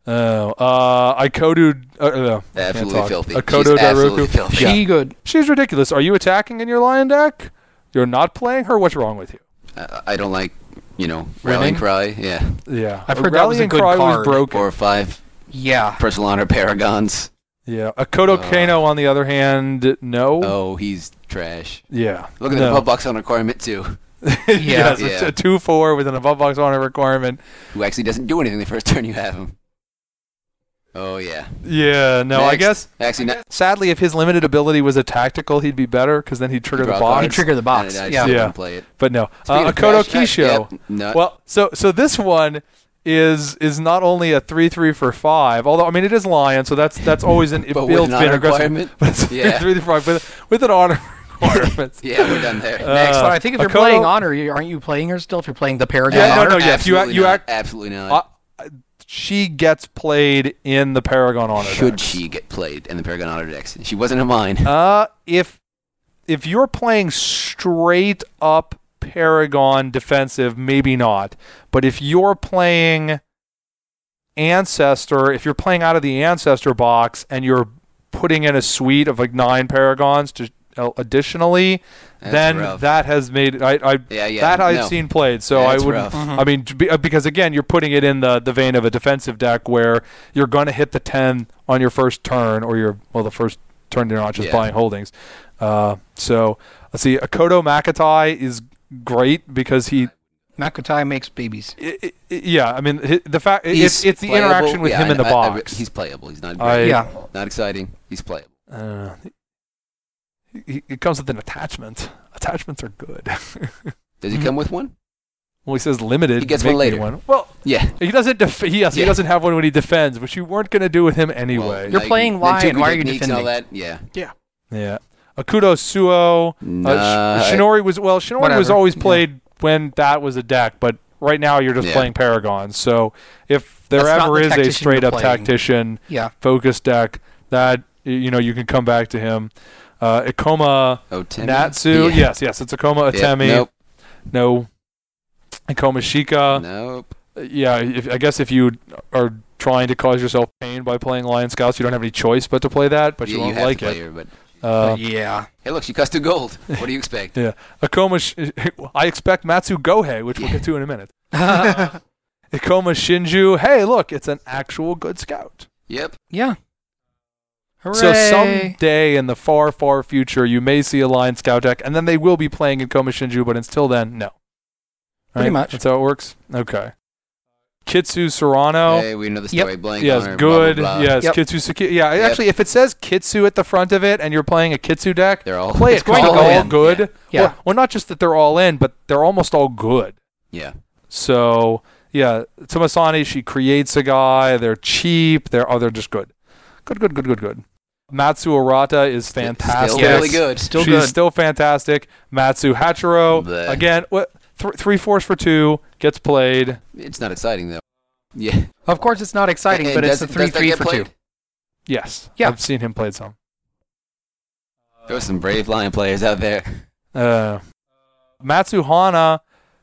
Speaker 1: Oh, uh, Ikodu. Uh, uh,
Speaker 3: Absolutely
Speaker 1: talk.
Speaker 3: filthy.
Speaker 1: Akodo
Speaker 3: She's absolutely
Speaker 1: Dairoku?
Speaker 3: filthy.
Speaker 1: Yeah.
Speaker 2: She good.
Speaker 1: she's ridiculous. Are you attacking in your lion deck? You're not playing her. What's wrong with you?
Speaker 3: Uh, I, I don't like, you know, rally
Speaker 2: Ribbing?
Speaker 3: and cry. Yeah.
Speaker 1: Yeah,
Speaker 2: I've heard that was a
Speaker 1: Rallying
Speaker 2: good
Speaker 1: cry
Speaker 2: card.
Speaker 1: was broken.
Speaker 3: Four or five
Speaker 2: Yeah.
Speaker 3: personal honor paragons.
Speaker 1: yeah, Akodo
Speaker 3: Uh,
Speaker 1: Kano on the other hand, no.
Speaker 3: Oh, he's trash.
Speaker 1: Yeah,
Speaker 3: Look at
Speaker 1: no.
Speaker 3: the pub box on requirement too.
Speaker 1: [laughs] yes,
Speaker 3: Yeah.
Speaker 1: it's a two four with an above box honor requirement.
Speaker 3: Who actually doesn't do anything the first turn you have him. Oh yeah.
Speaker 1: Yeah, no, I
Speaker 3: Next.
Speaker 1: guess.
Speaker 3: Actually, not,
Speaker 1: Sadly, if his limited ability was a tactical, he'd be better because then he'd trigger the
Speaker 3: Draw
Speaker 1: box.
Speaker 2: You
Speaker 3: cards.
Speaker 2: trigger the box.
Speaker 3: I, I
Speaker 2: yeah.
Speaker 3: still
Speaker 1: Ah, Yeah.
Speaker 3: don't play it.
Speaker 1: But no,
Speaker 3: Speaking
Speaker 1: uh,
Speaker 3: of
Speaker 1: Akodo
Speaker 3: trash, I-
Speaker 1: Kisho.
Speaker 3: yep, no,
Speaker 1: Well, so so this one is is not only a three three for five, although I mean it is lion, so that's that's always an
Speaker 3: [laughs]
Speaker 1: it
Speaker 3: but with
Speaker 1: builds
Speaker 3: an
Speaker 1: been
Speaker 3: honor
Speaker 1: aggressive.
Speaker 3: requirement.
Speaker 1: [laughs] But it's
Speaker 3: Yeah.
Speaker 1: three three for five with, with an honor [laughs] requirement.
Speaker 3: Yeah, we're done there.
Speaker 1: [laughs] Uh,
Speaker 2: Next one. I think if you're
Speaker 1: Akodo-
Speaker 2: playing honor, you, aren't you playing her still? If you're playing the Paragon
Speaker 1: yeah, no,
Speaker 2: honor,
Speaker 1: no, yeah, if you act-
Speaker 3: absolutely
Speaker 1: you
Speaker 3: not,
Speaker 1: act-
Speaker 3: absolutely not.
Speaker 1: Uh, she gets played in the Paragon honor.
Speaker 3: Should
Speaker 1: decks.
Speaker 3: she get played in the Paragon Honor decks? She wasn't in mine.
Speaker 1: Uh, if if you're playing straight up Paragon defensive, maybe not. But if you're playing Ancestor, if you're playing out of the Ancestor box and you're putting in a suite of like nine Paragons to uh, additionally,
Speaker 3: That's
Speaker 1: then
Speaker 3: rough.
Speaker 1: that has made I, I
Speaker 3: yeah, yeah,
Speaker 1: that I've
Speaker 3: no.
Speaker 1: seen played. So
Speaker 3: That's
Speaker 1: I would.
Speaker 3: rough.
Speaker 2: Mm-hmm.
Speaker 1: I mean, to be- uh, because again, you're putting it in the, the vein of a defensive deck where you're going to hit the 10 on your first turn or your, well, the first turn you're not just
Speaker 3: Yeah.
Speaker 1: buying holdings. Uh, so let's see. Akodo Makatai is great because he,
Speaker 2: Makotai makes babies.
Speaker 1: i i i- yeah, I mean, hi- the fact, it's,
Speaker 3: He's
Speaker 1: it's the
Speaker 3: playable.
Speaker 1: interaction with
Speaker 3: Yeah,
Speaker 1: him
Speaker 3: I-
Speaker 1: in the
Speaker 3: I- I-
Speaker 1: box.
Speaker 3: he's playable. He's not
Speaker 1: I-
Speaker 3: great.
Speaker 2: yeah.
Speaker 3: not exciting. He's playable.
Speaker 1: I don't know. He- he, he comes with an attachment. Attachments are good. [laughs]
Speaker 3: Does he
Speaker 1: Mm-hmm.
Speaker 2: Mhm.
Speaker 3: come with one?
Speaker 1: well, he says limited.
Speaker 3: He gets
Speaker 1: make
Speaker 3: one
Speaker 1: me
Speaker 3: later.
Speaker 1: Well,
Speaker 3: Yeah.
Speaker 1: he doesn't. Def- he, yes, he
Speaker 3: Yeah.
Speaker 1: doesn't have one when he defends, which you weren't going to do with him anyway.
Speaker 3: Well,
Speaker 2: You're
Speaker 3: like,
Speaker 2: playing Lion,
Speaker 3: Ninjago
Speaker 2: why are you
Speaker 3: techniques and all that? Yeah.
Speaker 1: Yeah. Akudo Suo.
Speaker 3: Nah,
Speaker 1: Uh, Sh-
Speaker 3: I-
Speaker 1: Shinori was well. Shinori was
Speaker 2: Whatever.
Speaker 1: always
Speaker 2: Yeah.
Speaker 1: played when that was a deck, but right now you're just
Speaker 3: Yeah.
Speaker 1: playing Paragon. So if there
Speaker 2: That's not
Speaker 1: ever
Speaker 2: the
Speaker 1: is a
Speaker 2: tactician
Speaker 1: straight
Speaker 2: you're
Speaker 1: up
Speaker 2: playing.
Speaker 1: tactician
Speaker 2: Yeah.
Speaker 1: focused deck, that y- you know you can come back to him. Uh, Ikoma
Speaker 3: oh, Timmy? Yeah.
Speaker 1: Natsu. Yes, yes, it's Ikoma
Speaker 3: Yeah,
Speaker 1: Atemi.
Speaker 3: Nope.
Speaker 1: No. Ikoma Shika.
Speaker 3: nope.
Speaker 1: Yeah, if, I guess if you are trying to cause yourself pain by playing Lion Scouts, you don't have any choice but to play that, but
Speaker 3: Yeah,
Speaker 1: you
Speaker 3: you
Speaker 1: won't
Speaker 3: have
Speaker 1: like
Speaker 3: to play
Speaker 1: it.
Speaker 3: her, but
Speaker 1: Uh,
Speaker 3: [laughs]
Speaker 2: yeah.
Speaker 3: hey, look, she cost two gold. What
Speaker 1: [laughs]
Speaker 3: do you expect?
Speaker 1: Yeah. Akoma, sh- [laughs] I expect Matsu Gohei, which we'll
Speaker 3: Yeah.
Speaker 1: get to in a minute. Akoma Shinju, hey, look, it's an actual good scout.
Speaker 3: yep.
Speaker 2: yeah. Hooray.
Speaker 1: So someday in the far, far future, you may see a Lion Scout deck, and then they will be playing Akoma Shinju, but until then, no.
Speaker 2: Pretty much.
Speaker 1: That's how it works? Okay. Kitsu Serrano.
Speaker 3: Hey, we know the
Speaker 2: Yep.
Speaker 3: story. Blank.
Speaker 1: Oh, Yes,
Speaker 3: honor, blah,
Speaker 1: good.
Speaker 3: blah, blah.
Speaker 1: Yes,
Speaker 2: Yep.
Speaker 1: Kitsu Seki- Yeah,
Speaker 3: Yep.
Speaker 1: actually, if it says Kitsu at the front of it and you're playing a Kitsu deck,
Speaker 3: They're all.
Speaker 1: play
Speaker 2: It's
Speaker 1: it 'cause
Speaker 2: going to
Speaker 1: they're
Speaker 2: go
Speaker 1: all
Speaker 2: in.
Speaker 1: good.
Speaker 2: Yeah.
Speaker 1: Well, well, not just that they're all in, but they're almost all good.
Speaker 3: Yeah.
Speaker 1: So yeah, Tomasani, she creates a guy. They're cheap. They're oh, they're just good. Good, good, good, good, good. Matsu Arata is fantastic.
Speaker 3: Still really
Speaker 2: Yes.
Speaker 3: good.
Speaker 2: Still
Speaker 1: She's
Speaker 2: good.
Speaker 1: still fantastic. Matsu Hachiro
Speaker 3: Bleh.
Speaker 1: again. What th- three fours for two gets played.
Speaker 3: It's not exciting though. Yeah.
Speaker 2: of course, it's not exciting,
Speaker 3: And
Speaker 2: but it's
Speaker 3: does-
Speaker 2: a three
Speaker 3: does that
Speaker 2: three
Speaker 3: get
Speaker 2: for
Speaker 3: played?
Speaker 2: two.
Speaker 1: Yes,
Speaker 2: Yeah.
Speaker 1: I've seen him played some.
Speaker 3: There were some brave lion players out there.
Speaker 1: Uh, Matsu Hana,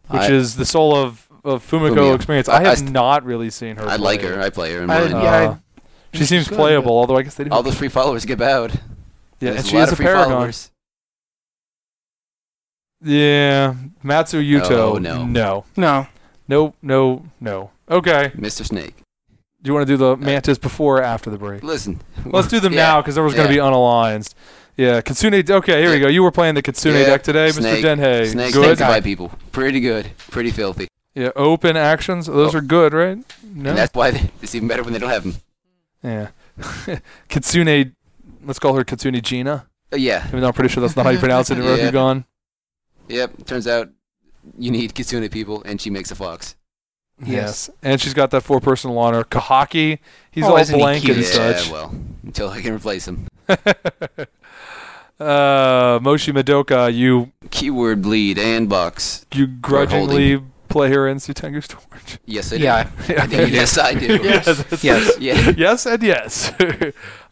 Speaker 1: which
Speaker 3: I-
Speaker 1: is the soul of, of Fumiko,
Speaker 3: Fumio.
Speaker 1: experience.
Speaker 3: I-
Speaker 1: I,
Speaker 3: I
Speaker 1: have
Speaker 3: st-
Speaker 1: not really seen her.
Speaker 3: I like
Speaker 1: played.
Speaker 3: her. I play her in
Speaker 2: I-
Speaker 3: mine.
Speaker 2: yeah.
Speaker 1: Uh, she seems
Speaker 2: good, but-
Speaker 1: playable, although I guess they didn't.
Speaker 3: All those free followers get bowed.
Speaker 1: yeah,
Speaker 3: There's
Speaker 1: and
Speaker 3: a
Speaker 1: she
Speaker 3: lot
Speaker 1: is
Speaker 3: of
Speaker 1: a
Speaker 3: free
Speaker 1: paragon.
Speaker 3: followers.
Speaker 1: Yeah, Matsu Yuto.
Speaker 3: Oh, no.
Speaker 1: no,
Speaker 2: No.
Speaker 1: no, no, no. Okay.
Speaker 3: Mr. Snake.
Speaker 1: Do you want to do the mantis before or after the break?
Speaker 3: Listen.
Speaker 1: Let's do them
Speaker 3: [laughs] Yeah.
Speaker 1: now because there was going to
Speaker 3: Yeah.
Speaker 1: be unaligned. Yeah, Kitsune. Okay, here we
Speaker 3: Yeah.
Speaker 1: go. You were playing the Kitsune
Speaker 3: Yeah,
Speaker 1: deck today,
Speaker 3: snake,
Speaker 1: Mr. Denhei.
Speaker 3: Snakes
Speaker 1: good.
Speaker 3: taken by people. Pretty good. Pretty filthy.
Speaker 1: Yeah, open actions. Those
Speaker 3: Oh.
Speaker 1: are good, right? No.
Speaker 3: And that's why they, it's even better when they don't have them.
Speaker 1: Yeah. [laughs] Kitsune. Let's call her Kitsune Gina.
Speaker 3: Uh, yeah.
Speaker 1: Even though I'm pretty sure that's not how you pronounce it in
Speaker 3: Yeah.
Speaker 1: Rokugan.
Speaker 3: Yep. Turns out you need Kitsune people, and she makes a fox.
Speaker 1: Yes. And she's got that four personal honor. Kahaki. He's
Speaker 2: Oh,
Speaker 1: all
Speaker 2: isn't he
Speaker 1: blank
Speaker 2: cute?
Speaker 1: and
Speaker 3: yeah,
Speaker 1: such.
Speaker 3: well, until I can replace him.
Speaker 1: [laughs] uh, Moshi Madoka, you
Speaker 3: Keyword bleed and box.
Speaker 1: you grudgingly play her in Sutengu's Torch.
Speaker 3: Yes, [laughs] I do.
Speaker 2: Yeah.
Speaker 1: I [laughs]
Speaker 3: think yes, I do.
Speaker 1: yes,
Speaker 2: Yes.
Speaker 3: [laughs] Yeah.
Speaker 1: yes, and yes. [laughs]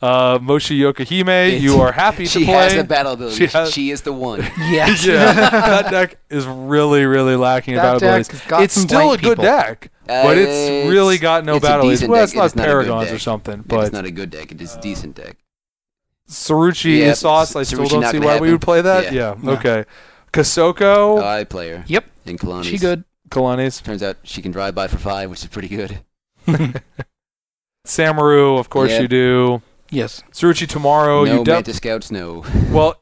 Speaker 1: uh, Moshi Yokohime,
Speaker 3: It's-
Speaker 1: you are happy to
Speaker 3: She
Speaker 1: play.
Speaker 3: has the battle ability.
Speaker 1: She
Speaker 3: She,
Speaker 1: has-
Speaker 3: is the one.
Speaker 2: Yes. [laughs]
Speaker 1: yeah, that deck is really, really lacking in
Speaker 2: That
Speaker 1: battle
Speaker 2: deck
Speaker 1: abilities.
Speaker 2: has got
Speaker 1: it's
Speaker 2: some
Speaker 1: still a
Speaker 2: blank
Speaker 1: good
Speaker 2: people.
Speaker 1: deck. [laughs] But it's really got no
Speaker 3: Uh, it's a
Speaker 1: battle.
Speaker 3: decent
Speaker 1: well,
Speaker 3: deck,
Speaker 1: it's
Speaker 3: it
Speaker 1: not
Speaker 3: is not a good
Speaker 1: Paragons or
Speaker 3: deck.
Speaker 1: something,
Speaker 3: It's
Speaker 1: but
Speaker 3: not a good deck. It is a decent deck.
Speaker 1: Sarucci
Speaker 3: Yeah,
Speaker 1: is sauce. I still
Speaker 3: Sarucci
Speaker 1: don't
Speaker 3: not
Speaker 1: see
Speaker 3: gonna
Speaker 1: why we
Speaker 3: happen.
Speaker 1: would play that. Yeah,
Speaker 3: Yeah. Uh,
Speaker 2: No.
Speaker 1: okay. Kasoko,
Speaker 3: I player.
Speaker 2: Yep.
Speaker 3: In Kalani.
Speaker 2: She good.
Speaker 1: Kalani's. [laughs]
Speaker 3: Turns out she can drive by for five, which is pretty good.
Speaker 1: Samaru, of course
Speaker 3: Yeah.
Speaker 1: you do.
Speaker 2: Yes.
Speaker 1: Sarucci tomorrow.
Speaker 3: no
Speaker 1: Oh, you de-
Speaker 3: Manta Scouts, no.
Speaker 1: well,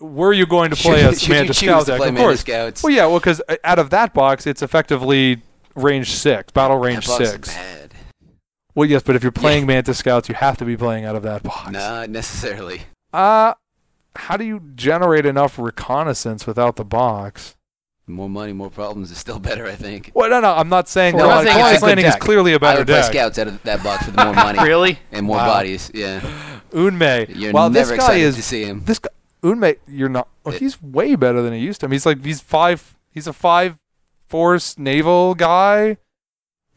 Speaker 1: were
Speaker 3: [laughs]
Speaker 1: you going to play
Speaker 3: should,
Speaker 1: a
Speaker 3: should you
Speaker 1: Samantha
Speaker 3: choose
Speaker 1: Scout
Speaker 3: to
Speaker 1: deck?
Speaker 3: play
Speaker 1: Of
Speaker 3: Manta
Speaker 1: course.
Speaker 3: Scouts?
Speaker 1: Well, yeah, well, because out of that box, it's effectively range six, battle
Speaker 3: That
Speaker 1: range
Speaker 3: box is
Speaker 1: six.
Speaker 3: Bad.
Speaker 1: Well, yes, but if you're playing Mantis Scouts, you have to be playing out of that box.
Speaker 3: Not necessarily.
Speaker 1: Uh, how do you generate enough reconnaissance without the box?
Speaker 3: More money, more problems is still [laughs] better, I think.
Speaker 1: Well, no, no, I'm not saying
Speaker 2: Well,
Speaker 1: that.
Speaker 2: I'm
Speaker 1: Like,
Speaker 2: saying
Speaker 1: Collins
Speaker 2: it's a good
Speaker 1: Landing is
Speaker 2: deck.
Speaker 1: clearly a
Speaker 3: I
Speaker 1: better
Speaker 3: would play
Speaker 1: deck.
Speaker 3: Scouts out of that
Speaker 1: [laughs]
Speaker 3: box with more money
Speaker 2: [laughs] Really?
Speaker 3: and more
Speaker 1: Wow.
Speaker 3: bodies. Yeah.
Speaker 1: Unme.
Speaker 3: You're
Speaker 1: Well,
Speaker 3: never
Speaker 1: this guy
Speaker 3: excited
Speaker 1: is
Speaker 3: to see him.
Speaker 1: this guy, Unme, you're not. Oh,
Speaker 3: It-
Speaker 1: he's way better than he used to. be. He's like he's five. He's a five force naval guy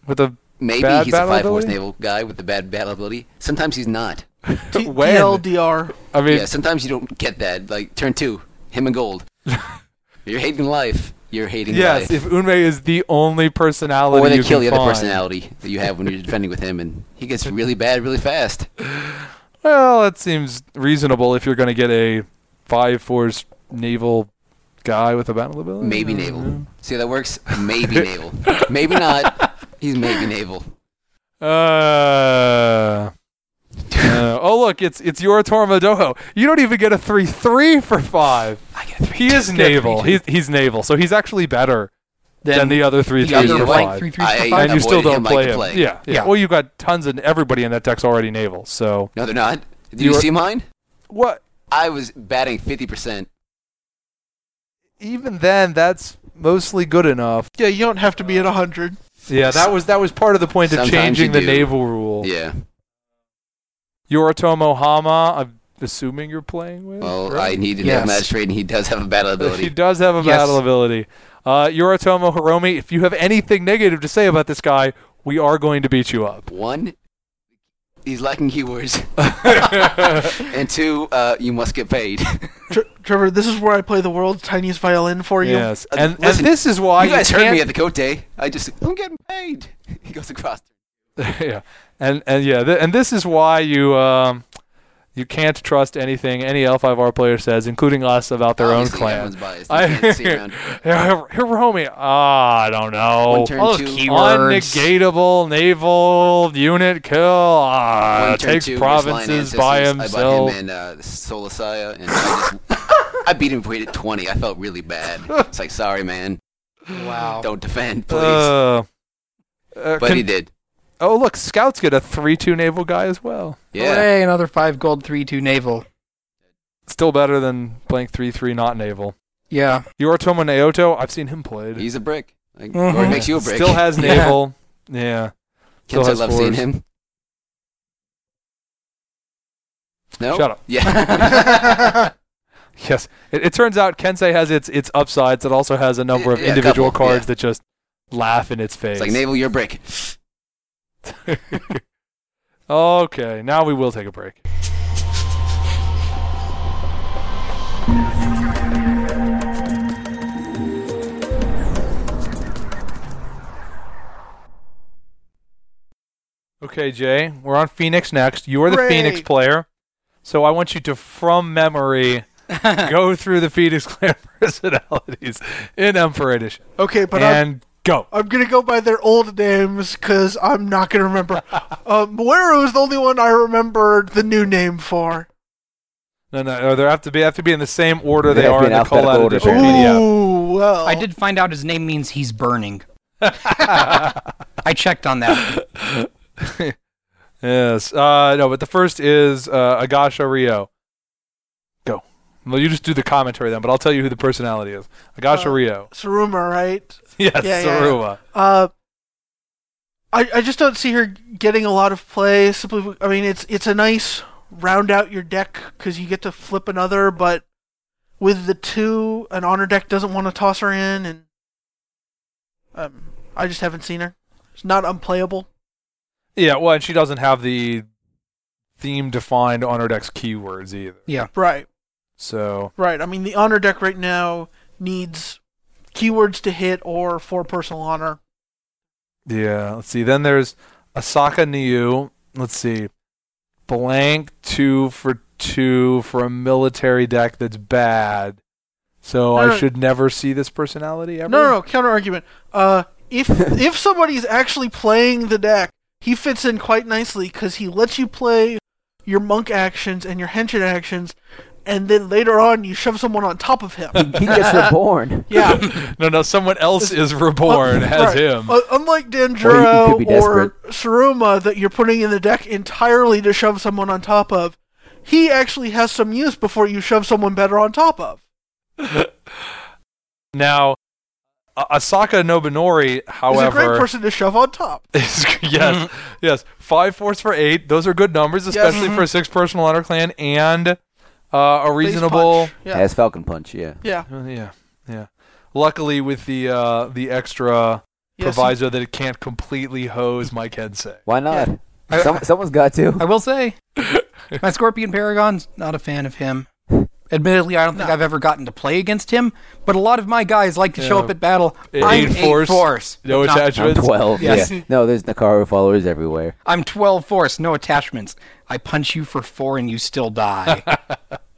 Speaker 1: with a
Speaker 3: Maybe
Speaker 1: Bad
Speaker 3: he's a
Speaker 1: battle
Speaker 3: five horse
Speaker 1: ability?
Speaker 3: naval guy with the bad battle ability. Sometimes he's not.
Speaker 4: T-
Speaker 1: when?
Speaker 4: TLDR.
Speaker 1: I mean,
Speaker 3: yeah, sometimes you don't get that. Like turn two, him and
Speaker 1: [laughs]
Speaker 3: gold. you're hating life. You're hating
Speaker 1: yes.
Speaker 3: life.
Speaker 1: If Unme is the only personality
Speaker 3: Or they
Speaker 1: you
Speaker 3: kill the
Speaker 1: can
Speaker 3: other
Speaker 1: find.
Speaker 3: personality that you have when you're defending with him, and he gets really bad really fast.
Speaker 1: Well, that seems reasonable if you're going to get a five force naval guy with a battle ability. Hmm.
Speaker 3: Maybe
Speaker 1: I don't
Speaker 3: naval.
Speaker 1: know.
Speaker 3: See how that works?
Speaker 1: [laughs]
Speaker 3: Maybe naval. Maybe not. He's maybe naval.
Speaker 1: Uh, uh, oh look, it's it's your Tormadoho. You don't even get a three three for five.
Speaker 3: I get a three.
Speaker 1: He is naval. He's he's naval, so he's actually better
Speaker 2: Then,
Speaker 1: than the other three
Speaker 2: the
Speaker 1: threes
Speaker 2: other
Speaker 1: for
Speaker 3: like
Speaker 1: five.
Speaker 2: rank three threes
Speaker 3: I-
Speaker 2: for
Speaker 1: and
Speaker 2: five.
Speaker 1: you
Speaker 3: avoided
Speaker 1: still don't
Speaker 3: him like
Speaker 1: play
Speaker 3: the
Speaker 1: him.
Speaker 3: plague.
Speaker 1: Yeah, yeah,
Speaker 2: Yeah.
Speaker 1: Well, you got tons and everybody in that deck's already naval. So
Speaker 3: No, they're not. Did
Speaker 1: You
Speaker 3: you,
Speaker 1: are-
Speaker 3: see mine?
Speaker 1: what?
Speaker 3: I was batting fifty percent.
Speaker 1: Even then, that's mostly good enough.
Speaker 4: Yeah, you don't have to be at 100.
Speaker 1: Yeah, that was that was part of the point of
Speaker 3: Sometimes
Speaker 1: changing
Speaker 3: you
Speaker 1: the
Speaker 3: do.
Speaker 1: naval rule.
Speaker 3: Yeah.
Speaker 1: Yoritomo Hama, I'm assuming you're playing with.
Speaker 3: Well,
Speaker 1: right?
Speaker 3: I needed
Speaker 2: Yes.
Speaker 3: that magistrate, and he does have a battle
Speaker 1: He
Speaker 3: ability.
Speaker 1: does have a
Speaker 2: Yes.
Speaker 1: battle ability. Uh, Yoritomo Hiromi, if you have anything negative to say about this guy, we are going to beat you up.
Speaker 3: One, he's lacking
Speaker 1: [laughs]
Speaker 3: keywords, and two, uh, you must get paid.
Speaker 4: Tr- Trevor, this is where I play the world's tiniest violin for you.
Speaker 1: yes, and,
Speaker 3: Uh, Listen,
Speaker 1: and this is why
Speaker 3: you guys heard
Speaker 1: can't-
Speaker 3: me at the cote. I just, I'm getting paid. He goes across.
Speaker 1: [laughs] yeah, and and yeah, th- and this is why you um, you can't trust anything any L5R player says, including us about their
Speaker 3: Obviously,
Speaker 1: own
Speaker 3: everyone's
Speaker 1: clan.
Speaker 3: biased. They
Speaker 1: I,
Speaker 3: can't see around.
Speaker 1: Hir- Hiromi, ah, I don't know.
Speaker 3: One turn
Speaker 2: all those
Speaker 3: two,
Speaker 2: keywords.
Speaker 1: Unnegatable naval unit kill.
Speaker 3: one
Speaker 1: Ah,
Speaker 3: turn
Speaker 1: takes
Speaker 3: two,
Speaker 1: provinces
Speaker 3: Ruslanian
Speaker 1: by
Speaker 3: Ancestors. I bought
Speaker 1: himself.
Speaker 3: him in uh, Solasaya, and I
Speaker 1: [laughs]
Speaker 3: just, I beat him weight at 20. I felt really bad. It's like, sorry, man.
Speaker 2: Wow.
Speaker 3: Don't defend, please.
Speaker 1: Uh, uh,
Speaker 3: but
Speaker 1: con-
Speaker 3: he did.
Speaker 1: oh, look, scouts get a three-two naval guy as well.
Speaker 3: Yeah.
Speaker 2: Hooray, another five gold, three two naval.
Speaker 1: Still better than playing three-three not naval.
Speaker 2: Yeah.
Speaker 1: Yoritomo Naoto, I've seen him played.
Speaker 3: He's a brick. Like,
Speaker 2: Mhm.
Speaker 3: Or he makes you a brick. [laughs]
Speaker 1: Mm-hmm. Still has
Speaker 2: Yeah.
Speaker 1: naval. yeah. still
Speaker 3: Kids, I
Speaker 1: has
Speaker 3: love seeing
Speaker 1: fours.
Speaker 3: him. No?
Speaker 1: Shut up.
Speaker 5: [laughs]
Speaker 3: Yeah.
Speaker 1: Yes. It, it turns out Kensei has its its upsides. It also has a number of
Speaker 3: Yeah, a
Speaker 1: individual
Speaker 3: couple,
Speaker 1: cards that just laugh in its face.
Speaker 3: it's like, naval, you're a brick.
Speaker 1: okay, now we will take a break. Okay, Jay, we're on Phoenix next. You're the
Speaker 4: Hooray.
Speaker 1: Phoenix player. So I want you to, from memory, go through the Phoenix Clan [laughs] personalities in Emperor Edition.
Speaker 4: Okay, but I'm,
Speaker 1: and go.
Speaker 4: I'm going to go by their old names because I'm not going to
Speaker 1: [laughs]
Speaker 4: remember. uh, Moero is the only one I remembered the new name for.
Speaker 1: No, no, no, they have to be have to be in the same order
Speaker 5: They
Speaker 1: they,
Speaker 5: have to
Speaker 1: are
Speaker 5: be
Speaker 1: in
Speaker 5: in
Speaker 1: the call out
Speaker 5: alphabetical order,
Speaker 1: edition
Speaker 5: apparently.
Speaker 1: PDF.
Speaker 4: Ooh, well.
Speaker 2: I did find out his name means he's burning.
Speaker 1: [laughs]
Speaker 2: I checked on that.
Speaker 1: Yes. Uh, no, but the first is uh, Agasha Rio. Go. Well, you just do the commentary then, but I'll tell you who the personality is. Agasha
Speaker 4: Uh,
Speaker 1: Rio.
Speaker 4: Saruma, right?
Speaker 1: [laughs] Yes,
Speaker 4: yeah, yeah,
Speaker 1: Saruma.
Speaker 4: Uh, I I just don't see her getting a lot of play. Simply, be- I mean, it's it's a nice round out your deck because you get to flip another, but with the two, an honor deck doesn't want to toss her in, and um, I just haven't seen her. It's not unplayable.
Speaker 1: Yeah, well, and she doesn't have the theme defined on her deck's keywords either.
Speaker 4: Right,
Speaker 1: So
Speaker 4: right. I mean, the honor deck right now needs keywords to hit or for personal honor.
Speaker 1: Yeah, let's see. Then there's Asaka Niu. Let's see. Blank two for two for a military deck that's bad. So
Speaker 4: No,
Speaker 1: I
Speaker 4: no.
Speaker 1: should never see this personality ever.
Speaker 4: No, no, no counter argument. Uh,
Speaker 5: [laughs]
Speaker 4: if if somebody's actually playing the deck, he fits in quite nicely because he lets you play your monk actions and your henchin actions, and then later on you shove someone on top of him.
Speaker 5: He
Speaker 4: [laughs]
Speaker 5: gets reborn.
Speaker 1: [laughs]
Speaker 4: yeah,
Speaker 1: no, no. Someone else is reborn
Speaker 4: Un-
Speaker 1: as
Speaker 4: right.
Speaker 1: him.
Speaker 4: Uh, unlike Danjuro
Speaker 5: Or he- he could be
Speaker 4: or Saruma that you're putting in the deck entirely to shove someone on top of, he actually has some use before you shove someone better on top of.
Speaker 1: Now, A- Asaka Nobunori,
Speaker 4: He's a great
Speaker 1: however,
Speaker 4: person to shove on top.
Speaker 1: [laughs] is,
Speaker 4: [laughs]
Speaker 1: yes, yes, five force for eight. Those are good numbers, especially
Speaker 4: Mhm.
Speaker 1: for a six personal honor clan and uh, a
Speaker 4: Face
Speaker 1: reasonable.
Speaker 4: punch. Yeah.
Speaker 5: As Falcon Punch, yeah.
Speaker 4: Yeah.
Speaker 1: Uh, yeah, yeah. Luckily, with the uh, the extra
Speaker 4: Yes, he-
Speaker 1: proviso that it can't completely hose my Kensei.
Speaker 5: Why not?
Speaker 2: I-
Speaker 5: Some, someone's got to.
Speaker 2: [laughs] I will say, my Scorpion Paragon's not a fan of him. Admittedly, I don't think
Speaker 4: No.
Speaker 2: I've ever gotten to play against him, but a lot of my guys like to show
Speaker 1: Yeah.
Speaker 2: up at battle.
Speaker 1: Eight
Speaker 2: I'm eight
Speaker 1: force,
Speaker 2: force.
Speaker 1: no
Speaker 2: but not-
Speaker 5: I'm
Speaker 1: attachments.
Speaker 5: 12.
Speaker 2: Yes.
Speaker 5: Yeah. No, there's Nakaro followers everywhere.
Speaker 2: I'm 12 force, no attachments. I punch you for four and you still
Speaker 1: [laughs]
Speaker 2: die.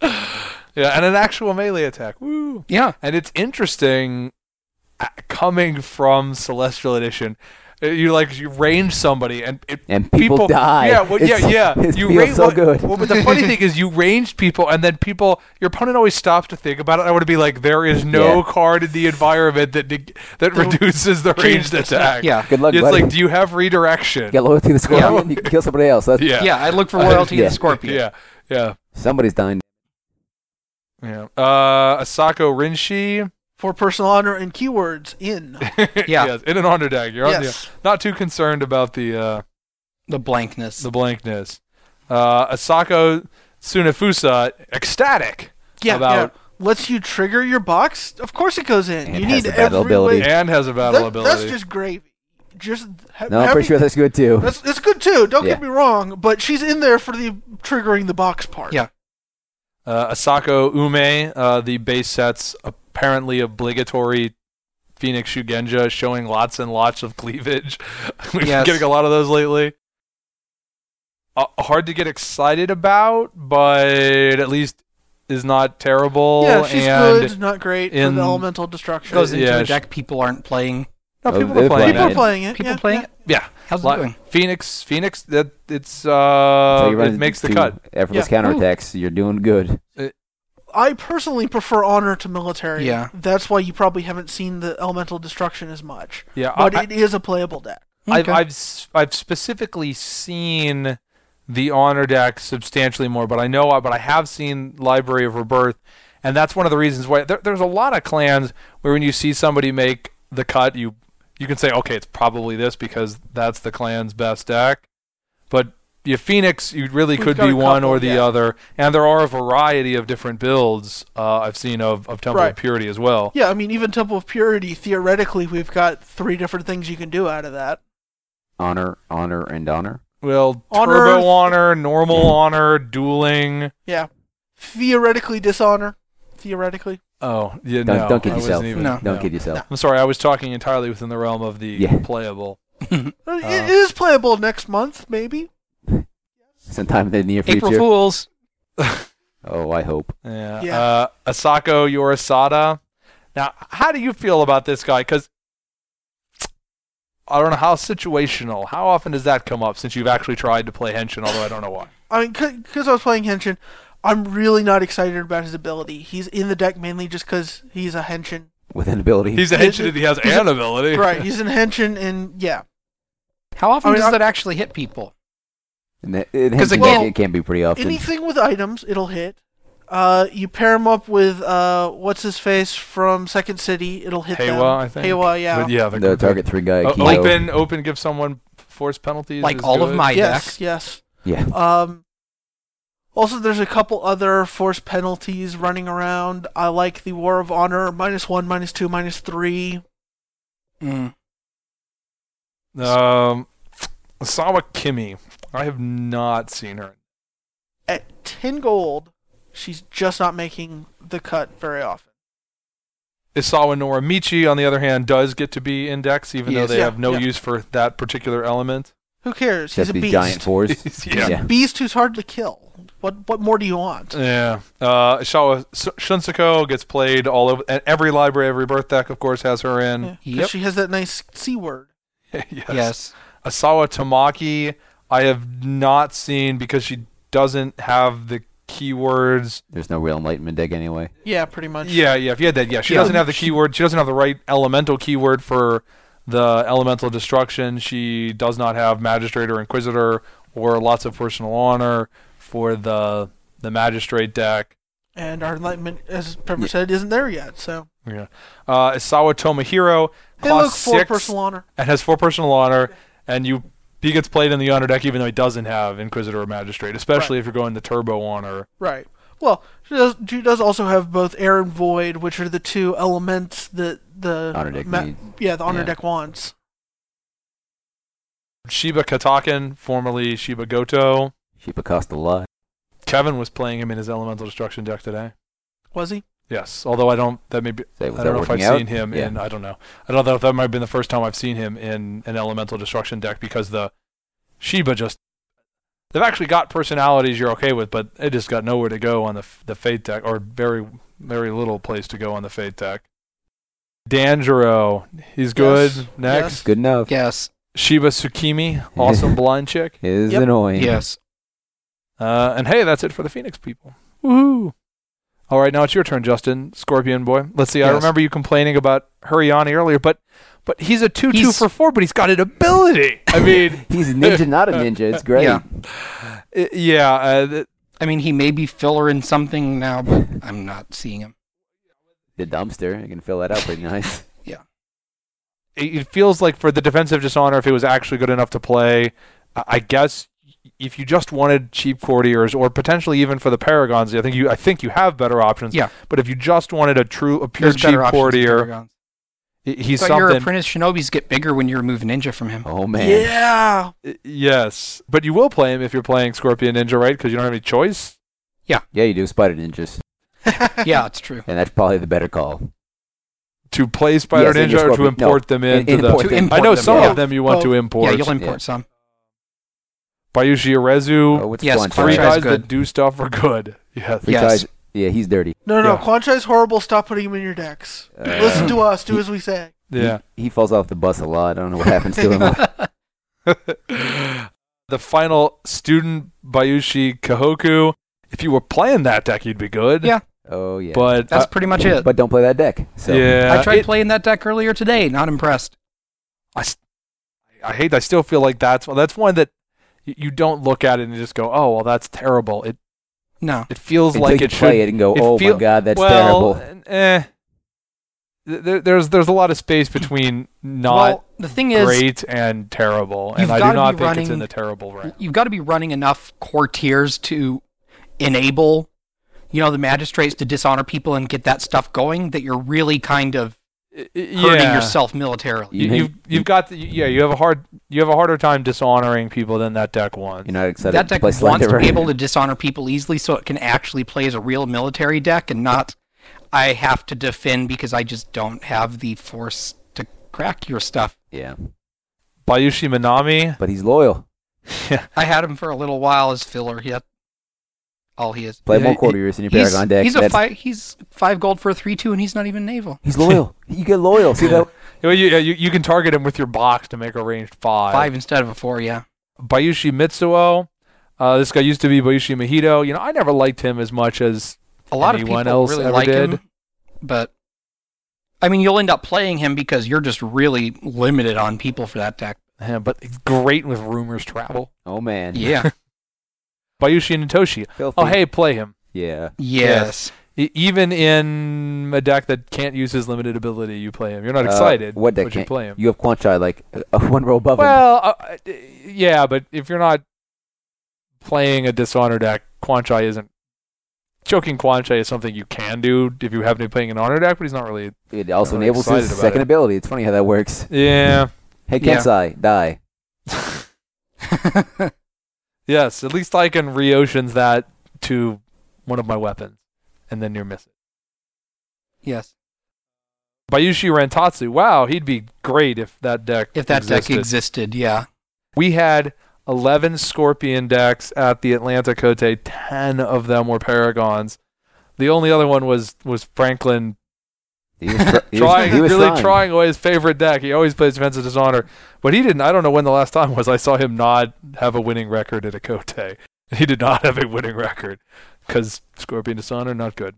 Speaker 1: Yeah, and an actual melee attack. Woo!
Speaker 2: yeah.
Speaker 1: And it's interesting uh, coming from Celestial Edition. Uh, You like you range somebody and it,
Speaker 5: And people die.
Speaker 1: Yeah, well, yeah,
Speaker 5: It's-
Speaker 1: yeah.
Speaker 5: it
Speaker 1: you
Speaker 5: feels
Speaker 1: ra-
Speaker 5: so
Speaker 1: well-
Speaker 5: good.
Speaker 1: Well, but the funny thing
Speaker 5: [laughs]
Speaker 1: is, you ranged people, and then people. Your opponent always stopped to think about it. I would be like, there is no
Speaker 5: Yeah.
Speaker 1: card in the environment that neg- that reduces the ranged attack.
Speaker 2: Yeah.
Speaker 5: Good luck,
Speaker 1: it's
Speaker 5: buddy.
Speaker 1: like, do you have redirection?
Speaker 5: Get loyalty to the Scorpion, you can kill somebody else. That's,
Speaker 1: Yeah.
Speaker 2: Yeah, I look for loyalty to
Speaker 5: Yeah.
Speaker 2: the Scorpion.
Speaker 1: yeah, yeah,
Speaker 5: Somebody's dying.
Speaker 1: yeah. Uh, Asako Rinshi. [laughs]
Speaker 4: for personal honor and keywords in.
Speaker 2: Yeah.
Speaker 1: yes, in an honor deck. You're on- yeah.
Speaker 4: yes.
Speaker 1: not too concerned about the. Uh,
Speaker 2: The blankness.
Speaker 1: the blankness. Uh, Asako Sunafusa, ecstatic
Speaker 4: Yeah,
Speaker 1: about
Speaker 4: Lets you trigger your box. Of course it goes in.
Speaker 5: And
Speaker 4: you
Speaker 5: it has
Speaker 4: need
Speaker 5: the battle
Speaker 4: every
Speaker 5: ability.
Speaker 4: way.
Speaker 1: and has a battle
Speaker 4: That-
Speaker 1: ability.
Speaker 4: That's just gravy. Just ha-
Speaker 5: No, I'm
Speaker 4: having-
Speaker 5: pretty sure that's good too.
Speaker 4: [laughs] that's that's good too. Don't
Speaker 5: Yeah.
Speaker 4: get me wrong, but she's in there for the triggering the box part.
Speaker 2: Yeah.
Speaker 1: uh, Asako Ume, uh, the base set's apparently obligatory Phoenix Shugenja, showing lots and lots of cleavage. [laughs] We've been
Speaker 2: Yes.
Speaker 1: getting a lot of those lately. Uh, hard to get excited about, but at least is not terrible.
Speaker 4: yeah, she's
Speaker 1: Oh, and
Speaker 4: good, not great for
Speaker 1: in-
Speaker 4: the elemental destruction.
Speaker 2: Goes into
Speaker 1: Yeah,
Speaker 2: a
Speaker 1: sh-
Speaker 2: deck people aren't playing.
Speaker 1: No,
Speaker 5: Oh,
Speaker 1: people
Speaker 5: they're
Speaker 1: are playing.
Speaker 4: People
Speaker 5: playing
Speaker 1: it.
Speaker 4: are playing it.
Speaker 2: People
Speaker 4: yeah,
Speaker 2: playing
Speaker 4: yeah.
Speaker 2: it?
Speaker 1: Yeah,
Speaker 2: How's
Speaker 1: Lot-
Speaker 2: it
Speaker 1: [laughs]
Speaker 2: doing?
Speaker 1: Phoenix. Phoenix. That it's uh,
Speaker 5: So you run
Speaker 1: it makes the
Speaker 5: into
Speaker 1: cut.
Speaker 5: Effortless
Speaker 1: Yeah.
Speaker 5: counterattacks. You're doing good.
Speaker 4: I personally prefer honor to military.
Speaker 2: Yeah.
Speaker 4: That's why you probably haven't seen the elemental destruction as much.
Speaker 1: Yeah, I-
Speaker 4: But
Speaker 1: I-
Speaker 4: it is a playable deck.
Speaker 1: I've,
Speaker 2: Okay.
Speaker 1: I've s- I've specifically seen the honor deck substantially more, but I know, uh, but I have seen Library of Rebirth, and that's one of the reasons why there, there's a lot of clans where when you see somebody make the cut, you you can say, okay, it's probably this because that's the clan's best deck, but you Phoenix, you really
Speaker 4: We've
Speaker 1: could
Speaker 4: got
Speaker 1: be
Speaker 4: a
Speaker 1: one
Speaker 4: couple,
Speaker 1: or the
Speaker 4: yeah.
Speaker 1: other, and there are a variety of different builds uh, I've seen of of Temple
Speaker 4: Right.
Speaker 1: of Purity as well.
Speaker 4: Yeah, I mean, even Temple of Purity, theoretically, we've got three different things you can do out of that.
Speaker 5: Honor, honor, and honor.
Speaker 1: Well,
Speaker 4: Honor- Mm-hmm.
Speaker 1: turbo honor, normal honor, dueling.
Speaker 4: Theoretically, dishonor. Theoretically.
Speaker 1: Oh, yeah,
Speaker 5: Don't-
Speaker 1: no,
Speaker 5: don't kid
Speaker 1: I wasn't
Speaker 5: yourself.
Speaker 1: even-
Speaker 2: No.
Speaker 5: Don't kid yourself.
Speaker 1: I'm sorry, I was talking entirely within the realm of the
Speaker 5: Yeah.
Speaker 1: playable.
Speaker 4: Uh,
Speaker 1: Ah.
Speaker 4: it is playable next month, maybe.
Speaker 5: Sometime in the near
Speaker 2: April
Speaker 5: future.
Speaker 2: Fools.
Speaker 5: Oh, I hope.
Speaker 1: Yeah.
Speaker 4: Yeah.
Speaker 1: Uh, Asako Yorisada. Now, how do you feel about this guy? Because I don't know how situational. How often does that come up since you've actually tried to play Henshin? Although I don't know why.
Speaker 4: I mean, because I was playing Henshin, I'm really not excited about his ability. He's in the deck mainly just because he's a
Speaker 1: [laughs]
Speaker 4: Henshin.
Speaker 5: With an ability.
Speaker 1: He's a Henshin and he has an
Speaker 4: [laughs]
Speaker 1: ability.
Speaker 4: right, he's an Henshin, and yeah.
Speaker 2: How often
Speaker 4: I mean,
Speaker 2: does
Speaker 4: I-
Speaker 2: that actually hit people?
Speaker 5: And that- it,
Speaker 2: 'Cause
Speaker 5: it
Speaker 2: again-
Speaker 5: can- it can be pretty often.
Speaker 4: Anything with items, it'll hit. Uh, you pair him up with uh, what's his face from Second City, it'll hit them.
Speaker 1: Heiwa, I think.
Speaker 4: Heiwa, yeah.
Speaker 1: But yeah,
Speaker 5: the target three guy.
Speaker 1: o-
Speaker 5: Kido.
Speaker 1: open, open, give someone force penalties.
Speaker 2: Like
Speaker 1: is
Speaker 2: all of
Speaker 1: good.
Speaker 2: my
Speaker 4: yes,
Speaker 2: deck?
Speaker 4: yes.
Speaker 5: Yeah.
Speaker 4: Um, also, there's a couple other force penalties running around. I like the War of Honor minus one, minus two, minus three.
Speaker 2: Mm.
Speaker 1: Um, Sawa Kimi. I have not seen her.
Speaker 4: At 10 gold, she's just not making the cut very often.
Speaker 1: Isawa Noramichi, on the other hand, does get to be indexed, even though
Speaker 3: Yes.
Speaker 1: they
Speaker 4: Yeah,
Speaker 1: have no
Speaker 4: yeah.
Speaker 1: use for that particular element.
Speaker 4: Who cares? He's
Speaker 5: Except these
Speaker 4: a beast. [laughs]
Speaker 5: giant fours.
Speaker 1: [laughs] Yeah.
Speaker 4: Beast who's hard to kill. What what more do you want?
Speaker 1: Yeah. Uh, Shawa S- Shunsuko gets played all over, and every library, every birth deck, of course, has her in.
Speaker 4: Yeah, 'cause
Speaker 2: Yep.
Speaker 4: She has that nice C word.
Speaker 1: yes.
Speaker 2: Yes.
Speaker 1: Asawa Tamaki, I have not seen because she doesn't have the keywords.
Speaker 5: There's no real enlightenment deck anyway.
Speaker 4: Yeah, pretty much.
Speaker 1: Yeah, yeah. If you had that, yeah, she
Speaker 4: Yeah.
Speaker 1: doesn't have the keyword. She doesn't have the right elemental keyword for the elemental destruction. She does not have magistrate or inquisitor or lots of personal honor for the the magistrate deck.
Speaker 4: And our enlightenment, as Pepper
Speaker 3: Yeah.
Speaker 4: said, isn't there yet. So
Speaker 1: Yeah. Uh, Isawa Tomohiro
Speaker 4: hey,
Speaker 1: costs
Speaker 4: look, four
Speaker 1: six
Speaker 4: personal honor.
Speaker 1: and has four personal honor, and you he gets played in the honor deck even though he doesn't have Inquisitor or Magistrate, especially if you're going the turbo honor.
Speaker 4: Right. Well, she does, she does also have both air and void, which are the two elements that the
Speaker 5: Honor deck
Speaker 4: ma-
Speaker 5: need.
Speaker 4: yeah the honor
Speaker 5: Yeah.
Speaker 4: deck wants.
Speaker 1: Shiba Kataken, formerly Shiba Goto.
Speaker 5: Sheep cost a lot.
Speaker 1: Kevin was playing him in his Elemental Destruction deck today.
Speaker 4: Was he?
Speaker 1: Yes, although I don't that may be
Speaker 5: Say, was
Speaker 1: I don't
Speaker 5: that
Speaker 1: know if I've
Speaker 5: working out?
Speaker 1: seen him
Speaker 5: Yeah.
Speaker 1: in I don't know. I don't know if that might have been the first time I've seen him in an elemental destruction deck because the Shiba just they've actually got personalities you're okay with, but it just got nowhere to go on the f- the fate deck or very very little place to go on the fate deck. Danjiro, he's good.
Speaker 4: Yes.
Speaker 1: Next,
Speaker 5: Good enough.
Speaker 2: Yes.
Speaker 1: Shiba Tsukimi,
Speaker 5: [laughs]
Speaker 1: awesome blind chick.
Speaker 5: It is
Speaker 4: Yep.
Speaker 5: annoying.
Speaker 2: Yes.
Speaker 1: Uh, and hey, that's it for the Phoenix people. Woohoo! All right, now it's your turn, Justin, Scorpion boy. Let's see. I
Speaker 2: Yes.
Speaker 1: remember you complaining about Huriani earlier, but but he's a two two
Speaker 2: He's-
Speaker 1: for four, but he's got an ability. I mean,
Speaker 5: [laughs] He's a ninja, not a
Speaker 1: Uh,
Speaker 5: ninja. It's great.
Speaker 2: Yeah.
Speaker 1: [laughs] i- yeah. Uh, th-
Speaker 2: I mean, he may be filler in something now, but I'm not seeing him.
Speaker 5: The dumpster. I can fill that out pretty
Speaker 1: [laughs]
Speaker 5: nice.
Speaker 1: it it feels like for the defensive dishonor, if it was actually good enough to play, I- I guess if you just wanted cheap courtiers, or potentially even for the paragons, I think you I think you have better options.
Speaker 2: Yeah.
Speaker 1: But if you just wanted a true a pure
Speaker 2: There's
Speaker 1: cheap
Speaker 2: better options than
Speaker 1: courtier,
Speaker 2: Paragons.
Speaker 1: i- he's
Speaker 2: But your
Speaker 1: something.
Speaker 2: apprentice shinobis get bigger when you remove ninja from him.
Speaker 5: Oh man.
Speaker 4: Yeah. [laughs]
Speaker 1: Y- Yes, but you will play him if you're playing Scorpion Ninja, right? Because you don't have any choice.
Speaker 5: Yeah, you do spider ninjas,
Speaker 2: yeah, it's
Speaker 1: [laughs]
Speaker 2: true.
Speaker 5: and that's probably the better call.
Speaker 1: To play Spider
Speaker 5: Yes, and
Speaker 1: Ninja
Speaker 5: your
Speaker 1: or to
Speaker 5: Scorpion- no,
Speaker 1: import them
Speaker 5: In-
Speaker 1: into
Speaker 5: import
Speaker 1: the.
Speaker 2: To
Speaker 5: them.
Speaker 2: import
Speaker 1: I know
Speaker 2: them,
Speaker 1: some
Speaker 4: yeah.
Speaker 1: of them you want to
Speaker 4: Well,
Speaker 2: Yeah,
Speaker 1: import.
Speaker 2: you'll
Speaker 5: yeah.
Speaker 2: import
Speaker 1: [laughs]
Speaker 2: some.
Speaker 1: Bayushi Orezu,
Speaker 5: Oh, it's
Speaker 2: Yes,
Speaker 5: fun,
Speaker 2: Quan
Speaker 1: three
Speaker 5: sorry.
Speaker 2: Chai's
Speaker 1: guys that
Speaker 2: good.
Speaker 1: do stuff are good. [laughs] Yeah.
Speaker 5: Three
Speaker 2: Yes.
Speaker 5: guys- Yeah, he's dirty.
Speaker 4: No, no,
Speaker 1: Yeah.
Speaker 4: Quan Chai's horrible. Stop putting him in your decks.
Speaker 5: Uh,
Speaker 4: Listen to us. Do
Speaker 5: he-
Speaker 4: as we say.
Speaker 1: Yeah.
Speaker 5: He, he falls off the bus a lot. I don't know what happens to him.
Speaker 1: [laughs]
Speaker 4: [laughs]
Speaker 1: the final student Bayushi Kahoku. If you were playing that deck, you'd be good.
Speaker 2: Yeah,
Speaker 5: oh yeah.
Speaker 2: [laughs]
Speaker 1: But
Speaker 2: That's
Speaker 1: uh,
Speaker 2: pretty much it.
Speaker 5: But don't play that deck. So
Speaker 1: yeah,
Speaker 2: I tried
Speaker 1: it-
Speaker 2: playing that deck earlier today. Not impressed.
Speaker 1: I hate. I still feel like that's that's one that y- you don't look at it and just go, "Oh, well, that's terrible." It
Speaker 2: No.
Speaker 1: it feels
Speaker 5: until
Speaker 1: like
Speaker 5: you
Speaker 1: it should
Speaker 5: play it and go,
Speaker 1: it
Speaker 5: oh
Speaker 1: feel-
Speaker 5: my god, that's
Speaker 1: well,
Speaker 5: terrible.
Speaker 1: Eh, Th- there, there's there's a lot of space between not
Speaker 2: well, the thing is,
Speaker 1: great and terrible, and
Speaker 2: You've
Speaker 1: I do
Speaker 2: gotta be
Speaker 1: not think it's in
Speaker 2: running-
Speaker 1: the terrible realm.
Speaker 2: you've got to be running enough courtiers to enable, you know, the magistrates to dishonor people and get that stuff going. That you're really kind of
Speaker 1: Y-
Speaker 2: hurting
Speaker 1: Yeah,
Speaker 2: yourself militarily.
Speaker 1: You,
Speaker 5: You-
Speaker 1: you've you've got the, yeah you have a hard you have a harder time dishonoring people than that deck won.
Speaker 5: You're not excited
Speaker 2: that
Speaker 5: to
Speaker 2: deck
Speaker 5: play
Speaker 2: wants
Speaker 5: Slender.
Speaker 2: to be able to dishonor people easily, so it can actually play as a real military deck and not. I have to defend because I just don't have the force to crack your stuff.
Speaker 5: yeah,
Speaker 1: Bayushi Minami,
Speaker 5: but he's loyal.
Speaker 2: I had him for a little while as filler. He all he is.
Speaker 5: Play
Speaker 1: Yeah,
Speaker 5: more
Speaker 1: he-
Speaker 5: quarters in your
Speaker 2: He's,
Speaker 5: Paragon deck.
Speaker 2: he's a
Speaker 5: that's-
Speaker 2: five. He's five gold for a three two, and he's not even naval.
Speaker 5: He's loyal. you get loyal. See
Speaker 1: [laughs]
Speaker 5: that?
Speaker 1: you, you, you you can target him with your box to make a ranged five.
Speaker 2: Five instead of a four. Yeah.
Speaker 1: Bayushi Mitsuo, uh, this guy used to be Bayushi Mahito. You know I never liked him as much as
Speaker 2: a lot of people
Speaker 1: anyone else
Speaker 2: really
Speaker 1: ever
Speaker 2: like
Speaker 1: did?
Speaker 2: him, but I mean, you'll end up playing him because you're just really limited on people for that deck.
Speaker 1: him, but he's great with rumors travel.
Speaker 5: Oh man.
Speaker 1: [laughs]
Speaker 2: Yeah.
Speaker 1: Bayushi Natoshi,
Speaker 5: Filthy.
Speaker 1: oh hey, play him.
Speaker 5: Yeah.
Speaker 2: yes.
Speaker 1: E- even in a deck that can't use his limited ability, you play him. You're not
Speaker 5: Uh,
Speaker 1: excited.
Speaker 5: what deck
Speaker 1: but you
Speaker 5: can't-
Speaker 1: play him?
Speaker 5: You have Quan Chai like [laughs] uh, uh, one row above him.
Speaker 1: well, uh, uh, yeah, but if you're not playing a dishonor deck, Quan Chai isn't. Choking Quan Chai is something you can do if you happen to be playing an honor deck, but he's not really.
Speaker 5: It also
Speaker 1: I'm really
Speaker 5: enables
Speaker 1: excited
Speaker 5: his
Speaker 1: about
Speaker 5: second
Speaker 1: it.
Speaker 5: ability. It's funny how that works.
Speaker 1: Yeah.
Speaker 5: Hey,
Speaker 2: Yeah.
Speaker 5: Kensai, die.
Speaker 1: [laughs]
Speaker 2: [laughs]
Speaker 1: yes, at least I can reoceans that to one of my weapons, and then you miss it.
Speaker 2: yes.
Speaker 1: Bayushi Rantatsu. Wow, he'd be great if that deck
Speaker 2: If that
Speaker 1: existed.
Speaker 2: deck existed, yeah.
Speaker 1: we had 11 scorpion decks at the Atlanta Cote. 10 of them were paragons. The only other one was was Franklin
Speaker 3: He was, tr- he was-
Speaker 1: trying
Speaker 3: he was
Speaker 1: really
Speaker 3: trying.
Speaker 1: trying away his favorite deck. He always plays Defense of Dishonor, but he didn't. I don't know when the last time was I saw him not have a winning record at a Cote. [laughs] He did not have a winning record because Scorpion Dishonor not good.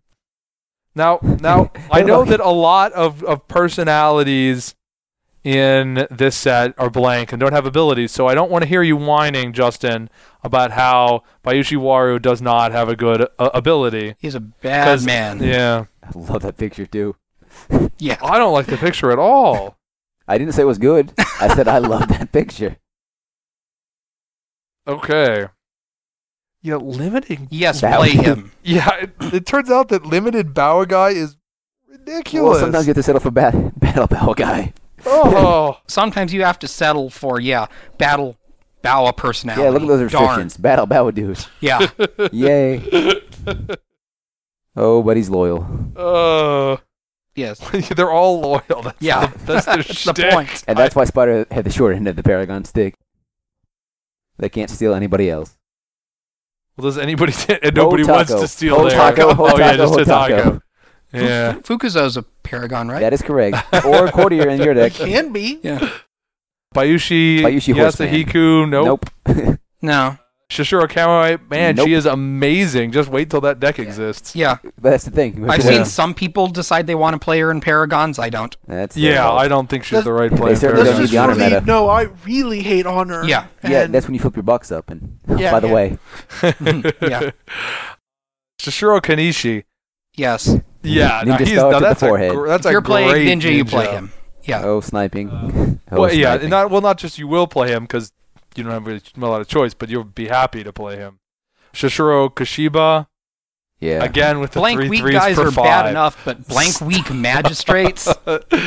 Speaker 1: Now,
Speaker 3: [laughs]
Speaker 1: now I know that a lot of of personalities in this set are blank and don't have abilities, so I don't want to hear you whining, Justin, about how Bayushi Waru does not have a good uh,
Speaker 3: [clears throat]
Speaker 1: ability.
Speaker 2: He's a bad
Speaker 1: 'Cause-
Speaker 2: man.
Speaker 1: Yeah,
Speaker 3: I love that picture too.
Speaker 2: Yeah.
Speaker 1: I don't like the picture at all.
Speaker 3: I didn't say it was good. [laughs] I said I love that
Speaker 1: [laughs]
Speaker 3: picture.
Speaker 1: Okay. Yeah, limiting.
Speaker 2: Yes,
Speaker 3: That
Speaker 2: play
Speaker 3: would-
Speaker 2: him.
Speaker 1: Yeah, it, [coughs] it turns out that limited Bauer guy is ridiculous.
Speaker 3: Well, sometimes you have to settle
Speaker 5: [laughs]
Speaker 3: for bat- battle bow guy. [laughs]
Speaker 1: oh,
Speaker 2: Sometimes you have to settle for, yeah, battle bow personality.
Speaker 3: Yeah, look at those
Speaker 2: Darn.
Speaker 3: restrictions. Battle bow
Speaker 1: [laughs]
Speaker 3: dude. [laughs]
Speaker 2: Yeah.
Speaker 3: Yay. Oh, but he's loyal,
Speaker 1: uh,
Speaker 2: yes.
Speaker 1: they're all loyal. That's
Speaker 2: Yeah.
Speaker 1: the,
Speaker 3: [laughs]
Speaker 1: that's their
Speaker 2: That's the
Speaker 1: shtick.
Speaker 2: point.
Speaker 3: and that's why Spider had the short end of the Paragon stick. They can't steal anybody else.
Speaker 1: Well, does anybody? [laughs] and nobody
Speaker 3: Ho
Speaker 1: wants
Speaker 3: Taco.
Speaker 1: to steal
Speaker 3: Ho
Speaker 1: their.
Speaker 3: Taco, Ho
Speaker 1: [laughs] oh yeah,
Speaker 3: Taco,
Speaker 1: just
Speaker 3: Ho
Speaker 1: a taco.
Speaker 3: Taco.
Speaker 2: Fu-
Speaker 3: [laughs]
Speaker 1: [laughs] Yeah.
Speaker 2: Fukuzo's a paragon, right?
Speaker 3: That is
Speaker 1: [laughs]
Speaker 3: correct. Or courtier in your
Speaker 4: It
Speaker 3: deck.
Speaker 4: can be.
Speaker 2: yeah.
Speaker 1: Bayushi.
Speaker 3: Bayushi Horseman.
Speaker 1: Yasahiku. Nope.
Speaker 3: Nope. [laughs]
Speaker 2: No.
Speaker 1: Shishiro Kamui. Man,
Speaker 3: Nope.
Speaker 1: she is amazing. Just wait till that deck exists.
Speaker 2: Yeah.
Speaker 3: But that's the thing.
Speaker 2: I've
Speaker 3: Yeah.
Speaker 2: seen some people decide they want to play her in paragons. I don't.
Speaker 3: That's their
Speaker 1: Yeah,
Speaker 3: fault.
Speaker 1: I don't think she's
Speaker 4: Let's-
Speaker 1: the right player.
Speaker 3: They certainly
Speaker 1: for
Speaker 3: don't
Speaker 4: This is
Speaker 1: that.
Speaker 3: need the honor
Speaker 4: for
Speaker 3: meta.
Speaker 4: the no. I really hate honor.
Speaker 2: Yeah.
Speaker 3: yeah,
Speaker 4: And-
Speaker 3: that's when you flip your box up. And [laughs]
Speaker 4: Yeah,
Speaker 3: by the
Speaker 4: yeah.
Speaker 3: way,
Speaker 2: Mm-hmm. Yeah.
Speaker 1: Shishiro Kanishi.
Speaker 2: Yes.
Speaker 1: Yeah, now
Speaker 3: Ninja
Speaker 1: he's,
Speaker 3: star
Speaker 1: now
Speaker 3: to the
Speaker 1: that's a
Speaker 3: forehead.
Speaker 1: gr- that's
Speaker 2: if
Speaker 1: a
Speaker 2: you're playing
Speaker 1: great
Speaker 2: ninja, you play him. Yeah.
Speaker 3: oh sniping. [laughs] oh,
Speaker 1: Uh, well, yeah,
Speaker 3: sniping.
Speaker 1: not well, not just you will play him because you don't have really a lot of choice, but you'll be happy to play him. Shishiro Kashiba
Speaker 3: yeah.
Speaker 1: again with the
Speaker 2: blank
Speaker 1: three
Speaker 2: weak
Speaker 1: threes
Speaker 2: guys
Speaker 1: for
Speaker 2: are bad
Speaker 1: five.
Speaker 2: enough, but
Speaker 1: [laughs]
Speaker 2: blank weak magistrates?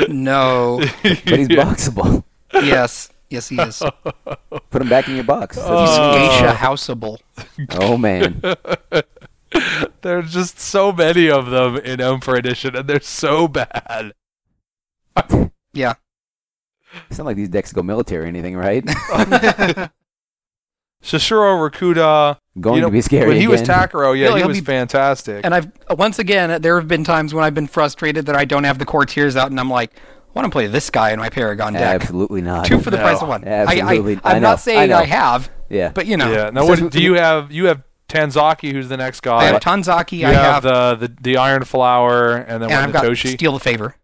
Speaker 2: No.
Speaker 3: But
Speaker 1: [laughs]
Speaker 3: he's boxable. [laughs]
Speaker 2: Yes. Yes, he is. He's
Speaker 3: Put him back in your box.
Speaker 1: Oh.
Speaker 2: geisha houseable.
Speaker 3: oh man,
Speaker 1: [laughs] There's just so many of them in Emperor Edition, and they're so bad.
Speaker 3: it's not like these decks go military or anything, right? [laughs]
Speaker 1: Shishiro Rakuda,
Speaker 3: Going
Speaker 1: You know,
Speaker 3: to be scary
Speaker 1: when he was
Speaker 3: again.
Speaker 1: Takaro, yeah,
Speaker 2: Yeah,
Speaker 1: he
Speaker 2: he'll
Speaker 1: was
Speaker 2: be-
Speaker 1: fantastic.
Speaker 2: And I've uh, once again, there have been times when I've been frustrated that I don't have the courtiers out, and I'm like, I want to play this guy in my Paragon deck.
Speaker 3: Absolutely not.
Speaker 2: Two for the
Speaker 1: No,
Speaker 2: price of one.
Speaker 3: absolutely.
Speaker 2: I, I,
Speaker 3: I
Speaker 2: am
Speaker 3: know,
Speaker 2: not saying
Speaker 3: I
Speaker 2: I,
Speaker 3: know.
Speaker 2: have,
Speaker 3: [laughs] yeah.
Speaker 2: but you know,
Speaker 1: yeah, now
Speaker 3: So
Speaker 1: what
Speaker 3: who-
Speaker 1: do you have? You have Tanzaki, who's the next
Speaker 2: I
Speaker 1: guy.
Speaker 2: have Tanzaki,
Speaker 1: Uh, you
Speaker 2: I have,
Speaker 1: the, the the Iron Flower, and then
Speaker 2: and I've
Speaker 1: one
Speaker 2: got
Speaker 1: Natoshi.
Speaker 2: Steal the Favor.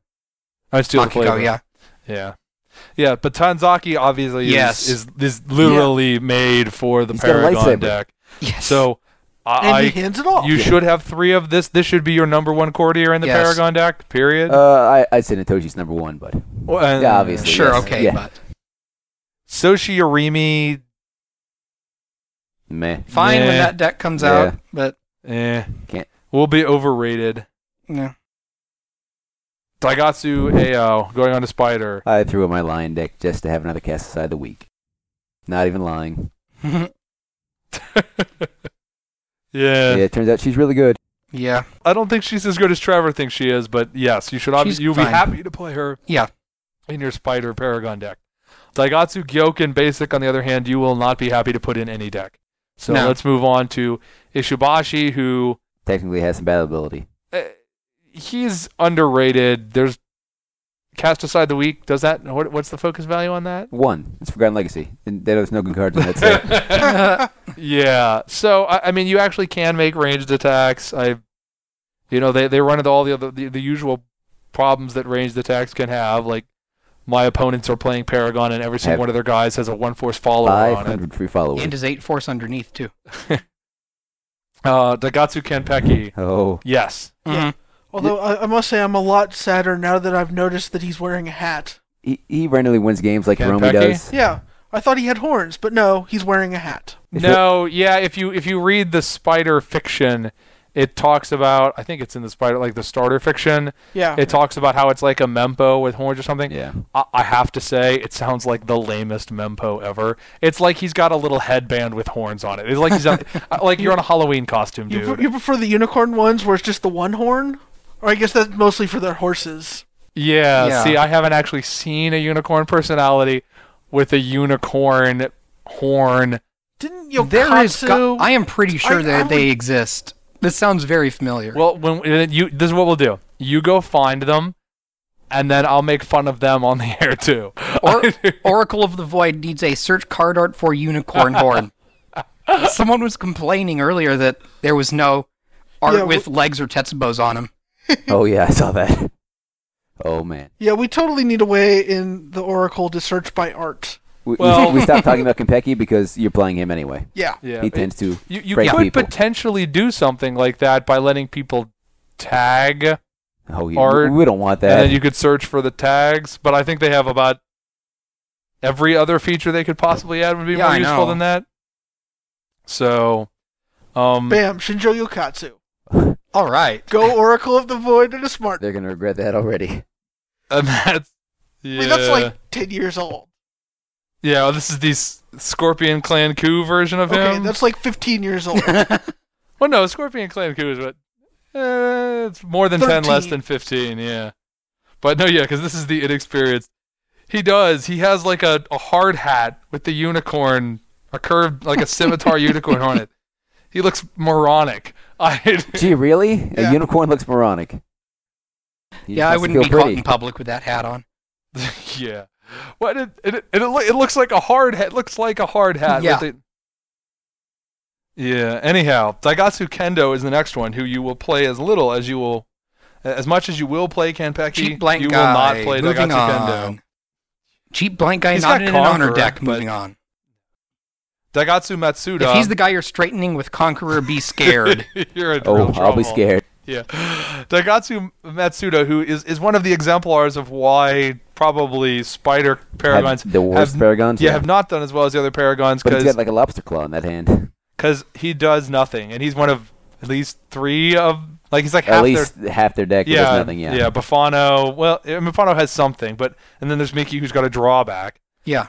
Speaker 1: I steal the
Speaker 2: Bakugo,
Speaker 1: flavor.
Speaker 2: yeah.
Speaker 1: Yeah. Yeah, but Tanzaki obviously
Speaker 2: Yes.
Speaker 1: is, is is literally made for the
Speaker 3: He's got a
Speaker 1: Paragon
Speaker 3: lightsaber.
Speaker 1: deck.
Speaker 2: Yes.
Speaker 1: So
Speaker 4: And he Oh,
Speaker 1: I,
Speaker 4: hands it
Speaker 1: I
Speaker 4: off. [laughs]
Speaker 1: you should have three of this. This should be your number one courtier in the
Speaker 2: Yes.
Speaker 1: Paragon deck. Period.
Speaker 3: Uh, I I'd say Natoshi's number one, but
Speaker 1: Well, and-
Speaker 3: yeah, obviously.
Speaker 2: sure,
Speaker 3: yes.
Speaker 2: okay,
Speaker 3: Yeah.
Speaker 2: but
Speaker 1: Soshi Arimi.
Speaker 3: meh.
Speaker 2: fine when
Speaker 1: Nah.
Speaker 2: that deck comes
Speaker 3: Yeah.
Speaker 2: out, but
Speaker 1: Eh.
Speaker 3: Can't-
Speaker 1: Will be overrated.
Speaker 2: no.
Speaker 1: Daigatsu Ao going on to Spider.
Speaker 3: I threw in my lion deck just to have another cast aside the week. Not even lying.
Speaker 1: yeah.
Speaker 3: yeah, it turns out she's really good.
Speaker 2: [laughs] yeah,
Speaker 1: I don't think she's as good as Trevor thinks she is, but yes, you should
Speaker 2: She's
Speaker 1: obviously you'll be
Speaker 2: fine.
Speaker 1: happy to play her.
Speaker 2: Yeah.
Speaker 1: In your Spider Paragon deck. Daigatsu Gyoken Basic, on the other hand, you will not be happy to put in any deck. So
Speaker 2: No.
Speaker 1: let's move on to Ishibashi, who
Speaker 3: Technically has some battle ability.
Speaker 1: uh, he's underrated. There's Cast Aside the Week. Does that what, what's the focus value
Speaker 2: [laughs]
Speaker 3: [laughs]
Speaker 1: on that?
Speaker 3: One. It's Forgotten Legacy. And there's no good cards in that
Speaker 1: [laughs]
Speaker 3: set.
Speaker 1: yeah. So I, I mean, you actually can make ranged attacks. I, you know, they they run into all the other the, the usual problems that ranged attacks can have. Like my opponents are playing Paragon, and every single
Speaker 3: Have-
Speaker 1: one of their guys has a one force follower on it.
Speaker 3: 500 free followers.
Speaker 2: and his eight force underneath too.
Speaker 1: Uh, Dagatsu Kenpeki.
Speaker 3: oh,
Speaker 1: Yes.
Speaker 4: Yeah.
Speaker 2: Mhm.
Speaker 4: Although I, I must say, I'm a lot sadder now that I've noticed that he's wearing a hat.
Speaker 3: he, he randomly wins games like
Speaker 1: Ken
Speaker 3: Hiromi
Speaker 1: Pecky?
Speaker 3: does.
Speaker 4: Yeah, I thought he had horns, but no, he's wearing a hat.
Speaker 3: If
Speaker 1: no. Yeah. If you if you read the spider fiction. It talks about, I think it's in the spider, like the starter fiction.
Speaker 4: Yeah,
Speaker 1: It talks about how it's like a mempo with horns or something.
Speaker 3: Yeah.
Speaker 1: I, I have to say, it sounds like the lamest mempo ever. It's like he's got a little headband with horns on it. It's like he's on, like you're on a Halloween costume,
Speaker 4: you,
Speaker 1: dude.
Speaker 4: pre- you prefer the unicorn ones where it's just the one horn, or I guess that's mostly for their horses.
Speaker 1: Yeah,
Speaker 2: Yeah.
Speaker 1: See, I haven't actually seen a unicorn personality with a unicorn horn.
Speaker 4: Didn't Yokatsu?
Speaker 2: There is. go- I am pretty sure
Speaker 4: I-
Speaker 2: that
Speaker 4: I
Speaker 2: they exist. This sounds very familiar.
Speaker 1: Well, when you this is what we'll do. You go find them, and then I'll make fun of them on the [laughs] air too.
Speaker 2: Or, Oracle of the Void needs a search card art for unicorn horn. Someone was complaining earlier that there was no art
Speaker 4: Yeah,
Speaker 2: with legs or tetsubos on them.
Speaker 3: oh yeah, I saw that. Oh man,
Speaker 4: yeah, we totally need a way in the Oracle to search by art.
Speaker 3: we, we-
Speaker 1: Well-
Speaker 3: we stopped talking
Speaker 1: [laughs]
Speaker 3: about Kempeki because you're playing him anyway.
Speaker 4: Yeah.
Speaker 1: [laughs] yeah,
Speaker 3: he
Speaker 1: it-
Speaker 3: tends to.
Speaker 1: you you
Speaker 3: break
Speaker 1: could
Speaker 3: people.
Speaker 1: potentially do something like that by letting people tag,
Speaker 3: Oh, yeah,
Speaker 1: Art,
Speaker 3: we don't want
Speaker 1: and
Speaker 3: that.
Speaker 1: then you could search for the tags. But I think they have about every other feature they could possibly add would be
Speaker 2: Yeah,
Speaker 1: more
Speaker 2: I
Speaker 1: useful
Speaker 2: know.
Speaker 1: than that. So, um,
Speaker 4: Bam, Shinjo Yokatsu.
Speaker 3: [laughs]
Speaker 2: All right.
Speaker 4: Go Oracle of the Void and a smart.
Speaker 3: They're gonna regret that already.
Speaker 1: [laughs] and that's
Speaker 4: I
Speaker 1: [laughs] yeah,
Speaker 4: mean, that's like 10 years old.
Speaker 1: yeah. well, This is the S- Scorpion Clan Coup version of
Speaker 4: Okay,
Speaker 1: him.
Speaker 4: that's like 15 years
Speaker 1: [laughs]
Speaker 4: old.
Speaker 1: Well, no, Scorpion Clan Coup is what. Uh, it's more than 10, less
Speaker 4: 13.
Speaker 1: than 15, yeah. But no, yeah, because this is the inexperienced. He does. He has like a, a hard hat with the unicorn, a curved, like a scimitar unicorn on it. He looks moronic. [laughs] I,
Speaker 3: Gee, really?
Speaker 4: Yeah.
Speaker 3: A unicorn looks moronic. He
Speaker 2: yeah,
Speaker 3: just
Speaker 2: I
Speaker 3: wants to
Speaker 2: wouldn't be
Speaker 3: feel
Speaker 2: caught
Speaker 3: pretty.
Speaker 2: in public with that hat on.
Speaker 1: [laughs] yeah. What it it, it, it, loo- it looks like a hard hat. Looks like a hard hat.
Speaker 2: Yeah.
Speaker 1: With it. Yeah. Anyhow, Daigatsu Kendo is the next one who you will play as little as you will, as much as you will play Kanpeki.
Speaker 2: Cheap blank
Speaker 1: you
Speaker 2: guy.
Speaker 1: will not play
Speaker 2: moving
Speaker 1: Daigatsu Kendo.
Speaker 2: on. Cheap blank guy
Speaker 1: He's
Speaker 2: not
Speaker 1: got
Speaker 2: in an honor
Speaker 1: Conqueror,
Speaker 2: deck.
Speaker 1: but-
Speaker 2: Moving on.
Speaker 1: Daigatsu Matsuda.
Speaker 2: If he's the guy you're straightening with Conqueror, [laughs] be scared.
Speaker 1: [laughs] you're in
Speaker 3: Oh,
Speaker 1: real
Speaker 3: I'll
Speaker 1: trouble.
Speaker 3: be scared.
Speaker 1: Yeah. Daigatsu Matsuda, who is, is one of the exemplars of why probably spider paragons
Speaker 3: Have the worst
Speaker 1: have-
Speaker 3: paragons.
Speaker 1: yeah, have not done as well as the other paragons
Speaker 3: but he's
Speaker 1: because
Speaker 3: got like a lobster claw in that hand.
Speaker 1: because he does nothing, and he's one of at least three of like he's like [laughs] half
Speaker 3: At least half their deck.
Speaker 1: their
Speaker 3: Yeah,
Speaker 1: yeah
Speaker 3: does nothing. Yeah.
Speaker 1: yeah Buffano. Well, I mean, Buffano has something, but and then there's Mickey who's got a drawback.
Speaker 2: Yeah.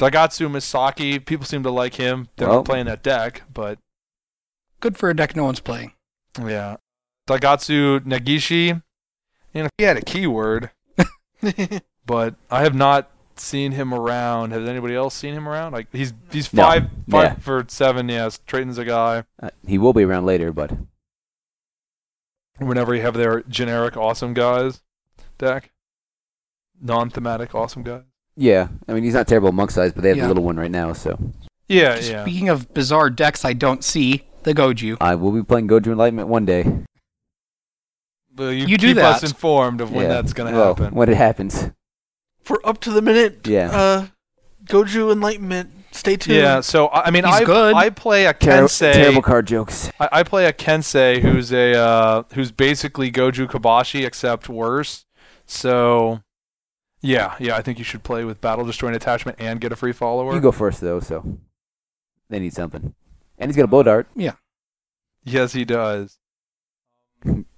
Speaker 1: Dagatsu Misaki, people seem to like him. They're
Speaker 3: Well-
Speaker 1: not playing that deck, but
Speaker 2: Good for a deck no one's playing.
Speaker 1: yeah. Dagatsu Nagishi, you know, he had a keyword, but I have not seen him around. Has anybody else seen him around? Like he's he's
Speaker 3: No.
Speaker 1: five five
Speaker 3: Yeah.
Speaker 1: for seven. Yes, Trayton's a guy.
Speaker 3: Uh, he will be around later, but
Speaker 1: whenever you have their generic awesome guys deck, non-thematic awesome guys.
Speaker 3: yeah. I mean, he's not terrible monk size, but they have
Speaker 2: Yeah.
Speaker 3: the little one right now, so
Speaker 2: Uh,
Speaker 1: Yeah, yeah.
Speaker 2: Speaking of bizarre decks I don't see, the Goju.
Speaker 3: I will be playing Goju Enlightenment one day.
Speaker 1: Well, you
Speaker 2: you do
Speaker 1: keep us
Speaker 2: that.
Speaker 1: informed of when
Speaker 3: Yeah.
Speaker 1: that's going to
Speaker 3: Well,
Speaker 1: happen.
Speaker 3: When it happens.
Speaker 4: For up to the minute,
Speaker 3: Yeah.
Speaker 4: uh, Goju Enlightenment. Stay tuned.
Speaker 1: yeah, so I I mean,
Speaker 2: He's
Speaker 1: I
Speaker 2: good.
Speaker 1: I play a
Speaker 3: Terri-
Speaker 1: Kensei.
Speaker 3: terrible card jokes.
Speaker 1: I, I play a Kensei who's a uh, who's basically Goju Kabashi except worse. So, yeah, yeah, I think you should play with Battle Destroying Attachment and get a free follower.
Speaker 3: You go first though, so they need something. And he's got a blow dart.
Speaker 1: Yes, he does.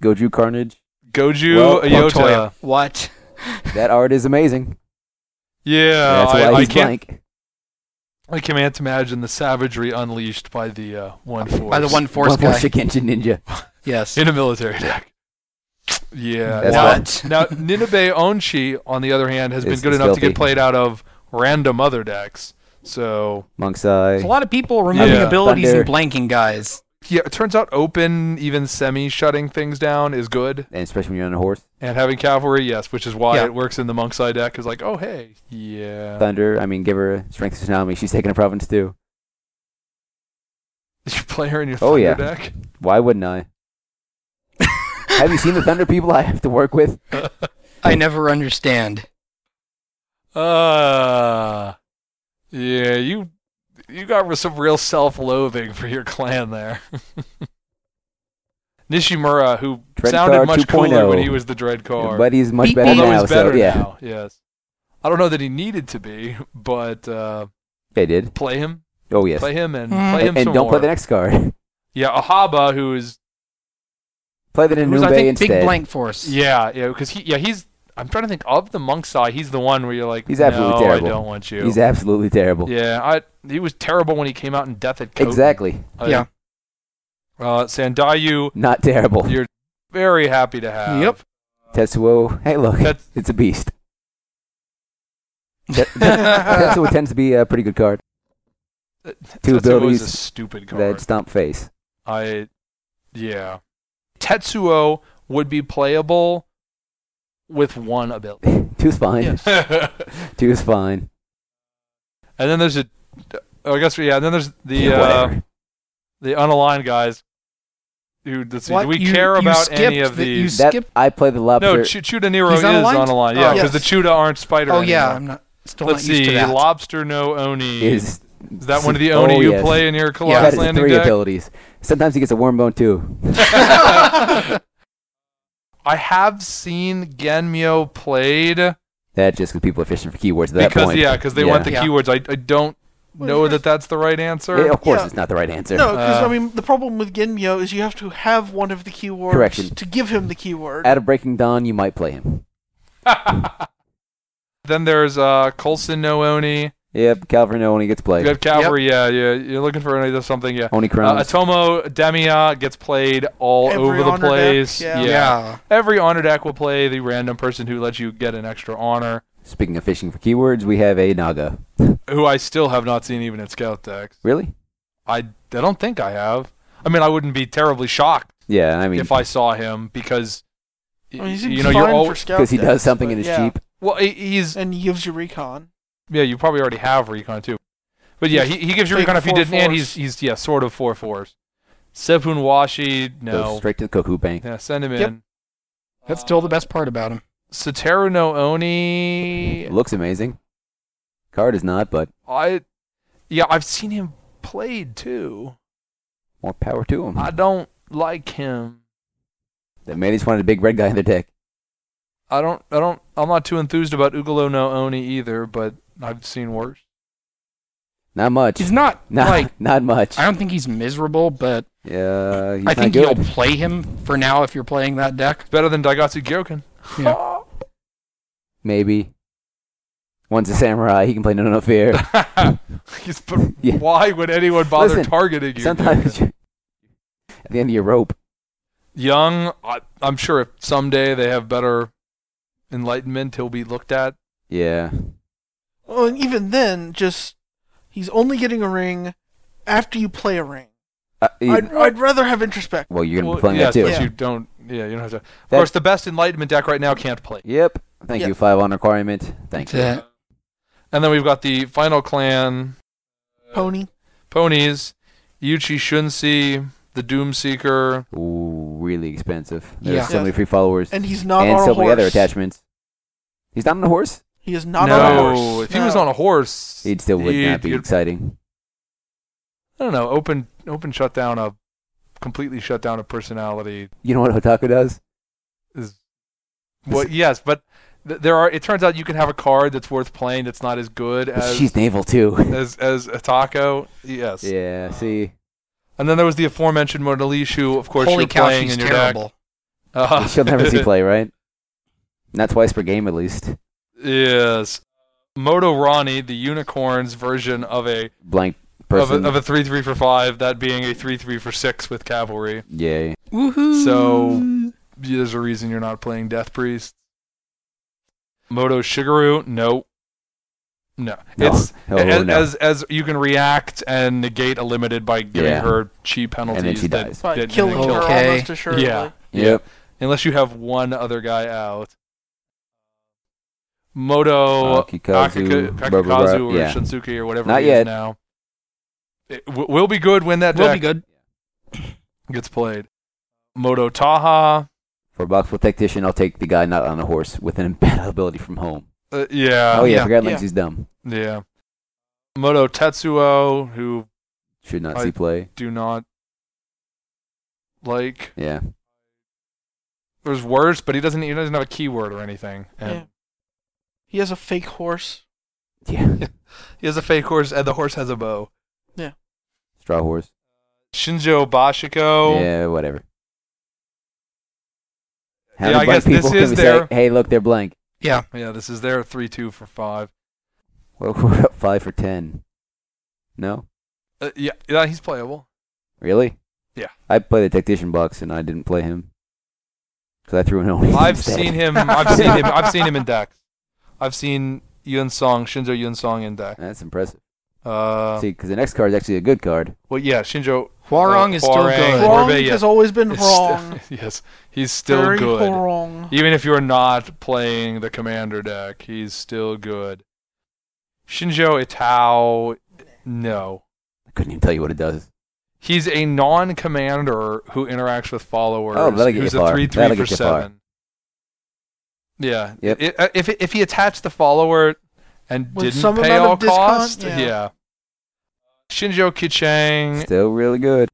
Speaker 3: Goju Carnage.
Speaker 1: Goju
Speaker 3: Well,
Speaker 1: Ayota.
Speaker 2: Montoya. What?
Speaker 3: That art is amazing.
Speaker 1: Yeah,
Speaker 3: That's
Speaker 1: I,
Speaker 3: why
Speaker 1: I
Speaker 3: he's
Speaker 1: can't
Speaker 3: blank.
Speaker 1: I can't imagine the savagery unleashed by the uh, one force.
Speaker 2: By the one force
Speaker 3: One
Speaker 2: guy.
Speaker 3: Force Shikenja Ninja.
Speaker 2: Yes.
Speaker 1: in a military deck. Yeah.
Speaker 3: That's
Speaker 1: now,
Speaker 3: fine.
Speaker 2: what?
Speaker 1: now Ninabe Onchi, on the other hand, has been
Speaker 3: It's-
Speaker 1: good
Speaker 3: it's
Speaker 1: enough to
Speaker 3: filthy.
Speaker 1: get played out of random other decks. So
Speaker 3: Monk size.
Speaker 2: A lot of people removing
Speaker 1: Yeah.
Speaker 2: abilities and
Speaker 3: Thunder.
Speaker 2: blanking guys.
Speaker 1: yeah, it turns out open, even semi shutting things down is good.
Speaker 3: And especially when you're on a horse.
Speaker 1: And having cavalry, yes, which is why
Speaker 2: Yeah.
Speaker 1: it works in the monk side deck. Is like, oh hey, yeah,
Speaker 3: Thunder. I mean, give her a strength tsunami. She's taking a province too.
Speaker 1: Did [laughs] you play her in your
Speaker 3: Oh,
Speaker 1: thunder
Speaker 3: yeah.
Speaker 1: deck.
Speaker 3: Why wouldn't
Speaker 1: [laughs]
Speaker 3: I? Have you seen the Thunder people I have to work with?
Speaker 2: I never understand.
Speaker 1: Uh, yeah, you you got some real self-loathing for your clan there. [laughs] Nishimura, who
Speaker 3: Dreadcar
Speaker 1: sounded much cooler
Speaker 3: 2.0.
Speaker 1: when he was the Dreadcar,
Speaker 3: But he's much
Speaker 2: He-
Speaker 3: better
Speaker 1: although
Speaker 3: now.
Speaker 1: he's better
Speaker 3: so, yeah,
Speaker 1: now. Yes, I don't know that he needed to be, but uh,
Speaker 3: they did.
Speaker 1: play him,
Speaker 3: Oh yes.
Speaker 1: play him, and
Speaker 2: Mm.
Speaker 1: play
Speaker 3: and
Speaker 1: him
Speaker 3: and
Speaker 1: some
Speaker 3: don't play
Speaker 1: more.
Speaker 3: the next card. [laughs]
Speaker 1: yeah, Ahaba, who is
Speaker 3: play the
Speaker 2: Who's I
Speaker 3: Ninube
Speaker 2: think
Speaker 3: instead.
Speaker 2: Big Blank Force. [laughs]
Speaker 3: [laughs]
Speaker 1: yeah, yeah, because he yeah he's. I'm trying to think of the monk side. He's the one where you're like,
Speaker 3: He's absolutely
Speaker 1: no,
Speaker 3: terrible.
Speaker 1: I don't want you.
Speaker 3: He's absolutely terrible.
Speaker 1: yeah, I, he was terrible when he came out in Death at Coton.
Speaker 3: Exactly.
Speaker 1: I-
Speaker 2: Oh, Yeah.
Speaker 1: Uh, Sandayu,
Speaker 3: Not terrible.
Speaker 1: You're- very happy to have.
Speaker 2: Yep.
Speaker 3: Tetsuo, hey look,
Speaker 1: That's-
Speaker 3: it's a beast.
Speaker 1: [laughs]
Speaker 3: Tet- Tetsuo tends to be a pretty good card. Two
Speaker 1: Tetsuo is Uh, a
Speaker 3: abilities
Speaker 1: stupid card.
Speaker 3: that stomp face. [laughs]
Speaker 1: I, yeah, Tetsuo would be playable with one ability.
Speaker 3: Two's fine.
Speaker 1: [laughs] and
Speaker 3: Two's fine.
Speaker 1: then there's a, oh, I guess yeah. And then there's the
Speaker 3: Yeah,
Speaker 1: uh,
Speaker 3: whatever.
Speaker 1: the unaligned guys. Who let's
Speaker 2: [laughs]
Speaker 1: see,
Speaker 2: What?
Speaker 1: do we
Speaker 2: You-
Speaker 1: care
Speaker 2: you
Speaker 1: about
Speaker 2: skipped
Speaker 1: any of
Speaker 2: the- you
Speaker 1: these?
Speaker 3: That,
Speaker 2: Skip-
Speaker 3: I play the
Speaker 1: No,
Speaker 3: lobster.
Speaker 1: Ch- Chuda Nero
Speaker 2: He's
Speaker 1: is
Speaker 2: unaligned?
Speaker 1: unaligned.
Speaker 2: Oh,
Speaker 1: Yeah, because
Speaker 2: yes.
Speaker 1: the Chuda aren't spider.
Speaker 2: Oh yeah,
Speaker 1: anymore.
Speaker 2: I'm not still
Speaker 1: Let's
Speaker 2: not used
Speaker 1: see,
Speaker 2: to that.
Speaker 1: lobster no oni. Is,
Speaker 3: is
Speaker 1: that one of the
Speaker 3: Oh,
Speaker 1: oni you
Speaker 3: yes.
Speaker 1: play in your Colossus
Speaker 3: yeah, that is
Speaker 1: landing
Speaker 3: three
Speaker 1: deck?
Speaker 3: abilities. Sometimes he gets a worm bone too.
Speaker 1: [laughs] I have seen Genmyo played
Speaker 3: That just because people are fishing for keywords at that
Speaker 1: because
Speaker 3: point.
Speaker 1: yeah, because they
Speaker 3: Yeah.
Speaker 1: want the
Speaker 2: Yeah.
Speaker 1: keywords. I, I don't
Speaker 4: Well,
Speaker 1: know
Speaker 4: first-
Speaker 1: that that's the right answer.
Speaker 3: Yeah, of course,
Speaker 4: Yeah.
Speaker 3: it's not the right answer.
Speaker 4: No, because
Speaker 1: Uh,
Speaker 4: I mean the problem with Genmyo is you have to have one of the keywords
Speaker 3: Correction.
Speaker 4: to give him the keyword.
Speaker 3: At a breaking dawn, you might play him.
Speaker 1: [laughs] then there's uh, Colson no oni.
Speaker 3: Yep, Calvary no only gets
Speaker 1: You
Speaker 3: played.
Speaker 1: got Cavalry. Yeah, yeah. You're looking for any of something. Yeah.
Speaker 3: Only
Speaker 1: Uh,
Speaker 3: crowns.
Speaker 1: Atomo Demia gets played all
Speaker 4: Every
Speaker 1: over the
Speaker 4: honor deck,
Speaker 1: place.
Speaker 4: yeah.
Speaker 2: yeah.
Speaker 1: Every honor deck will play the random person who lets you get an extra honor,
Speaker 3: Speaking of fishing for keywords, we have a Naga.
Speaker 1: who I still have not seen even in scout decks.
Speaker 3: Really?
Speaker 1: I, I don't think I have. I mean, I wouldn't be terribly shocked
Speaker 3: Yeah, I mean,
Speaker 1: if I saw him because y-
Speaker 4: I mean, he seems
Speaker 1: you know
Speaker 4: fine
Speaker 1: you're
Speaker 4: for
Speaker 1: always
Speaker 4: scout
Speaker 3: because he does
Speaker 4: decks,
Speaker 3: something
Speaker 4: but
Speaker 3: in his
Speaker 4: yeah.
Speaker 3: Jeep.
Speaker 1: well he- he's
Speaker 4: and he gives you recon.
Speaker 1: yeah you probably already have recon too, but yeah he, he gives you
Speaker 4: Big
Speaker 1: recon if he
Speaker 4: four
Speaker 1: didn't and he's
Speaker 4: fours.
Speaker 1: he's yeah sort of four fours. Sepun Washi
Speaker 3: Goes
Speaker 1: no
Speaker 3: straight to the Koku Bank.
Speaker 1: yeah send him
Speaker 2: Yep.
Speaker 1: in.
Speaker 2: That's still the best part about him.
Speaker 1: Sotero no Oni
Speaker 3: Looks amazing. Card is not, but
Speaker 1: I yeah I've seen him played too.
Speaker 3: more power to him.
Speaker 1: I don't like him.
Speaker 3: They may just wanted a big red guy in their deck.
Speaker 1: I don't I don't I'm not too enthused about Ugolo no Oni either, but I've seen worse.
Speaker 3: Not much.
Speaker 2: He's not
Speaker 3: [laughs] not,
Speaker 2: like
Speaker 3: not much.
Speaker 2: I don't think he's miserable, but
Speaker 3: Yeah, he's
Speaker 2: I think
Speaker 3: not
Speaker 2: you'll
Speaker 3: good.
Speaker 2: play him for now if you're playing that deck.
Speaker 1: Better than Daigatsu Gyoken.
Speaker 2: Yeah.
Speaker 3: Maybe. One's a samurai. He can play No No, no Fear.
Speaker 1: [laughs] He's- but
Speaker 3: [laughs] Yeah.
Speaker 1: [laughs] Why would anyone bother
Speaker 3: Listen,
Speaker 1: targeting you?
Speaker 3: Sometimes [laughs] you at the end of your rope.
Speaker 1: Young, I, I'm sure if someday they have better enlightenment, he'll be looked at.
Speaker 3: Yeah.
Speaker 4: Well, and even then, just he's only getting a ring after you play a ring.
Speaker 3: Uh, he-
Speaker 4: I'd, I'd rather have introspect.
Speaker 3: well, you're gonna
Speaker 1: Well,
Speaker 3: be playing
Speaker 1: yeah,
Speaker 3: that too.
Speaker 1: but you don't. Yeah, you don't have to. Of
Speaker 3: That-
Speaker 1: course, the best enlightenment deck right now can't play.
Speaker 3: Yep. Thank
Speaker 4: Yeah.
Speaker 3: you. Five on requirement. Thank you.
Speaker 2: That's it.
Speaker 1: And then we've got the final clan
Speaker 4: Pony.
Speaker 1: ponies: Yuchi Shunsi, the Doom Seeker.
Speaker 3: Ooh, really expensive. There's
Speaker 2: Yeah.
Speaker 3: so many free followers
Speaker 4: And he's not
Speaker 3: and
Speaker 4: on
Speaker 3: so
Speaker 4: a horse.
Speaker 3: many other attachments. He's not on a horse.
Speaker 4: He is not
Speaker 1: no,
Speaker 4: on a horse.
Speaker 1: if he was on a horse,
Speaker 3: It still would not
Speaker 1: he'd-
Speaker 3: be
Speaker 1: he'd-
Speaker 3: exciting.
Speaker 1: I don't know. Open, open, shut down a completely shut down a personality
Speaker 3: You know what Hotaku does?
Speaker 1: is well, yes, but th- there are. It turns out you can have a card that's worth playing that's not as good as
Speaker 3: She's naval too. [laughs]
Speaker 1: as as a taco. Yes,
Speaker 3: yeah. See,
Speaker 1: and then there was the aforementioned Mona Leash, who of course
Speaker 2: Holy
Speaker 1: you're
Speaker 2: cow,
Speaker 1: playing
Speaker 2: she's
Speaker 1: in your
Speaker 2: terrible.
Speaker 1: deck. [laughs] Uh,
Speaker 3: she'll never see play, right? Not twice per game, at least.
Speaker 1: yes, Moto Ronnie, the unicorns version of a
Speaker 3: Blank
Speaker 1: of
Speaker 3: person.
Speaker 1: a, of a three three for five, that being a three three for six with cavalry.
Speaker 3: Yay.
Speaker 2: Woohoo!
Speaker 1: So- There's a reason you're not playing Death Priest. Moto Shigeru, no, no,
Speaker 3: No.
Speaker 1: it's
Speaker 3: Oh,
Speaker 1: as,
Speaker 3: no.
Speaker 1: as as you can react and negate a limited by giving
Speaker 3: Yeah.
Speaker 1: her cheap penalties.
Speaker 3: and then she
Speaker 1: that-
Speaker 3: dies.
Speaker 4: By
Speaker 1: Didn't
Speaker 4: killing
Speaker 1: kill.
Speaker 4: her
Speaker 2: Okay.
Speaker 4: almost assuredly.
Speaker 1: Yeah.
Speaker 3: Yep.
Speaker 1: Unless you have one other guy out. Moto
Speaker 3: Akikazu,
Speaker 1: Akika-
Speaker 3: blah, blah,
Speaker 1: Akikazu
Speaker 3: blah.
Speaker 1: or
Speaker 3: Yeah.
Speaker 1: Shinsuke or whatever
Speaker 3: Not
Speaker 1: it is
Speaker 3: yet.
Speaker 1: now. It w- will be good when that
Speaker 2: We'll be
Speaker 1: deck
Speaker 2: good.
Speaker 1: gets played. Moto Taha.
Speaker 3: For boxful tactician, I'll take the guy not on a horse with an [laughs] embattled ability from home.
Speaker 1: Uh, yeah.
Speaker 3: oh yeah,
Speaker 2: yeah,
Speaker 3: I forgot
Speaker 4: yeah.
Speaker 3: Linksay's dumb.
Speaker 1: Yeah. Moto Tetsuo, who
Speaker 3: Should not
Speaker 1: I-
Speaker 3: see play.
Speaker 1: do not like.
Speaker 3: Yeah.
Speaker 1: There's worse, but he doesn't. He doesn't have a keyword or anything. And
Speaker 4: Yeah. He has a fake horse.
Speaker 3: Yeah.
Speaker 1: He has a fake horse, and the horse has a bow.
Speaker 3: Straw horse.
Speaker 1: Shinjo Bashiko.
Speaker 3: Yeah, whatever. How
Speaker 1: Yeah,
Speaker 3: many
Speaker 1: I
Speaker 3: blank
Speaker 1: guess this
Speaker 3: people can
Speaker 1: is
Speaker 3: we
Speaker 1: their-
Speaker 3: Say, hey, look, they're blank.
Speaker 2: Yeah.
Speaker 1: Yeah, this is their three two for five.
Speaker 3: Well, we're [laughs] up five for ten. No,
Speaker 1: Uh, yeah, yeah, he's playable.
Speaker 3: really?
Speaker 1: Yeah.
Speaker 3: I played the tactician box and I didn't play him. 'Cause So I threw an Oni.
Speaker 1: I've
Speaker 3: instead.
Speaker 1: seen him. I've seen him. I've seen him in Dex. I've seen Yun Song, Shinzo Yun Song in
Speaker 3: [laughs]
Speaker 1: Dex.
Speaker 3: That's impressive.
Speaker 1: Uh,
Speaker 3: See, because the next card is actually a good card.
Speaker 1: well, yeah, Shinzo.
Speaker 2: Huarong
Speaker 1: uh,
Speaker 2: is still
Speaker 1: Huarang,
Speaker 2: good.
Speaker 1: Horbe,
Speaker 4: Wrong
Speaker 1: yeah,
Speaker 4: has always been
Speaker 1: is still-
Speaker 4: wrong.
Speaker 1: [laughs] yes, he's still
Speaker 4: Very
Speaker 1: good.
Speaker 4: wrong.
Speaker 1: Even if you're not playing the commander deck, he's still good. Shinjo Itao, no.
Speaker 3: I couldn't even tell you what it does.
Speaker 1: He's a non commander who interacts with followers.
Speaker 3: Oh, that'll get
Speaker 1: who's
Speaker 3: you
Speaker 1: a
Speaker 3: far.
Speaker 1: 3 3
Speaker 3: That'll
Speaker 1: for
Speaker 3: get you far.
Speaker 1: 7. Yeah.
Speaker 3: Yep.
Speaker 1: I- uh, if, if he attached the follower and
Speaker 4: With
Speaker 1: didn't
Speaker 4: some
Speaker 1: pay
Speaker 4: amount
Speaker 1: all
Speaker 4: of discount,
Speaker 1: cost,
Speaker 4: yeah.
Speaker 1: yeah. Shinjo Kichang,
Speaker 3: Still really good.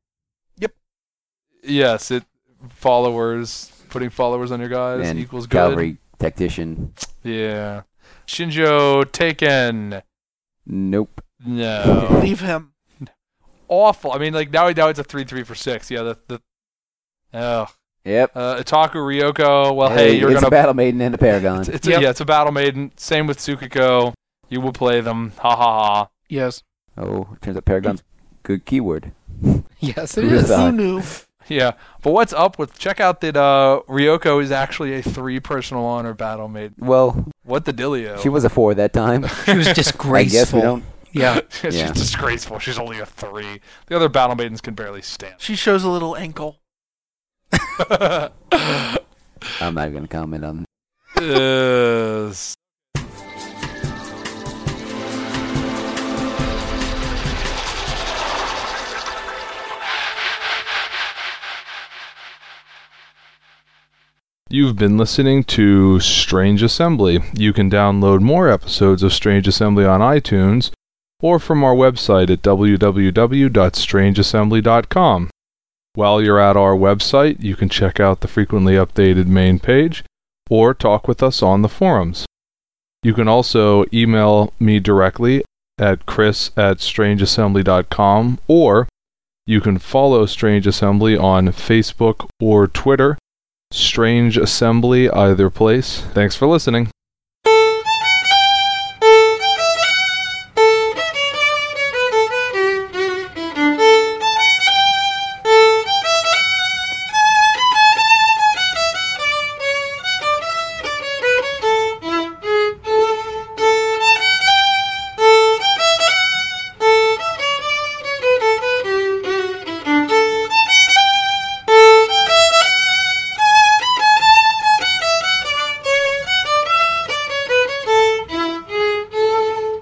Speaker 1: yes, it followers, putting followers on your guys
Speaker 3: and
Speaker 1: equals good.
Speaker 3: Cavalry tactician.
Speaker 1: Yeah. Shinjo Taken.
Speaker 3: Nope.
Speaker 1: No.
Speaker 4: Leave him.
Speaker 1: Awful. I mean, like, now, now it's a 3 3 for 6. Yeah, the. the Ugh.
Speaker 3: Yep.
Speaker 1: Uh, Itaku Ryoko. Well, hey, you're
Speaker 3: it's
Speaker 1: going
Speaker 3: a battle maiden and a paragon.
Speaker 1: [laughs] It's, it's
Speaker 2: Yep.
Speaker 1: a, yeah, it's a battle maiden. Same with Tsukiko. You will play them. Ha ha ha.
Speaker 2: Yes. [laughs]
Speaker 3: oh, turns out paragon's good keyword.
Speaker 2: Yes, it
Speaker 3: Who
Speaker 2: is.
Speaker 3: thought?
Speaker 4: Who knew?
Speaker 1: [laughs] Yeah. But what's up with check out that uh Ryoko is actually a three personal honor battle maiden.
Speaker 3: Well,
Speaker 1: What the dealio?
Speaker 3: she was a four that time.
Speaker 2: She was
Speaker 3: [laughs]
Speaker 1: [laughs]
Speaker 3: I guess we
Speaker 2: disgraceful.
Speaker 3: don't.
Speaker 2: Yeah.
Speaker 1: She's
Speaker 3: yeah.
Speaker 1: disgraceful. She's only a three. The other battle maidens can barely stand. [laughs]
Speaker 4: [laughs] She shows a little ankle.
Speaker 3: I'm not even gonna comment on.
Speaker 1: Yes. You've been listening to Strange Assembly. You can download more episodes of Strange Assembly on iTunes or from our website at www.strangeassembly.com. While you're at our website, you can check out the frequently updated main page or talk with us on the forums. You can also email me directly at chris at strangeassembly.com or you can follow Strange Assembly on Facebook or Twitter. Strange Assembly, either place. Thanks for listening.